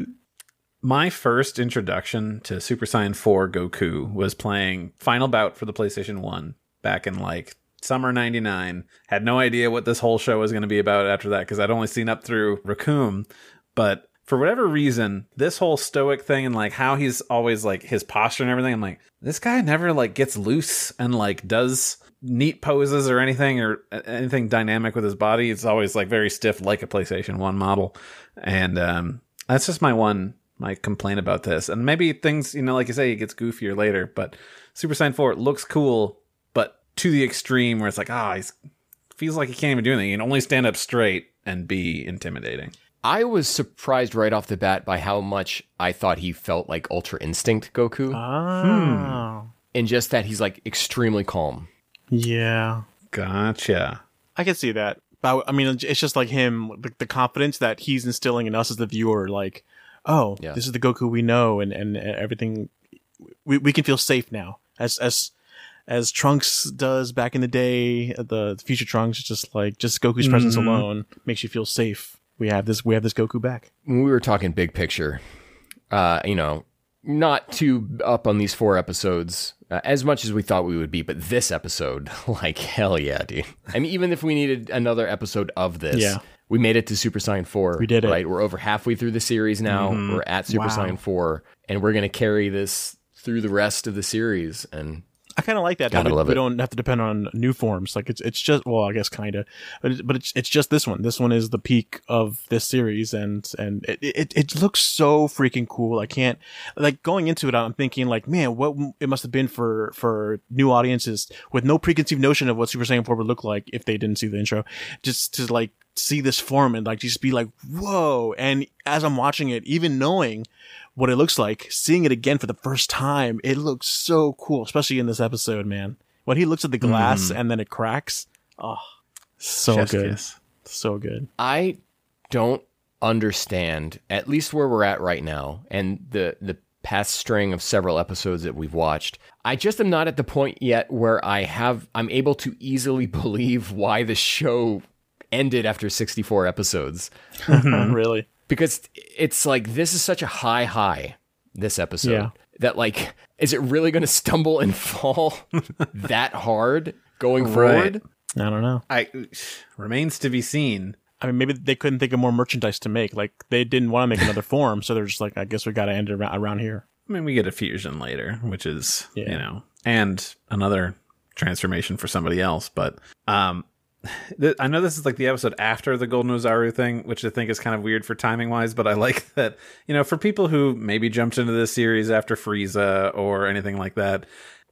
[SPEAKER 1] My first introduction to Super Saiyan 4 Goku was playing Final Bout for the PlayStation 1 back in like summer 99. Had no idea what this whole show was going to be about after that because I'd only seen up through Raccoon. But for whatever reason, this whole stoic thing and like how he's always like his posture and everything, I'm like, this guy never like gets loose and like does neat poses or anything or a- anything dynamic with his body. It's always like very stiff, like a PlayStation 1 model. And um, that's just my one my complaint about this. And maybe things, you know, like you say, it gets goofier later, but Super Saiyan 4 looks cool, but to the extreme where it's like, ah, he's feels like he can't even do anything. He can only stand up straight and be intimidating.
[SPEAKER 3] I was surprised right off the bat by how much I thought he felt like Ultra Instinct
[SPEAKER 1] Hmm.
[SPEAKER 3] Goku,
[SPEAKER 2] Oh.
[SPEAKER 3] and just that he's like extremely calm.
[SPEAKER 2] Yeah.
[SPEAKER 1] Gotcha.
[SPEAKER 2] I can see that. But I mean, it's just like him, the, the confidence that he's instilling in us as the viewer. Like, oh,
[SPEAKER 3] Yeah.
[SPEAKER 2] this is the Goku we know, and and everything. We, we can feel safe now, as as as Trunks does back in the day. The future Trunks, it's just like just Goku's presence
[SPEAKER 1] Mhm.
[SPEAKER 2] alone makes you feel safe. We have this. We have this Goku back.
[SPEAKER 3] when we were talking big picture, uh, you know, not too up on these four episodes uh, as much as we thought we would be, but this episode, like hell yeah, dude. I mean, even if we needed another episode of this,
[SPEAKER 2] Yeah.
[SPEAKER 3] we made it to Super Saiyan Four.
[SPEAKER 2] We did it. Mm-hmm.
[SPEAKER 3] right? We're over halfway through the series now. We're at Super
[SPEAKER 2] Wow.
[SPEAKER 3] Saiyan Four, and we're gonna carry this through the rest of the series. And
[SPEAKER 2] I kind of like that.
[SPEAKER 3] Gotta
[SPEAKER 2] that we,
[SPEAKER 3] love
[SPEAKER 2] we
[SPEAKER 3] it.
[SPEAKER 2] don't have to depend on new forms. Like it's it's just well, I guess kind of, but it's, but it's it's just this one. This one is the peak of this series, and and it, it it looks so freaking cool. I can't like going into it. I'm thinking like, man, what m- it must have been for for new audiences with no preconceived notion of what Super Saiyan Four would look like if they didn't see the intro, just to like see this form and like just be like, whoa! And as I'm watching it, even knowing what it looks like, seeing it again for the first time, it looks so cool, especially in this episode, man. When he looks at the glass
[SPEAKER 1] Mm.
[SPEAKER 2] and then it cracks, oh, so
[SPEAKER 1] Chef's
[SPEAKER 2] good,
[SPEAKER 1] kiss.
[SPEAKER 2] so good.
[SPEAKER 3] I don't understand at least where we're at right now and the the past string of several episodes that we've watched. I just am not at the point yet where I have I'm able to easily believe why the show ended after 64 episodes
[SPEAKER 1] Mm-hmm.
[SPEAKER 2] really,
[SPEAKER 3] because it's like this is such a high high this episode
[SPEAKER 2] Yeah.
[SPEAKER 3] that like is it really going to stumble and fall that hard going forward?
[SPEAKER 2] I don't know.
[SPEAKER 1] I remains to be seen.
[SPEAKER 2] I mean, maybe they couldn't think of more merchandise to make. Like they didn't want to make another form, so they're just like, I guess we got to end it around, around here.
[SPEAKER 1] I mean, we get a fusion later, which is
[SPEAKER 2] Yeah.
[SPEAKER 1] you know, and another transformation for somebody else. But um, th- I know this is like the episode after the Golden Ozaru thing, which I think is kind of weird for timing wise. But I like that you know, for people who maybe jumped into this series after Frieza or anything like that.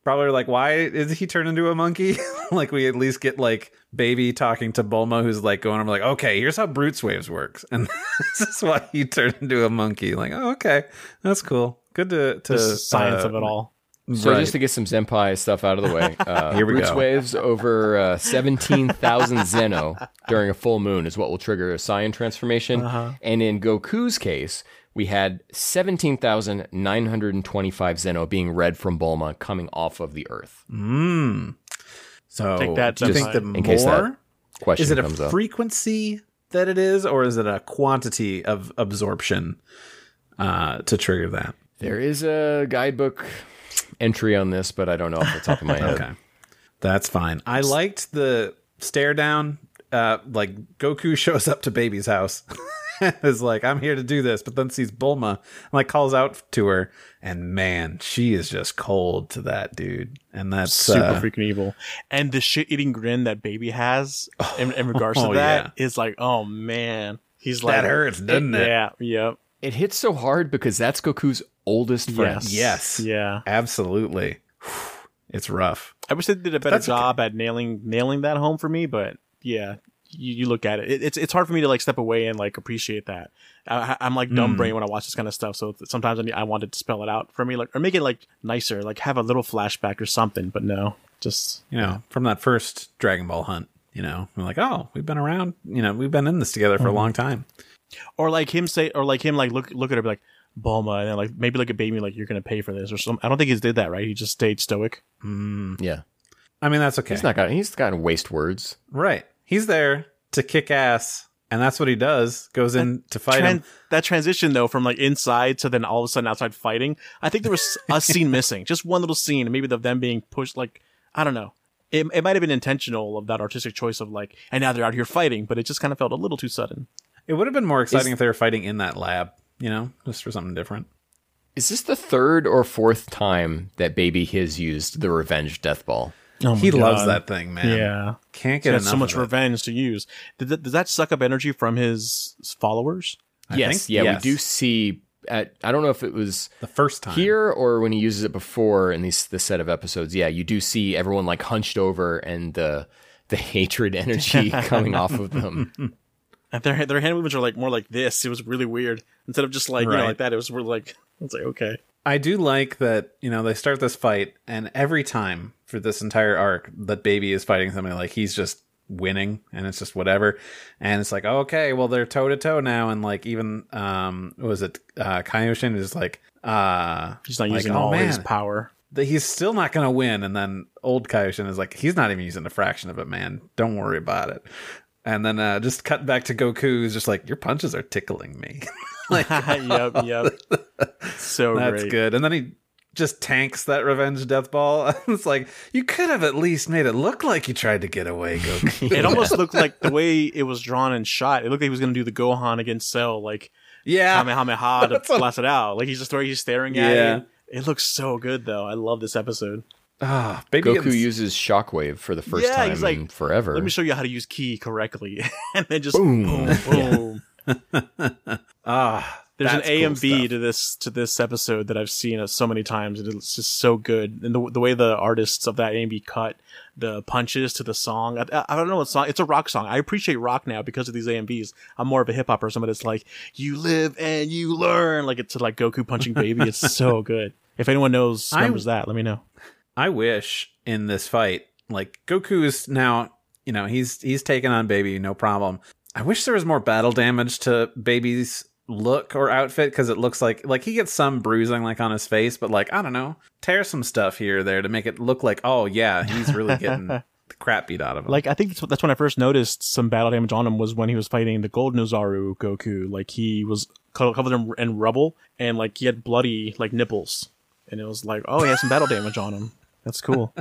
[SPEAKER 1] Probably like, why is he turned into a monkey? like, we at least get like baby talking to Bulma, who's like going, "I'm like, okay, here's how Brute's waves works, and this is why he turned into a monkey." Like, oh, okay, that's cool. Good to to
[SPEAKER 2] The science
[SPEAKER 1] uh,
[SPEAKER 2] of it all.
[SPEAKER 3] So
[SPEAKER 1] Right.
[SPEAKER 3] just to get some Zenpai stuff out of the way, uh,
[SPEAKER 1] Here we
[SPEAKER 3] Roots
[SPEAKER 1] go.
[SPEAKER 3] waves over uh, 17,000 Zeno during a full moon is what will trigger a Saiyan transformation.
[SPEAKER 1] Uh-huh.
[SPEAKER 3] And in Goku's case, we had 17,925 Zeno being read from Bulma coming off of the Earth.
[SPEAKER 1] Mm. So
[SPEAKER 2] Take that,
[SPEAKER 1] do you
[SPEAKER 2] just
[SPEAKER 1] think the
[SPEAKER 3] in case that
[SPEAKER 1] more
[SPEAKER 3] Question
[SPEAKER 1] is it a
[SPEAKER 3] comes up.
[SPEAKER 1] frequency that it is, or is it a quantity of absorption uh, to trigger that?
[SPEAKER 3] There is a guidebook entry on this, but I don't know off the top of my head.
[SPEAKER 1] Okay, that's fine. I liked the stare down. Uh, like Goku shows up to baby's house, is like, "I'm here to do this," but then sees Bulma and like calls out to her, and man, she is just cold to that dude, and that's
[SPEAKER 2] super
[SPEAKER 1] uh,
[SPEAKER 2] freaking evil. And the shit eating grin that baby has in, in regards
[SPEAKER 1] Oh,
[SPEAKER 2] to that is like, oh man, he's like
[SPEAKER 1] that hurts, doesn't it?
[SPEAKER 2] Yeah, yep,
[SPEAKER 3] It hits so hard because that's Goku's oldest friend.
[SPEAKER 2] yes,
[SPEAKER 1] Yes.
[SPEAKER 2] yeah.
[SPEAKER 1] Absolutely, it's rough.
[SPEAKER 2] I wish they did a better
[SPEAKER 1] That's okay.
[SPEAKER 2] job at nailing nailing that home for me, but yeah, you, you look at it. it. It's it's hard for me to like step away and like appreciate that. I, I- I'm like dumb brain when I watch this kind of stuff, so th- sometimes I need, I wanted to spell it out for me, like or make it like nicer, like have a little flashback or something. But no, just
[SPEAKER 1] you know, from that first Dragon Ball hunt, you know, we're like, oh, we've been around, you know, we've been in this together for
[SPEAKER 2] Mm-hmm.
[SPEAKER 1] a long time.
[SPEAKER 2] or like him say or like him like look look at her be like Bulma and then like maybe look at baby like you're gonna pay for this or something. I don't think he did that right. He just stayed stoic.
[SPEAKER 3] Yeah.
[SPEAKER 1] I mean, that's okay.
[SPEAKER 3] He's not got he's got waste words.
[SPEAKER 1] right. He's there to kick ass, and that's what he does. Goes in to fight
[SPEAKER 2] Tran-
[SPEAKER 1] him.
[SPEAKER 2] that transition though from like inside to then all of a sudden outside fighting i think there was a scene missing just one little scene maybe of them being pushed like i don't know it, it might have been intentional of that artistic choice of like and now they're out here fighting but it just kind of felt a little too sudden
[SPEAKER 1] It would have been more exciting if they were fighting in that lab, you know, just for something different.
[SPEAKER 3] Is this the third or fourth time that Baby has used the revenge death ball?
[SPEAKER 2] oh
[SPEAKER 1] He loves that thing, man.
[SPEAKER 2] yeah
[SPEAKER 1] Can't
[SPEAKER 2] he
[SPEAKER 1] get
[SPEAKER 2] had
[SPEAKER 1] enough.
[SPEAKER 2] so much
[SPEAKER 1] of it.
[SPEAKER 2] revenge to use Did that, does that suck up energy from his followers
[SPEAKER 1] I
[SPEAKER 3] yes,
[SPEAKER 1] think-
[SPEAKER 3] yeah,
[SPEAKER 1] yes.
[SPEAKER 3] we do see. At, I don't know if it was
[SPEAKER 1] The first time.
[SPEAKER 3] here or when he uses it before in these this set of episodes. Yeah, you do see everyone like hunched over and the the hatred energy coming off of them.
[SPEAKER 2] and their their hand movements are like more like this it was really weird instead of just like you know
[SPEAKER 1] Right.
[SPEAKER 2] like that it was more like it's like okay
[SPEAKER 1] I do like that, you know, they start this fight, and every time for this entire arc that Baby is fighting somebody, like he's just winning and it's just whatever. And it's like, okay, well, they're toe to toe now. And like, even, um, what was it, uh, Kaioshin is like, uh,
[SPEAKER 2] he's not
[SPEAKER 1] Like,
[SPEAKER 2] using
[SPEAKER 1] oh,
[SPEAKER 2] all his
[SPEAKER 1] man.
[SPEAKER 2] power
[SPEAKER 1] that he's still not going to win. And then old Kaioshin is like, he's not even using a fraction of it, man. Don't worry about it. And then, uh, just cut back to Goku, who's just like, your punches are tickling me.
[SPEAKER 2] yep, yep. So
[SPEAKER 1] That's
[SPEAKER 2] Oh, great.
[SPEAKER 1] good. And then he just tanks that revenge death ball. it's like you could have at least made it look like you tried to get away, Goku.
[SPEAKER 2] It almost looked like the way it was drawn and shot. It looked like he was going to do the Gohan against Cell, like
[SPEAKER 1] yeah,
[SPEAKER 2] Kamehameha to blast it out. Like he's just throwing, he's staring at
[SPEAKER 1] Yeah.
[SPEAKER 2] it. It looks so good though. I love this episode.
[SPEAKER 1] Ah, baby
[SPEAKER 3] Goku
[SPEAKER 1] gets-
[SPEAKER 3] uses Shockwave for the first
[SPEAKER 2] Yeah,
[SPEAKER 3] time
[SPEAKER 2] he's like,
[SPEAKER 3] in forever.
[SPEAKER 2] Let me show you how to use key correctly, and then just
[SPEAKER 3] Boom.
[SPEAKER 2] boom, boom.
[SPEAKER 1] ah.
[SPEAKER 2] There's
[SPEAKER 1] that's
[SPEAKER 2] an A
[SPEAKER 1] cool
[SPEAKER 2] and B
[SPEAKER 1] stuff.
[SPEAKER 2] to this to this episode that I've seen uh, so many times, and it's just so good. And the, the way the artists of that A and B cut the punches to the song. I, I- I don't know what song. It's a rock song. I appreciate rock now because of these A and Bs. I'm more of a hip hop person, but it's like you live and you learn. Like it's like Goku punching baby. It's so good. If anyone knows
[SPEAKER 1] I-
[SPEAKER 2] remembers that, let me know.
[SPEAKER 1] I wish in this fight, like Goku is now, you know, he's he's taking on Baby, no problem. I wish there was more battle damage to Baby's look or outfit because it looks like like he gets some bruising like on his face, but like I don't know, tear some stuff here or there to make it look like oh yeah, he's really getting the crap beat out of him.
[SPEAKER 2] Like I think that's, that's when I first noticed some battle damage on him was when he was fighting the Gold Nozaru Goku. Like he was co- covered in, in rubble and like he had bloody like nipples, and it was like, oh, he has some battle damage on him. That's cool.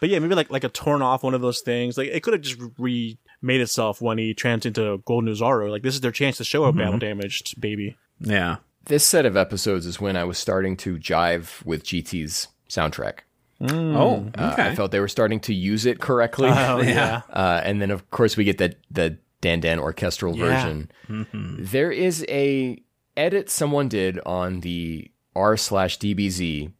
[SPEAKER 2] but yeah, maybe like like a torn off one of those things. Like it could have just remade itself when he trans into Gold Nozaru. Like this is their chance to show a
[SPEAKER 3] Mm-hmm.
[SPEAKER 2] battle damaged baby.
[SPEAKER 1] yeah.
[SPEAKER 3] this set of episodes is when I was starting to jive with GT's soundtrack.
[SPEAKER 1] Oh, okay.
[SPEAKER 3] Uh, I felt they were starting to use it correctly.
[SPEAKER 2] Oh yeah.
[SPEAKER 3] Uh, and then of course we get the the Dan Dan orchestral
[SPEAKER 2] Yeah.
[SPEAKER 3] version. There is a edit someone did on the r slash dbz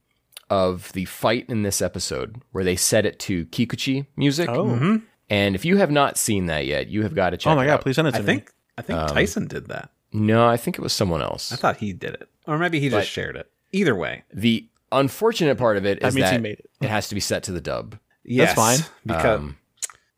[SPEAKER 3] of the fight in this episode where they set it to Kikuchi music.
[SPEAKER 2] Oh.
[SPEAKER 1] Mm-hmm.
[SPEAKER 3] And if you have not seen that yet, you have got to check.
[SPEAKER 2] Oh my
[SPEAKER 3] it
[SPEAKER 2] god!
[SPEAKER 3] out.
[SPEAKER 2] Please send it to
[SPEAKER 1] I
[SPEAKER 2] me.
[SPEAKER 1] think I think Tyson did that.
[SPEAKER 3] No, Um, I think it was someone else.
[SPEAKER 1] I thought he did it, or maybe he just
[SPEAKER 3] But-
[SPEAKER 1] shared it. Either way,
[SPEAKER 3] the unfortunate part of it
[SPEAKER 2] That
[SPEAKER 3] is
[SPEAKER 2] means he
[SPEAKER 3] that
[SPEAKER 2] made it.
[SPEAKER 3] has to be set to the dub.
[SPEAKER 1] Yes,
[SPEAKER 2] fine.
[SPEAKER 1] Because
[SPEAKER 3] Um,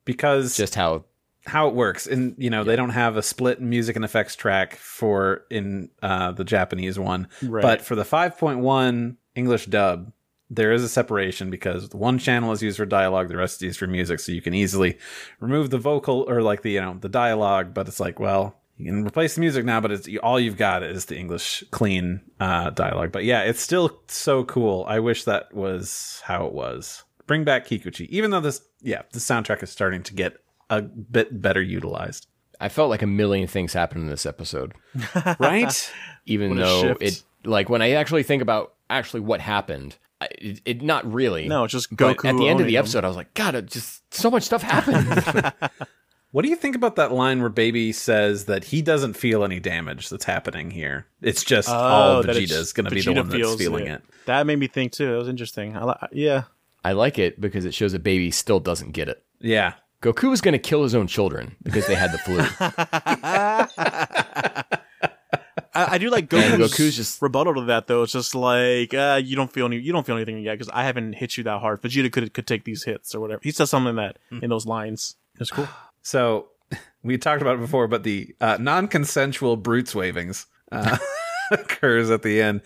[SPEAKER 1] because
[SPEAKER 3] Just how
[SPEAKER 1] how it works, and you know they don't have a split music and effects track for in uh, the Japanese one,
[SPEAKER 2] Right.
[SPEAKER 1] but for the 5.1 English dub, there is a separation because the one channel is used for dialogue, the rest is used for music, so you can easily remove the vocal or like the you know the dialogue, but it's like well. You can replace the music now, but it's all you've got is the English clean uh, dialogue. But yeah, it's still so cool. I wish that was how it was. Bring back Kikuchi, even though this yeah the soundtrack is starting to get a bit better utilized,
[SPEAKER 3] I felt like a million things happened in this episode.
[SPEAKER 1] right?
[SPEAKER 3] even
[SPEAKER 2] What a
[SPEAKER 3] though
[SPEAKER 2] shift.
[SPEAKER 3] it like when I actually think about actually what happened, I, it, it not really.
[SPEAKER 2] No, it's just
[SPEAKER 3] But
[SPEAKER 2] Goku
[SPEAKER 3] at the end of
[SPEAKER 2] owning
[SPEAKER 3] the
[SPEAKER 2] him.
[SPEAKER 3] episode, I was like, God, it just so much stuff happened.
[SPEAKER 1] What do you think about that line where Baby says that he doesn't feel any damage that's happening here? It's just all
[SPEAKER 2] Oh, that it's-
[SPEAKER 1] Vegeta's going to be the
[SPEAKER 2] Vegeta
[SPEAKER 1] one that's
[SPEAKER 2] feels
[SPEAKER 1] feeling it.
[SPEAKER 2] That made me think too. That was interesting. I li- yeah,
[SPEAKER 3] I like it because it shows a baby still doesn't get it.
[SPEAKER 1] Yeah.
[SPEAKER 3] Goku was going to kill his own children because they had the flu.
[SPEAKER 2] I, I do like
[SPEAKER 3] And
[SPEAKER 2] Goku's,
[SPEAKER 3] Goku's just-
[SPEAKER 2] rebuttal to that though. It's just like uh, you don't feel any, you don't feel anything yet because I haven't hit you that hard. Vegeta could could take these hits or whatever. He says something that
[SPEAKER 1] Mm.
[SPEAKER 2] in those lines. It's cool.
[SPEAKER 1] So we talked about it before, but the uh, non-consensual brutes wavings uh, occurs at the end.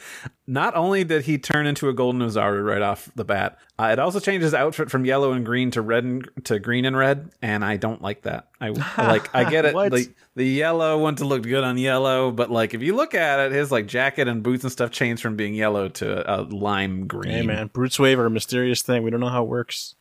[SPEAKER 1] Not only did he turn into a golden Ozaru right off the bat, uh, it also changed his outfit from yellow and green to red and to green and red, and I don't like that. I like I get it.
[SPEAKER 2] What?
[SPEAKER 1] the, the yellow one to look good on yellow, but like if you look at it, his like jacket and boots and stuff changed from being yellow to uh, lime green.
[SPEAKER 2] Hey man, Brutes Wave are a mysterious thing. We don't know how it works.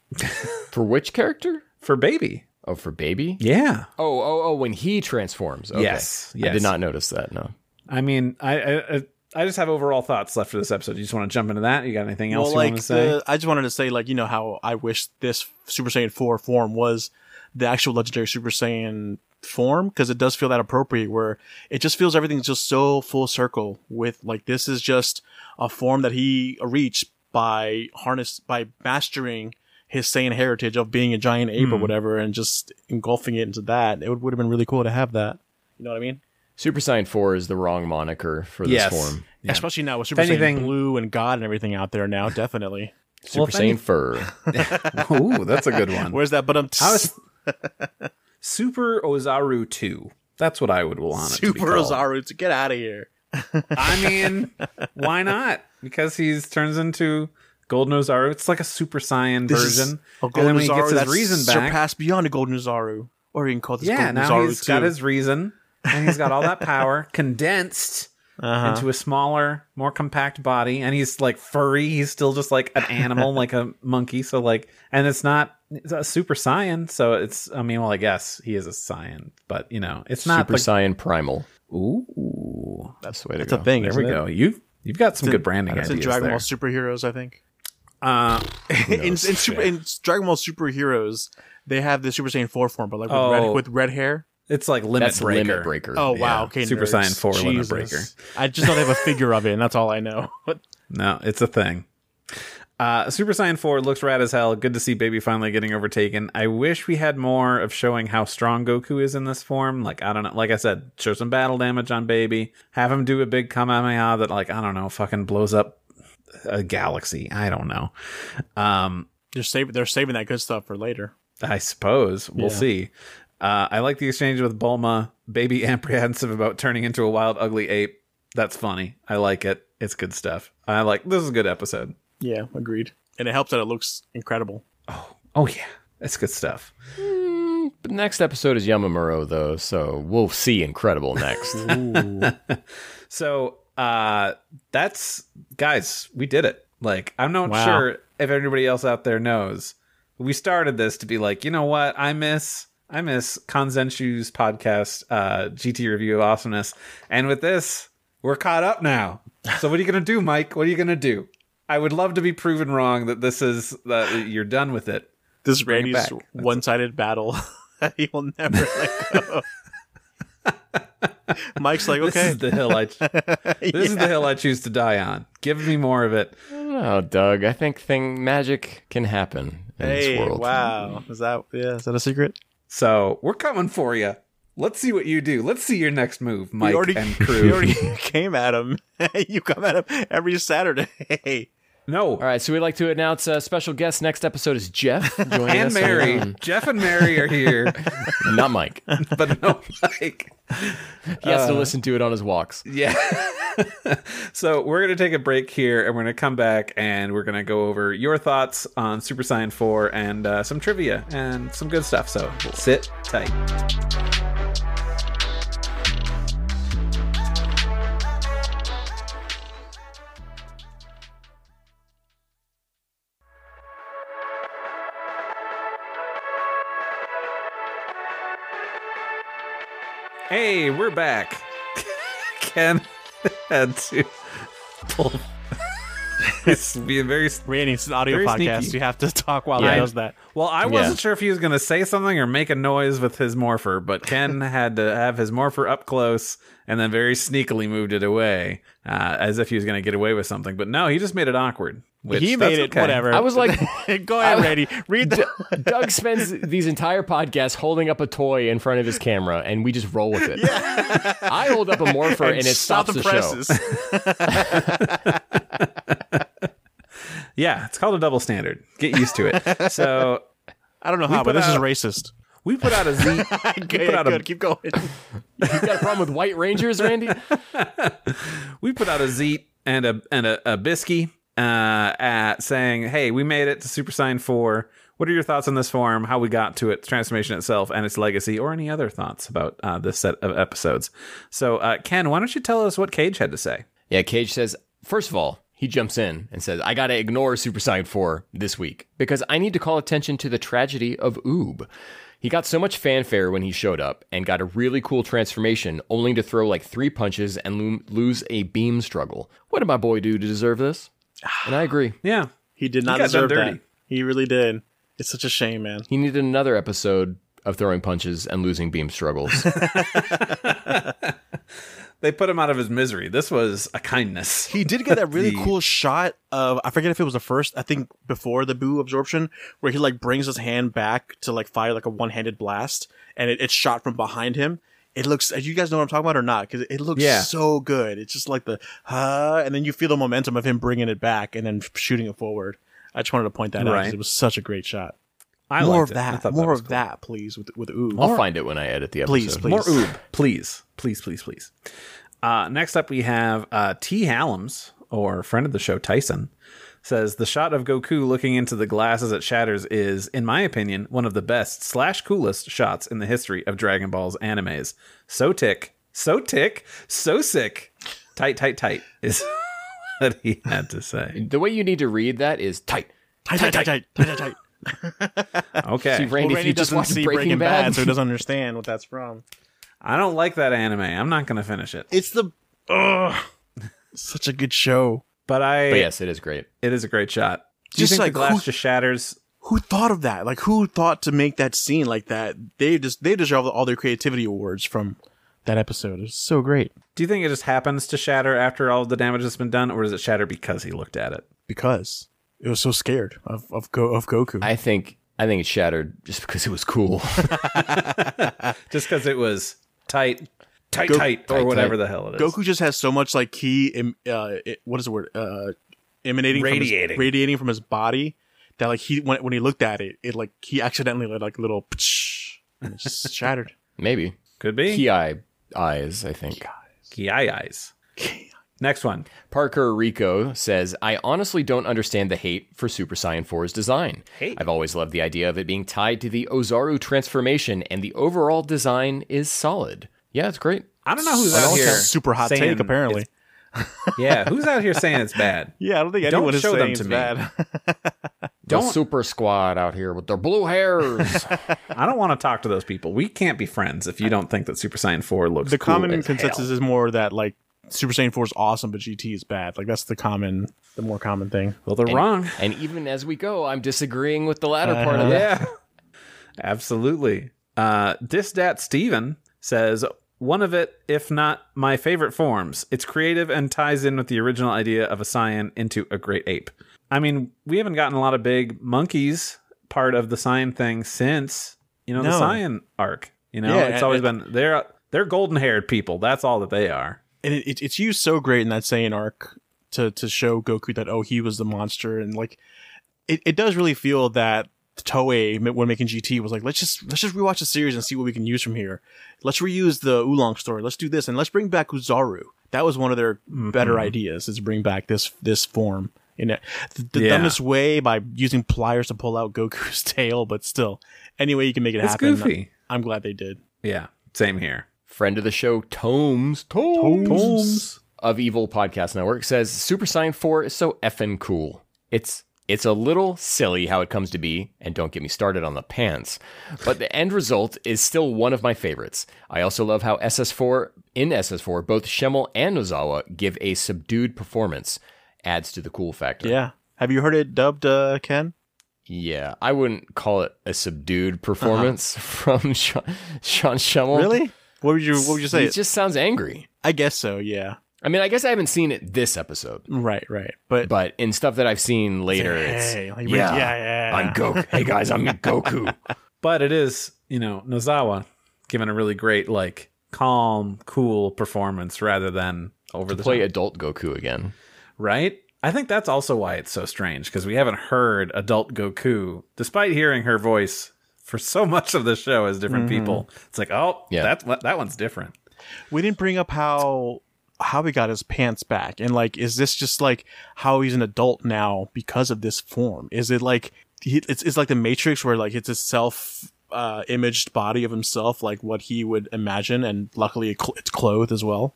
[SPEAKER 3] for which character?
[SPEAKER 1] For baby,
[SPEAKER 3] Oh, for baby?
[SPEAKER 1] yeah.
[SPEAKER 3] Oh, oh, oh, when he transforms. Okay.
[SPEAKER 1] Yes,
[SPEAKER 3] I
[SPEAKER 1] yes.
[SPEAKER 3] did not notice that. No.
[SPEAKER 1] I mean, I, I I- I just have overall thoughts left for this episode. You just want to jump into that? You got anything else
[SPEAKER 2] well,
[SPEAKER 1] you
[SPEAKER 2] like
[SPEAKER 1] want to say?
[SPEAKER 2] the, I just wanted to say, like you know how I wish this Super Saiyan Four form was the actual legendary Super Saiyan form because it does feel that appropriate. Where it just feels everything's just so full circle. With like this is just a form that he reached by harness by mastering his Saiyan heritage of being a giant ape
[SPEAKER 1] Hmm.
[SPEAKER 2] or whatever, and just engulfing it into that. It would would have been really cool to have that. You know what I mean?
[SPEAKER 3] Super Saiyan 4 is the wrong moniker for this
[SPEAKER 1] Yes.
[SPEAKER 3] form.
[SPEAKER 1] Yeah.
[SPEAKER 2] Especially now with Super
[SPEAKER 1] If anything-
[SPEAKER 2] Saiyan Blue and God and everything out there now, definitely.
[SPEAKER 3] Super
[SPEAKER 1] Well, if
[SPEAKER 3] Saiyan
[SPEAKER 1] any-
[SPEAKER 3] Fur.
[SPEAKER 1] Ooh, that's a good one.
[SPEAKER 2] Where's that? But um, I'm
[SPEAKER 1] I was- Super Ozaru Two. That's what I would want. it to be
[SPEAKER 2] Super
[SPEAKER 1] called.
[SPEAKER 2] Ozaru to get out of here.
[SPEAKER 1] I mean, why not? Because he's turns into Golden Ozaru. It's like a Super Saiyan version.
[SPEAKER 2] A
[SPEAKER 1] and
[SPEAKER 2] golden
[SPEAKER 1] then when he
[SPEAKER 2] Ozaru
[SPEAKER 1] gets his
[SPEAKER 2] that's
[SPEAKER 1] reason back,
[SPEAKER 2] surpassed beyond a golden Ozaru. Or you can call this
[SPEAKER 1] yeah,
[SPEAKER 2] golden
[SPEAKER 1] now
[SPEAKER 2] Ozaru
[SPEAKER 1] he's
[SPEAKER 2] too.
[SPEAKER 1] got his reason, and he's got all that power condensed.
[SPEAKER 2] Uh-huh.
[SPEAKER 1] into a smaller, more compact body, and he's like furry. He's still just like an animal, like a monkey. So like, and it's not it's a super saiyan. So it's, I mean, well, I guess he is a saiyan, but you know, it's not
[SPEAKER 3] Super
[SPEAKER 1] like
[SPEAKER 3] Saiyan Primal.
[SPEAKER 1] ooh.
[SPEAKER 3] That's the way to
[SPEAKER 2] That's
[SPEAKER 3] go.
[SPEAKER 2] a thing.
[SPEAKER 1] There we go. You you've got some
[SPEAKER 2] in-
[SPEAKER 1] good branding
[SPEAKER 2] It's in
[SPEAKER 1] ideas
[SPEAKER 2] Dragon
[SPEAKER 1] there.
[SPEAKER 2] Ball Superheroes, I think.
[SPEAKER 1] Uh,
[SPEAKER 2] in, in, super, in Dragon Ball Superheroes, they have the Super Saiyan 4 form, but like with,
[SPEAKER 1] Oh.
[SPEAKER 2] red, with red hair.
[SPEAKER 1] it's like limit
[SPEAKER 3] That's
[SPEAKER 1] breaker.
[SPEAKER 3] Limit Breaker.
[SPEAKER 2] Oh, wow.
[SPEAKER 1] Yeah.
[SPEAKER 2] Okay.
[SPEAKER 1] Super
[SPEAKER 2] nerds.
[SPEAKER 1] Saiyan 4 Limit
[SPEAKER 2] Jesus.
[SPEAKER 1] Breaker.
[SPEAKER 2] I just don't have a figure of it, and that's all I know. But
[SPEAKER 1] No, it's a thing. Uh, Super Saiyan 4 looks rad as hell. Good to see Baby finally getting overtaken. I wish we had more of showing how strong Goku is in this form. Like, I don't know. Like I said, show some battle damage on Baby. Have him do a big Kamehameha that, like, I don't know, fucking blows up a galaxy. I don't know. Um,
[SPEAKER 2] they're saving, they're saving that good stuff for later.
[SPEAKER 1] I suppose we'll see. Uh, I like the exchange with Bulma, baby apprehensive about turning into a wild, ugly ape. That's funny. I like it. It's good stuff. I like this is a good episode.
[SPEAKER 2] Yeah, agreed. And it helps that it looks incredible.
[SPEAKER 1] Oh yeah, it's good stuff.
[SPEAKER 3] But next episode is Yamamuro, though, so we'll see Incredible next.
[SPEAKER 1] So uh, that's guys, we did it. Like I'm not
[SPEAKER 2] Wow.
[SPEAKER 1] sure if anybody else out there knows. We started this to be like, you know what? I miss I miss Konzenshu's podcast, uh, GT Review of Awesomeness, and with this, we're caught up now. So what are you gonna do, Mike? What are you gonna do? I would love to be proven wrong that this is that you're done with it.
[SPEAKER 2] This
[SPEAKER 1] it
[SPEAKER 2] Randy's
[SPEAKER 1] back. That's it.
[SPEAKER 2] one-sided battle that he will never let go. Mike's like,
[SPEAKER 1] This
[SPEAKER 2] okay,
[SPEAKER 1] is the hill I this is the hill I choose to die on. Give me more of it.
[SPEAKER 3] oh, Doug, I think thing magic can happen in
[SPEAKER 2] hey,
[SPEAKER 3] this world.
[SPEAKER 2] wow, is that yeah? Is that a secret?
[SPEAKER 1] So we're coming for you. Let's see what you do. Let's see your next move, Mike
[SPEAKER 2] you already,
[SPEAKER 1] and
[SPEAKER 2] you
[SPEAKER 1] crew.
[SPEAKER 2] already came at him. you come at him every Saturday.
[SPEAKER 1] No.
[SPEAKER 3] All right, so we'd like to announce a special guest. Next episode is Jeff. Joining
[SPEAKER 1] And
[SPEAKER 3] us
[SPEAKER 1] Mary.
[SPEAKER 3] on-
[SPEAKER 1] Jeff and Mary are here,
[SPEAKER 3] not Mike.
[SPEAKER 1] but no Mike.
[SPEAKER 3] He has to listen to it on his walks.
[SPEAKER 1] Yeah. so we're going to take a break here and we're going to come back and we're going to go over your thoughts on Super Saiyan 4 and uh, some trivia and some good stuff. So sit tight. Hey, we're back. Ken had to pull. it's being very.
[SPEAKER 2] Randy, it's an audio
[SPEAKER 1] Very
[SPEAKER 2] podcast.
[SPEAKER 1] sneaky.
[SPEAKER 2] You have to talk while
[SPEAKER 3] Yeah.
[SPEAKER 2] he does that.
[SPEAKER 1] Well, I wasn't
[SPEAKER 3] Yeah.
[SPEAKER 1] sure if he was going to say something or make a noise with his morpher, but Ken had to have his morpher up close and then very sneakily moved it away uh, as if he was going to get away with something. But no, he just made it awkward. Which
[SPEAKER 2] he
[SPEAKER 1] that's
[SPEAKER 2] made it
[SPEAKER 1] okay.
[SPEAKER 2] whatever.
[SPEAKER 3] I was like-
[SPEAKER 2] go ahead,
[SPEAKER 3] I-
[SPEAKER 2] Randy. Read the.
[SPEAKER 3] Doug spends these entire podcasts holding up a toy in front of his camera, and we just roll with it. I hold up a morpher, and, it stops the, show.
[SPEAKER 1] Yeah, it's called a double standard. Get used to it. so
[SPEAKER 2] I don't know how,
[SPEAKER 1] put
[SPEAKER 2] but this
[SPEAKER 1] out-
[SPEAKER 2] is racist.
[SPEAKER 1] we put out a Z.
[SPEAKER 2] Good,
[SPEAKER 1] put out a-
[SPEAKER 2] good. Keep going.
[SPEAKER 3] You got a problem with White Rangers, Randy?
[SPEAKER 1] we put out a zeet and a and a, a bisky uh, at saying, "Hey, we made it to Super Saiyan Four. What are your thoughts on this form? How we got to it, transformation itself, and its legacy, or any other thoughts about uh, this set of episodes?" So, uh, Ken, why don't you tell us what Cage had to say?
[SPEAKER 3] Yeah, Cage says, first of all, he jumps in and says, I gotta ignore Super Saiyan 4 this week because I need to call attention to the tragedy of Oob. He got so much fanfare when he showed up and got a really cool transformation, only to throw like three punches and lo- lose a beam struggle. What did my boy do to deserve this? And I agree.
[SPEAKER 1] Yeah,
[SPEAKER 2] He did
[SPEAKER 1] got
[SPEAKER 2] not
[SPEAKER 1] done
[SPEAKER 2] deserve that.
[SPEAKER 1] dirty.
[SPEAKER 2] He really did. It's such a shame, man.
[SPEAKER 3] He needed another episode of throwing punches and losing beam struggles.
[SPEAKER 1] they put him out of his misery. This was a kindness.
[SPEAKER 2] He did get that really
[SPEAKER 1] The-
[SPEAKER 2] cool shot of I forget if it was the first, I think before the boo absorption, where he like brings his hand back to like fire like a one handed blast, and it, it's shot from behind him. It looks, you guys know what I'm talking about or not? Because it looks
[SPEAKER 1] Yeah.
[SPEAKER 2] so good. It's just like the uh, and then you feel the momentum of him bringing it back and then shooting it forward. I just wanted to point that out 'cause
[SPEAKER 1] Right.
[SPEAKER 2] it was such a great shot.
[SPEAKER 1] I
[SPEAKER 2] more
[SPEAKER 1] liked
[SPEAKER 2] of
[SPEAKER 1] it. I
[SPEAKER 2] that.
[SPEAKER 1] thought
[SPEAKER 2] more
[SPEAKER 1] was
[SPEAKER 2] of
[SPEAKER 1] cool.
[SPEAKER 2] that, please, with with ooh.
[SPEAKER 3] I'll find it when I edit the episode.
[SPEAKER 2] Please, please.
[SPEAKER 1] More oob, please, please, please, please. Uh, next up, we have uh, T. Hallams, or friend of the show Tyson, says the shot of Goku looking into the glass as it shatters is, in my opinion, one of the best slash coolest shots in the history of Dragon Ball's animes. So tick, so tick, so sick, tight, tight, tight is what he had to say.
[SPEAKER 3] The way you need to read that is tight.
[SPEAKER 2] Tight, tight, tight, tight, tight, tight, tight.
[SPEAKER 1] Okay,
[SPEAKER 2] Well,
[SPEAKER 3] See, Randy, if
[SPEAKER 2] Randy
[SPEAKER 3] you just
[SPEAKER 2] doesn't
[SPEAKER 3] watch
[SPEAKER 2] see
[SPEAKER 3] Breaking, Bad,
[SPEAKER 2] so he doesn't understand what that's from.
[SPEAKER 1] I don't like that anime. I'm not gonna finish it.
[SPEAKER 2] It's the ugh, such a good show.
[SPEAKER 1] But I,
[SPEAKER 3] but yes, it is great.
[SPEAKER 1] it is a great shot. Do you
[SPEAKER 2] Just
[SPEAKER 1] think
[SPEAKER 2] like
[SPEAKER 1] the glass
[SPEAKER 2] who-
[SPEAKER 1] just shatters?
[SPEAKER 2] Who thought of that? Like, who thought to make that scene like that? They just they deserve all their creativity awards from that episode. It's so great
[SPEAKER 1] Do you think it just happens to shatter after all the damage that's been done, or does it shatter because he looked at it?
[SPEAKER 2] because it was so scared of of, Go- of Goku.
[SPEAKER 3] I think I think it shattered just because it was cool.
[SPEAKER 1] Just because it was tight, tight,
[SPEAKER 2] Go-
[SPEAKER 1] tight, or
[SPEAKER 3] tight,
[SPEAKER 1] whatever
[SPEAKER 3] tight.
[SPEAKER 1] the hell it is.
[SPEAKER 2] Goku just has so much like he em- uh, it, what is the word uh, emanating from
[SPEAKER 1] Radiating.
[SPEAKER 2] his, radiating from his body that like he when when he looked at it, it like he accidentally let like a little psh, and it just shattered.
[SPEAKER 3] Maybe
[SPEAKER 1] Could be.
[SPEAKER 3] key eye eyes. I think
[SPEAKER 1] Ki eyes. Next one.
[SPEAKER 3] Parker Rico says, "I honestly don't understand the hate for Super Saiyan 4's design.
[SPEAKER 1] Hate?
[SPEAKER 3] I've always loved the idea of it being tied to the Ozaru transformation, and the overall design is solid. Yeah, it's great.
[SPEAKER 1] I don't know who's
[SPEAKER 2] That
[SPEAKER 1] out
[SPEAKER 2] was
[SPEAKER 1] here.
[SPEAKER 2] a super hot
[SPEAKER 1] saying
[SPEAKER 2] take, apparently.
[SPEAKER 1] it's- Yeah, who's out here saying it's bad?
[SPEAKER 2] Yeah, I don't think
[SPEAKER 1] Don't
[SPEAKER 2] anyone is
[SPEAKER 1] show
[SPEAKER 2] saying
[SPEAKER 1] them
[SPEAKER 2] it's
[SPEAKER 1] to me.
[SPEAKER 2] bad.
[SPEAKER 3] The
[SPEAKER 1] Don't-
[SPEAKER 3] Super Squad out here with their blue hairs.
[SPEAKER 1] I don't want to talk to those people. We can't be friends if you don't think that Super Saiyan 4 looks
[SPEAKER 2] the
[SPEAKER 1] cool
[SPEAKER 2] common
[SPEAKER 1] as
[SPEAKER 2] consensus
[SPEAKER 1] hell.
[SPEAKER 2] is more that like Super Saiyan 4 is awesome, but GT is bad. Like that's the common, the more common thing.
[SPEAKER 1] Well, they're wrong.
[SPEAKER 3] and even as we go, I'm disagreeing with the latter part of that.
[SPEAKER 1] Uh-huh. Yeah. Absolutely. Uh Disdat Steven says one of it, if not my favorite forms. It's creative and ties in with the original idea of a scion into a great ape. I mean, we haven't gotten a lot of big monkeys part of the scion thing since, you know, the
[SPEAKER 2] No.
[SPEAKER 1] scion arc. You know,
[SPEAKER 2] Yeah,
[SPEAKER 1] it's
[SPEAKER 2] and-
[SPEAKER 1] always been they're they're golden haired people. That's all that they are.
[SPEAKER 2] And it, it, it's used so great in that Saiyan arc to to show Goku that oh he was the monster and like it, it does really feel that Toei ma- when making GT was like let's just let's just rewatch the series and see what we can use from here. Let's reuse the Oolong story. Let's do this and let's bring back Uzaru. That was one of their
[SPEAKER 1] Mm-hmm.
[SPEAKER 2] better ideas is bring back this this form in it. The, the
[SPEAKER 1] Yeah.
[SPEAKER 2] dumbest way by using pliers to pull out Goku's tail, but still, any way you can make it
[SPEAKER 1] It's
[SPEAKER 2] happen.
[SPEAKER 1] goofy.
[SPEAKER 2] I'm glad they did.
[SPEAKER 1] Yeah, same here.
[SPEAKER 3] Friend of the show, Tomes. Tomes.
[SPEAKER 1] Holmes.
[SPEAKER 3] of Evil Podcast Network says Super Saiyan 4 is so effing cool. It's it's a little silly how it comes to be, and don't get me started on the pants. But the end result is still one of my favorites. I also love how SS4 in SS4 both Shemel and Ozawa give a subdued performance. Adds to the cool factor.
[SPEAKER 2] Yeah. Have you heard it dubbed, uh, Ken?
[SPEAKER 3] Yeah, I wouldn't call it a
[SPEAKER 2] Uh-huh.
[SPEAKER 3] subdued performance from Sean, Sean Shemel.
[SPEAKER 2] Really? What would you What would you say?
[SPEAKER 3] He just sounds angry.
[SPEAKER 2] I guess so. Yeah.
[SPEAKER 3] I mean, I guess I haven't seen it this episode.
[SPEAKER 2] Right. Right. But,
[SPEAKER 3] but in stuff that I've seen later, it's
[SPEAKER 2] hey, like,
[SPEAKER 3] yeah,
[SPEAKER 2] yeah, yeah.
[SPEAKER 4] I'm Goku. Hey guys, I'm Goku.
[SPEAKER 1] But it is, you know, Nozawa giving a really great, like, calm, cool performance rather than over the
[SPEAKER 3] play
[SPEAKER 1] top.
[SPEAKER 3] adult Goku again.
[SPEAKER 1] right? I think that's also why it's so strange because we haven't heard adult Goku, despite hearing her voice for so much of the show as different people. It's like, oh,
[SPEAKER 3] Yeah.
[SPEAKER 1] yeah, that that one's different.
[SPEAKER 2] we didn't bring up how how he got his pants back and like is this just like how he's an adult now because of this form is it like he, it's, it's like the matrix where like it's his self uh imaged body of himself like what he would imagine and luckily it cl- it's clothed as well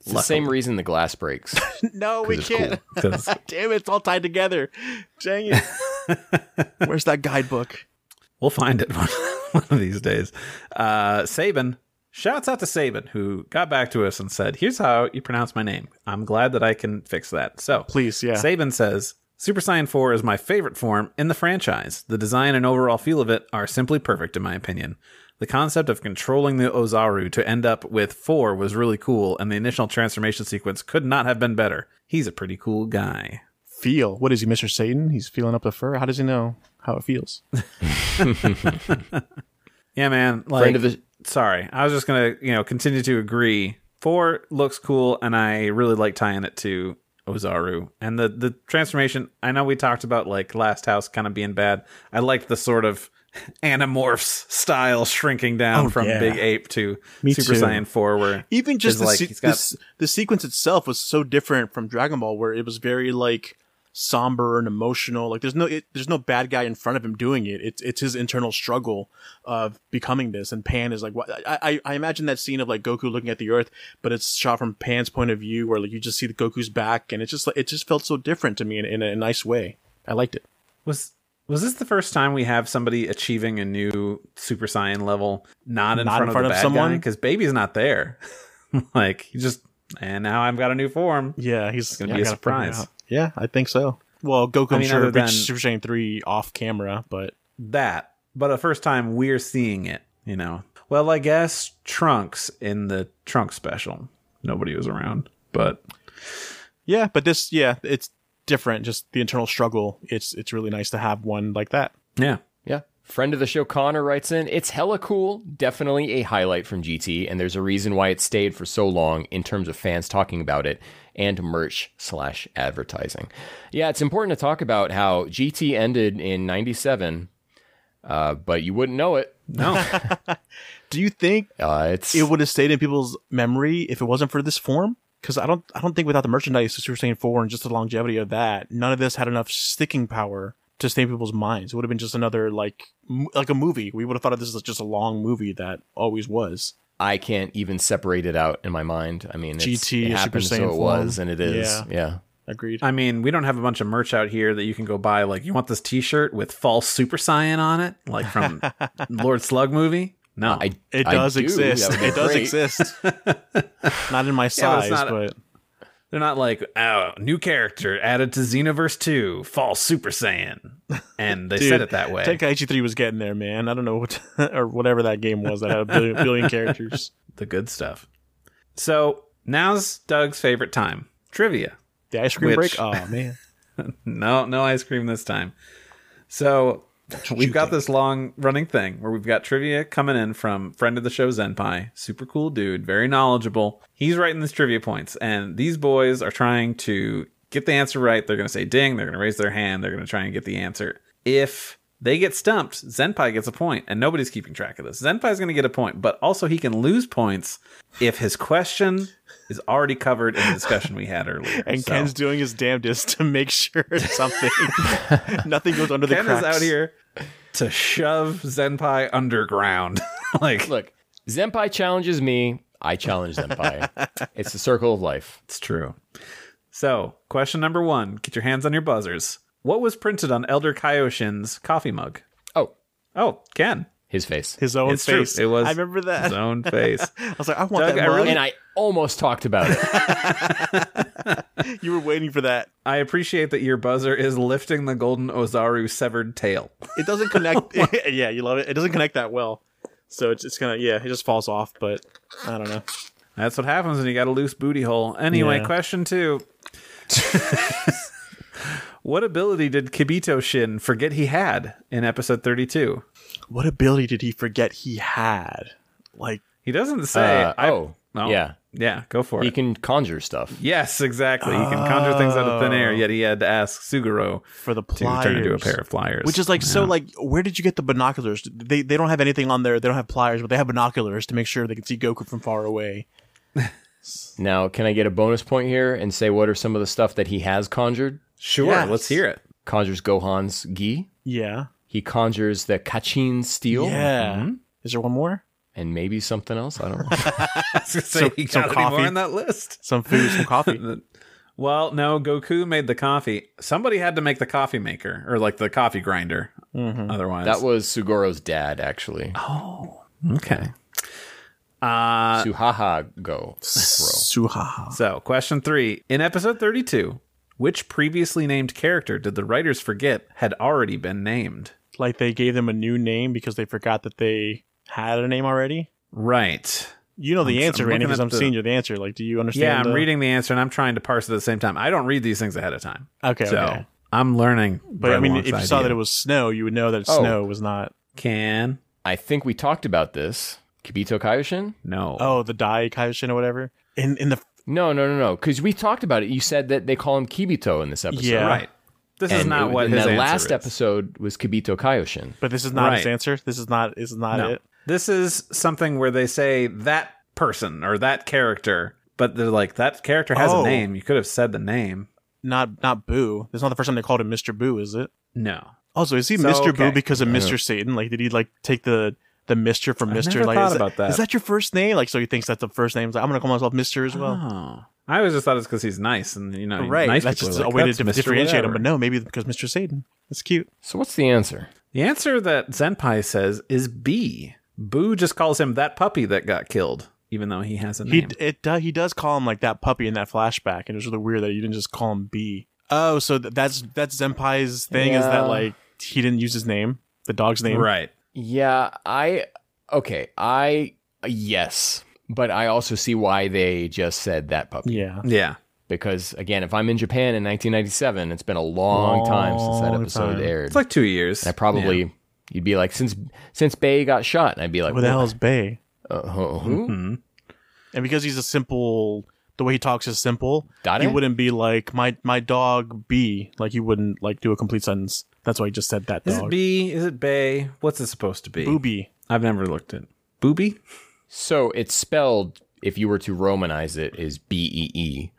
[SPEAKER 3] It's the same reason the glass breaks.
[SPEAKER 2] no we
[SPEAKER 3] it's cool.
[SPEAKER 2] can't
[SPEAKER 1] 'Cause-
[SPEAKER 2] damn it it's all tied together dang it where's that guidebook
[SPEAKER 1] We'll find it one, one of these days. Uh, Saban, shouts out to Saban, who got back to us and said, Here's how you pronounce my name. I'm glad that I can fix that. So
[SPEAKER 2] Please, yeah.
[SPEAKER 1] Saban says, Super Saiyan 4 is my favorite form in the franchise. The design and overall feel of it are simply perfect, in my opinion. The concept of controlling the Ozaru to end up with 4 was really cool, and the initial transformation sequence could not have been better. He's a pretty cool guy.
[SPEAKER 2] feel what is he mr satan he's feeling up the fur how does he know how it feels
[SPEAKER 1] Yeah, man. Like,
[SPEAKER 3] Friend of the
[SPEAKER 1] sorry. I was just gonna, you know, continue to agree. Four looks cool, and I really like tying it to Ozaru and the the transformation. I know we talked about like Last House kind of being bad. I liked the sort of anamorphs style shrinking down
[SPEAKER 2] Oh,
[SPEAKER 1] from
[SPEAKER 2] yeah.
[SPEAKER 1] Big Ape to
[SPEAKER 2] Me
[SPEAKER 1] Super
[SPEAKER 2] too.
[SPEAKER 1] Saiyan Four, where
[SPEAKER 2] even just
[SPEAKER 1] is,
[SPEAKER 2] the,
[SPEAKER 1] like,
[SPEAKER 2] se-
[SPEAKER 1] he's got-
[SPEAKER 2] the s- the sequence itself was so different from Dragon Ball, where it was very like somber and emotional. Like there's no it, there's no bad guy in front of him doing it. It's it's his internal struggle of becoming this. And Pan is like, wha- I I, I imagine that scene of like Goku looking at the Earth, but it's shot from Pan's point of view, where like you just see the Goku's back, and it just like it just felt so different to me in, in a nice way. I liked it.
[SPEAKER 1] was was this the first time we have somebody achieving a new Super Saiyan level not in
[SPEAKER 2] Not
[SPEAKER 1] front, of, the bad someone? Because Baby's not there. like he just and now I've got a new form.
[SPEAKER 2] Yeah, he's
[SPEAKER 1] gonna
[SPEAKER 2] yeah,
[SPEAKER 1] be
[SPEAKER 2] I
[SPEAKER 1] a
[SPEAKER 2] gotta figure it
[SPEAKER 1] surprise.
[SPEAKER 2] out. Yeah, I think so. Well, Goku, I'm
[SPEAKER 1] mean,
[SPEAKER 2] sure
[SPEAKER 1] other
[SPEAKER 2] reached
[SPEAKER 1] than-
[SPEAKER 2] Super Saiyan three off camera, but
[SPEAKER 1] that, but the first time we're seeing it, you know. Well, I guess Trunks in the Trunk special. Nobody was around, but
[SPEAKER 2] Yeah, but this, yeah, it's different. Just the internal struggle. It's it's really nice to have one like that.
[SPEAKER 1] yeah.
[SPEAKER 3] yeah, friend of the show Connor writes in. It's hella cool. Definitely a highlight from GT, and there's a reason why it stayed for so long in terms of fans talking about it and merch slash advertising. Yeah, it's important to talk about how GT ended in '97, uh, but you wouldn't know it.
[SPEAKER 1] No,
[SPEAKER 2] Do you think
[SPEAKER 3] Uh, it's
[SPEAKER 2] it would have stayed in people's memory if it wasn't for this form? Because I don't, I don't think without the merchandise, Super Saiyan Four, and just the longevity of that, none of this had enough sticking power to stay in people's minds. It would have been just another like, m- like a movie. We would have thought of this as just a long movie that always was.
[SPEAKER 3] I can't even separate it out in my mind. I mean, it's,
[SPEAKER 2] GT
[SPEAKER 3] it
[SPEAKER 2] is Super
[SPEAKER 3] happened, so
[SPEAKER 2] Saiyan
[SPEAKER 3] it was,
[SPEAKER 2] form.
[SPEAKER 3] and it is.
[SPEAKER 2] Yeah.
[SPEAKER 3] yeah.
[SPEAKER 2] Agreed.
[SPEAKER 1] I mean we don't have a bunch of merch out here that you can go buy. Like, you want this T-shirt with false Super Saiyan on it, like from Lord Slug movie? No,
[SPEAKER 3] I
[SPEAKER 2] it
[SPEAKER 3] I
[SPEAKER 2] does
[SPEAKER 3] do.
[SPEAKER 2] exist.
[SPEAKER 3] That would be
[SPEAKER 2] It does
[SPEAKER 3] great.
[SPEAKER 2] exist. not in my size,
[SPEAKER 1] not-
[SPEAKER 2] but
[SPEAKER 1] they're not like oh, new character added to Xenoverse Two, false Super Saiyan, and they said
[SPEAKER 2] Dude,
[SPEAKER 1] it that way.
[SPEAKER 2] Tenkaichi 3 was getting there, man. I don't know what or whatever that game was that had a billion, billion characters.
[SPEAKER 1] the good stuff. So now's Doug's favorite time trivia.
[SPEAKER 2] The ice cream
[SPEAKER 1] Which-
[SPEAKER 2] break? Oh, man.
[SPEAKER 1] No, no ice cream this time. So we've got this long running thing where we've got trivia coming in from friend of the show Zenpai, super cool dude, very knowledgeable. He's writing these trivia points, and these boys are trying to get the answer right, they're going to say ding. They're going to raise their hand. They're going to try and get the answer. If they get stumped, Zenpai gets a point, and nobody's keeping track of this. Zenpai's going to get a point, but also he can lose points if his question is already covered in the discussion we had earlier.
[SPEAKER 2] And
[SPEAKER 1] So,
[SPEAKER 2] Ken's doing his damnedest to make sure something, nothing goes under the
[SPEAKER 1] Ken
[SPEAKER 2] cracks.
[SPEAKER 1] is out here to shove Zenpai underground. like,
[SPEAKER 3] Look, Zenpai challenges me. I challenge Zenpai. it's the circle of life.
[SPEAKER 1] It's true. So, question number one get your hands on your buzzers. What was printed on Elder Kaioshin's coffee mug?
[SPEAKER 3] Oh,
[SPEAKER 1] Oh, Ken.
[SPEAKER 3] his face.
[SPEAKER 2] His own
[SPEAKER 1] It's true.
[SPEAKER 2] face.
[SPEAKER 1] It was
[SPEAKER 2] I remember that.
[SPEAKER 1] His own face.
[SPEAKER 2] I was like, I want
[SPEAKER 1] Doug,
[SPEAKER 2] that.
[SPEAKER 1] I
[SPEAKER 2] mug.
[SPEAKER 1] really-
[SPEAKER 3] and I almost talked about it.
[SPEAKER 2] you were waiting for that.
[SPEAKER 1] I appreciate that your buzzer is lifting the golden Ozaru severed tail.
[SPEAKER 2] It doesn't connect. yeah, you love it. It doesn't connect that well. So it's it's gonna yeah, it just falls off. But I don't know.
[SPEAKER 1] That's what happens when you got a loose booty hole. Anyway,
[SPEAKER 2] Yeah.
[SPEAKER 1] question two. what ability did Kibito Shin forget he had in episode 32?
[SPEAKER 2] What ability did he forget he had? Like
[SPEAKER 1] He doesn't say.
[SPEAKER 3] Uh,
[SPEAKER 1] I-
[SPEAKER 3] oh,
[SPEAKER 1] no.
[SPEAKER 3] yeah.
[SPEAKER 1] Yeah, go for it.
[SPEAKER 3] He can conjure stuff.
[SPEAKER 1] Yes, exactly. He can conjure things out of thin air, yet he had to ask Suguro
[SPEAKER 2] for the
[SPEAKER 1] to
[SPEAKER 2] pliers,
[SPEAKER 1] turn into a pair of pliers.
[SPEAKER 2] which is like so like where did you get the binoculars? They they don't have anything on there. They don't have pliers, but they have binoculars to make sure they can see Goku from far away.
[SPEAKER 3] Now, can I get a bonus point here and say what are some of the stuff that he has conjured?
[SPEAKER 1] sure,
[SPEAKER 2] Yes.
[SPEAKER 1] let's hear it.
[SPEAKER 3] Conjures Gohan's gi.
[SPEAKER 2] Yeah,
[SPEAKER 3] He conjures the Kachin
[SPEAKER 1] Oh,
[SPEAKER 3] steel.
[SPEAKER 2] yeah.
[SPEAKER 1] mm-hmm.
[SPEAKER 2] Is there one more?
[SPEAKER 3] And maybe something else. I don't know.
[SPEAKER 1] I was gonna say,
[SPEAKER 2] Some-
[SPEAKER 1] he
[SPEAKER 2] some
[SPEAKER 1] got any
[SPEAKER 2] coffee.
[SPEAKER 1] more on that list.
[SPEAKER 2] Some food, some coffee.
[SPEAKER 1] Well, no, Goku made the coffee. Somebody had to make the coffee maker or like the coffee grinder.
[SPEAKER 2] Mm-hmm.
[SPEAKER 1] Otherwise,
[SPEAKER 3] that was Sugoro's dad, actually.
[SPEAKER 1] okay. Uh,
[SPEAKER 3] Suhaha Go. Bro.
[SPEAKER 2] Suhaha.
[SPEAKER 1] So, question three. In episode 32, which previously named character did the writers forget had already been named?
[SPEAKER 2] Like they gave them a new name because they forgot that they had a name already.
[SPEAKER 1] Right.
[SPEAKER 2] You know the
[SPEAKER 1] I'm-
[SPEAKER 2] answer,
[SPEAKER 1] I'm
[SPEAKER 2] Randy,
[SPEAKER 1] looking
[SPEAKER 2] because
[SPEAKER 1] at
[SPEAKER 2] I'm
[SPEAKER 1] the-
[SPEAKER 2] seeing you the answer. Like, do you understand?
[SPEAKER 1] Yeah, I'm
[SPEAKER 2] the-
[SPEAKER 1] reading the answer and I'm trying to parse it at the same time. I don't read these things ahead of time.
[SPEAKER 2] Okay,
[SPEAKER 1] so
[SPEAKER 2] okay.
[SPEAKER 1] I'm learning.
[SPEAKER 2] But I mean, if you saw that it was snow, you would know that
[SPEAKER 3] Oh.
[SPEAKER 2] snow was not.
[SPEAKER 1] can
[SPEAKER 3] I think we talked about this. Kibito Kaioshin?
[SPEAKER 1] no,
[SPEAKER 2] Oh, the Dai Kaioshin or whatever. In in the
[SPEAKER 3] No, no, no, no. Because we talked about it. You said that they call him Kibito in this episode.
[SPEAKER 2] Yeah.
[SPEAKER 1] right. This is
[SPEAKER 3] And
[SPEAKER 1] not
[SPEAKER 3] it-
[SPEAKER 1] what
[SPEAKER 3] and
[SPEAKER 1] his
[SPEAKER 3] the
[SPEAKER 1] answer
[SPEAKER 3] last
[SPEAKER 1] is.
[SPEAKER 3] episode was Kibito Kaioshin.
[SPEAKER 2] but this is not his
[SPEAKER 1] Right.
[SPEAKER 2] answer. This is not. This is not
[SPEAKER 1] No.
[SPEAKER 2] it.
[SPEAKER 1] This is something where they say that person or that character, but they're like that character has
[SPEAKER 2] Oh.
[SPEAKER 1] a name. You could have said the name.
[SPEAKER 2] Not not Boo. This is not the first time they called him Mister Boo, is it?
[SPEAKER 1] No,
[SPEAKER 2] Also, is he
[SPEAKER 1] So,
[SPEAKER 2] Mister
[SPEAKER 1] okay.
[SPEAKER 2] Boo because of Mister Satan? Like, did he like take the the Mister from Mister?
[SPEAKER 1] never
[SPEAKER 2] like,
[SPEAKER 1] thought
[SPEAKER 2] is
[SPEAKER 1] about that.
[SPEAKER 2] Is that your first name? Like, so he thinks that's the first name. He's like, I'm gonna call myself Mister as well.
[SPEAKER 1] Oh. I always just thought it's because he's nice and you know
[SPEAKER 2] Right,
[SPEAKER 1] Ah, Nice
[SPEAKER 2] that's
[SPEAKER 1] people
[SPEAKER 2] just
[SPEAKER 1] are
[SPEAKER 2] a
[SPEAKER 1] like,
[SPEAKER 2] way to
[SPEAKER 1] "That's
[SPEAKER 2] dif-
[SPEAKER 1] Mr.
[SPEAKER 2] differentiate him.
[SPEAKER 1] whatever."
[SPEAKER 2] But no, maybe because Mister Satan. That's cute.
[SPEAKER 3] So what's the answer?
[SPEAKER 1] The answer that Zenpai says is B. Boo just calls him that puppy that got killed, even though he has a
[SPEAKER 2] He
[SPEAKER 1] name.
[SPEAKER 2] it do- he does call him like that puppy in that flashback, and it was really weird that you didn't just call him B. Oh, so th- that's that's Zenpai's thing is
[SPEAKER 3] Yeah.
[SPEAKER 2] that like he didn't use his name, the dog's name.
[SPEAKER 1] right.
[SPEAKER 3] Yeah, I okay, I yes, but I also see why they just said that puppy
[SPEAKER 2] Yeah.
[SPEAKER 1] Yeah.
[SPEAKER 3] because again, if I'm in Japan in 1997, it's been a long, time since that
[SPEAKER 2] Long
[SPEAKER 3] episode
[SPEAKER 2] time.
[SPEAKER 3] aired.
[SPEAKER 1] It's like two years.
[SPEAKER 3] I probably you'd be like since since Bay got shot, and I'd be like,
[SPEAKER 2] Who the
[SPEAKER 3] "Wha-
[SPEAKER 2] hell is Bay?
[SPEAKER 3] uh, who- who?
[SPEAKER 2] And because he's a simple, the way he talks is simple.
[SPEAKER 3] Dada?
[SPEAKER 2] He wouldn't be like my my dog B. Like he wouldn't like do a complete sentence. That's why he just said that
[SPEAKER 1] Is
[SPEAKER 2] dog.
[SPEAKER 1] it B? Is it Bay? What's it supposed to be?
[SPEAKER 2] Booby.
[SPEAKER 1] I've never looked at Booby?
[SPEAKER 3] So it's spelled if you were to romanize it is B E E,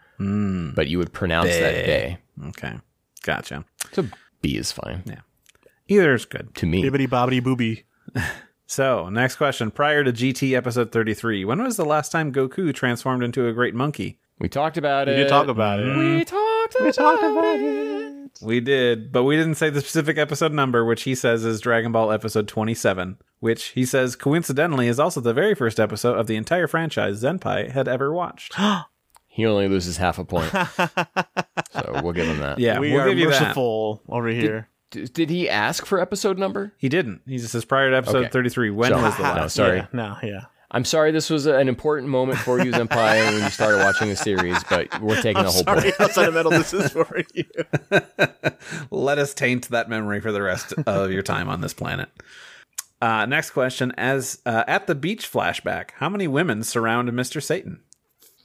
[SPEAKER 3] but you would pronounce that Bay.
[SPEAKER 1] Okay. Gotcha.
[SPEAKER 3] So B is fine
[SPEAKER 1] Either is good.
[SPEAKER 3] to me.
[SPEAKER 2] Bibbity bobbity booby.
[SPEAKER 1] So, next question. Prior to GT episode 33, when was the last time Goku transformed into a great monkey?
[SPEAKER 3] We talked about
[SPEAKER 2] We
[SPEAKER 3] it.
[SPEAKER 2] did talk about it.
[SPEAKER 3] We talked about, it.
[SPEAKER 1] Uh, We did, but we didn't say the specific episode number, which he says is Dragon Ball episode 27, which he says coincidentally is also the very first episode of the entire franchise Zenpai had ever watched.
[SPEAKER 3] He only loses half a point. so we'll give him that.
[SPEAKER 1] Yeah,
[SPEAKER 2] we
[SPEAKER 1] we'll
[SPEAKER 2] are
[SPEAKER 1] give you that.
[SPEAKER 2] merciful over here.
[SPEAKER 3] D- did he ask for episode number?
[SPEAKER 1] He didn't. He just says prior to episode
[SPEAKER 3] Okay.
[SPEAKER 1] 33, when
[SPEAKER 3] So-
[SPEAKER 1] was the
[SPEAKER 3] No,
[SPEAKER 1] last?
[SPEAKER 3] sorry.
[SPEAKER 2] Yeah, no, yeah.
[SPEAKER 3] I'm sorry this was an important moment for you, Zenpai, when you started watching the series, but we're taking the whole
[SPEAKER 2] Sorry,
[SPEAKER 3] point.
[SPEAKER 2] how sentimental this is for you.
[SPEAKER 1] Let us taint that memory for the rest of your time on this planet. Uh, next question: As uh, at the beach flashback, how many women surround Mr. Satan?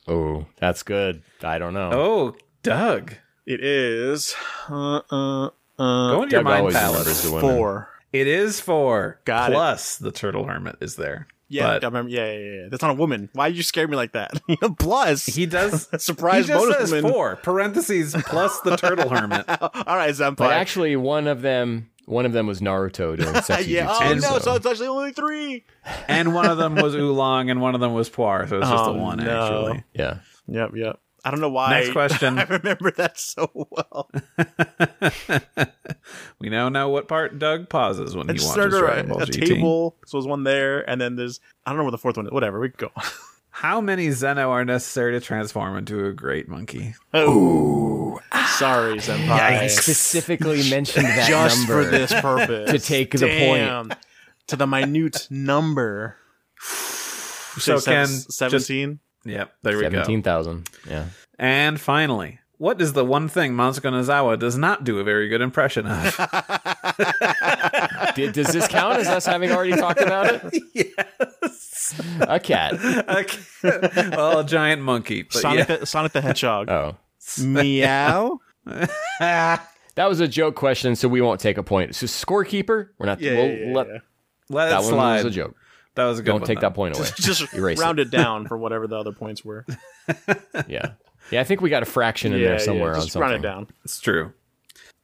[SPEAKER 3] Oh, that's good. I don't know.
[SPEAKER 1] Oh, Doug.
[SPEAKER 2] It is uh, uh, uh,
[SPEAKER 1] Go into your
[SPEAKER 3] Doug
[SPEAKER 1] mind
[SPEAKER 3] always
[SPEAKER 1] palace.
[SPEAKER 3] remembers the women.
[SPEAKER 2] four.
[SPEAKER 1] It is four.
[SPEAKER 2] Got it.
[SPEAKER 1] Plus the turtle hermit is there.
[SPEAKER 2] Yeah,
[SPEAKER 1] But
[SPEAKER 2] I remember. Yeah, yeah, yeah. That's not a woman. Why you scare me like that? Plus,
[SPEAKER 1] he does
[SPEAKER 2] Surprise
[SPEAKER 1] He just
[SPEAKER 2] bonus
[SPEAKER 1] says
[SPEAKER 2] woman.
[SPEAKER 1] four parentheses plus the turtle hermit.
[SPEAKER 2] all right, Zempai.
[SPEAKER 3] But actually, one of them, one of them was Naruto doing sexy
[SPEAKER 2] yeah. Oh
[SPEAKER 3] jutsu,
[SPEAKER 2] no, so it's actually only three.
[SPEAKER 1] and one of them was oolong and one of them was poir so it's just
[SPEAKER 2] Oh,
[SPEAKER 1] the one
[SPEAKER 2] no.
[SPEAKER 1] actually
[SPEAKER 3] yeah.
[SPEAKER 2] Yep, yep. I don't know why.
[SPEAKER 1] Next question.
[SPEAKER 2] I remember that so well.
[SPEAKER 1] we now know what part doug pauses when
[SPEAKER 2] I
[SPEAKER 1] he
[SPEAKER 2] just
[SPEAKER 1] watches
[SPEAKER 2] started
[SPEAKER 1] Dragon
[SPEAKER 2] a,
[SPEAKER 1] Ball
[SPEAKER 2] a
[SPEAKER 1] GT.
[SPEAKER 2] table. So there's one there, and then there's I don't know where the fourth one is. Whatever, we can go.
[SPEAKER 1] how many zeno are necessary to transform into a great monkey
[SPEAKER 2] Sorry, Zempai.
[SPEAKER 3] Specifically mentioned that
[SPEAKER 2] Just
[SPEAKER 3] number
[SPEAKER 2] for this purpose
[SPEAKER 3] to take the point.
[SPEAKER 2] Damn. to the minute number.
[SPEAKER 1] So Ken, just-
[SPEAKER 2] seventeen.
[SPEAKER 1] yep there we go
[SPEAKER 3] Seventeen thousand. Yeah.
[SPEAKER 1] and finally what is the one thing Masako Nozawa does not do a very good impression of?
[SPEAKER 3] Did, does this count as us having already talked about it? yes. A cat.
[SPEAKER 1] Like, well, a giant monkey. But
[SPEAKER 2] Sonic,
[SPEAKER 1] yeah.
[SPEAKER 2] the, Sonic the Hedgehog.
[SPEAKER 3] Oh.
[SPEAKER 2] Meow.
[SPEAKER 3] That was a joke question, so we won't take a point. So scorekeeper, we're not.
[SPEAKER 2] Yeah,
[SPEAKER 3] we'll
[SPEAKER 2] yeah, yeah,
[SPEAKER 3] Oh, let,
[SPEAKER 2] yeah.
[SPEAKER 1] Let
[SPEAKER 3] That
[SPEAKER 1] it
[SPEAKER 3] one
[SPEAKER 1] slide.
[SPEAKER 3] was a joke.
[SPEAKER 1] That was a good
[SPEAKER 3] Don't
[SPEAKER 1] one,
[SPEAKER 3] take
[SPEAKER 1] though.
[SPEAKER 3] that point away.
[SPEAKER 2] Just
[SPEAKER 3] Erase it.
[SPEAKER 2] round it down for whatever the other points were.
[SPEAKER 3] Yeah. Yeah, I think we got a fraction in there somewhere on
[SPEAKER 2] just
[SPEAKER 3] something.
[SPEAKER 2] run it down.
[SPEAKER 1] It's true.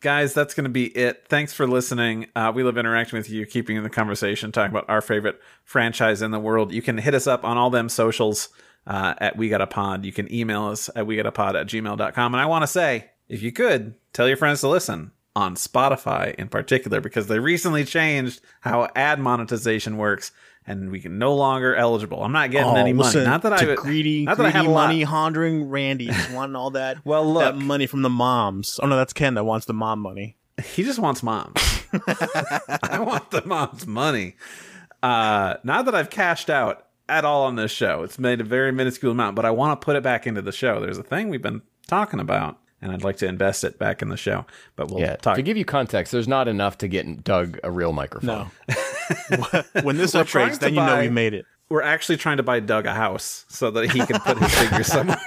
[SPEAKER 1] Guys, that's going to be it. Thanks for listening. Uh, we love interacting with you, keeping in the conversation, talking about our favorite franchise in the world. You can hit us up on all them socials uh, at We Got a Pod. You can email us at We Got a Pod at gmail.com. And I want to say, if you could, tell your friends to listen on Spotify in particular, because they recently changed how ad monetization works. And we can no longer eligible. I'm not getting any money. Oh, Not that I
[SPEAKER 2] Oh, greedy,
[SPEAKER 1] not that
[SPEAKER 2] greedy
[SPEAKER 1] I have a lot.
[SPEAKER 2] money laundering Randy He's wanting all that.
[SPEAKER 1] Well, look.
[SPEAKER 2] that money from the moms. Oh no, that's Ken that wants the mom money.
[SPEAKER 1] He just wants moms. I want the mom's money. Uh, not that I've cashed out at all on this show. It's made a very minuscule amount, but I want to put it back into the show. There's a thing we've been talking about, and I'd like to invest it back in the show. But we'll
[SPEAKER 3] Yeah.
[SPEAKER 1] talk.
[SPEAKER 3] To give you context, there's not enough to get Doug a real microphone.
[SPEAKER 2] No, when this
[SPEAKER 1] trying
[SPEAKER 2] upgrades,
[SPEAKER 1] to
[SPEAKER 2] then you know
[SPEAKER 1] buy-
[SPEAKER 2] we made it.
[SPEAKER 1] We're actually trying to buy Doug a house so that he can put his finger somewhere.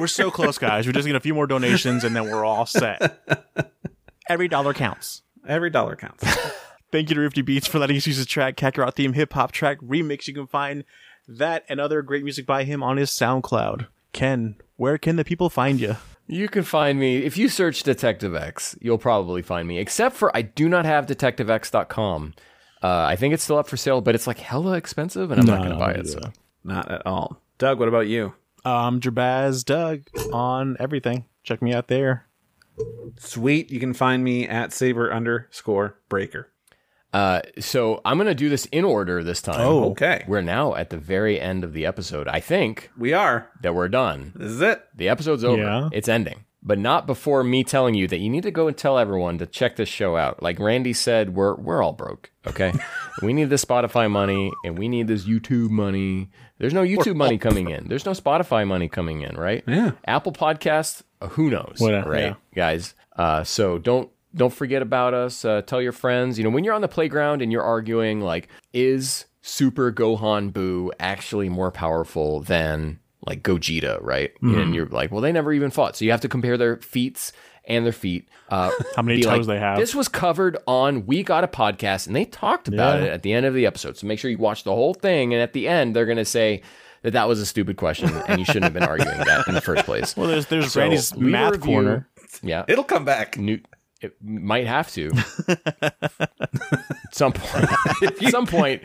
[SPEAKER 2] We're so close, guys. We just get a few more donations, and then we're all set. Every dollar counts.
[SPEAKER 1] Every dollar counts.
[SPEAKER 2] Thank you to Rifty Beats for letting us use his track, Kakarot theme hip hop track remix. You can find that and other great music by him on his SoundCloud. Ken, where can the people find you?
[SPEAKER 3] You can find me if you search Detective X, you'll probably find me. Except for I do not have DetectiveX.com. Uh, I think it's still up for sale, but it's like hella expensive, and I'm not going to buy it. So
[SPEAKER 1] Not at all. Doug, what about you?
[SPEAKER 2] Um, Jabaz Doug on everything. Check me out there.
[SPEAKER 1] Sweet. You can find me at saber underscore breaker.
[SPEAKER 3] Uh, so I'm going to do this in order this time.
[SPEAKER 2] Oh.
[SPEAKER 1] Okay.
[SPEAKER 3] We're now at the very end of the episode. I think
[SPEAKER 1] We are.
[SPEAKER 3] that we're done.
[SPEAKER 1] This is it.
[SPEAKER 3] The episode's over.
[SPEAKER 2] Yeah.
[SPEAKER 3] It's ending. But not before me telling you that you need to go and tell everyone to check this show out. Like Randy said, we're we're all broke. Okay. we need this Spotify money and we need this YouTube money. There's no YouTube money coming in. There's no Spotify money coming in, right?
[SPEAKER 1] Yeah.
[SPEAKER 3] Apple Podcast, uh, who knows,
[SPEAKER 2] Whatever,
[SPEAKER 3] right,
[SPEAKER 2] yeah.
[SPEAKER 3] guys? Uh, so don't don't forget about us. Uh, tell your friends. You know, when you're on the playground and you're arguing, like, is Super Gohan Boo actually more powerful than like Gogeta, right?
[SPEAKER 2] Hmm.
[SPEAKER 3] And you're like, well, they never even fought, so you have to compare their feats and their feet. Uh,
[SPEAKER 2] How many
[SPEAKER 3] be
[SPEAKER 2] toes
[SPEAKER 3] like,
[SPEAKER 2] they have.
[SPEAKER 3] This was covered on We Got a Podcast, and they talked about
[SPEAKER 2] Yeah.
[SPEAKER 3] it at the end of the episode. So make sure you watch the whole thing, and at the end, they're gonna say. That that was a stupid question, and you shouldn't have been arguing that in the first place.
[SPEAKER 2] Well, there's there's
[SPEAKER 3] So,
[SPEAKER 2] Randy's
[SPEAKER 3] leave a
[SPEAKER 2] math
[SPEAKER 3] review.
[SPEAKER 2] corner.
[SPEAKER 3] Yeah,
[SPEAKER 1] It'll come back.
[SPEAKER 3] new, it might have to. At some point, at some point,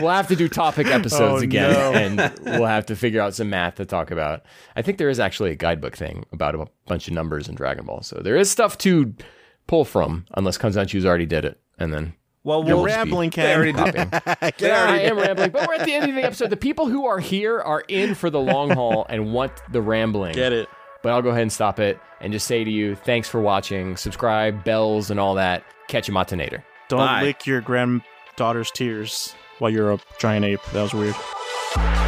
[SPEAKER 3] we'll have to do topic episodes
[SPEAKER 2] Oh,
[SPEAKER 3] again,
[SPEAKER 2] no.
[SPEAKER 3] and we'll have to figure out some math to talk about. I think there is actually a guidebook thing about a bunch of numbers in Dragon Ball, so there is stuff to pull from. Unless Kanzanchu's already did it, and then
[SPEAKER 1] Well,
[SPEAKER 2] You're
[SPEAKER 1] we'll
[SPEAKER 2] rambling,
[SPEAKER 1] They already
[SPEAKER 2] Ken.
[SPEAKER 1] did.
[SPEAKER 3] copying. Yeah, I am rambling, but we're at the end of the episode. The people who are here are in for the long haul and want the rambling.
[SPEAKER 2] Get it.
[SPEAKER 3] But I'll go ahead and stop it and just say to you, thanks for watching, subscribe, bells, and all that. Catch you matinator.
[SPEAKER 2] Don't
[SPEAKER 1] Bye.
[SPEAKER 2] lick your granddaughter's tears while you're a giant ape. That was weird.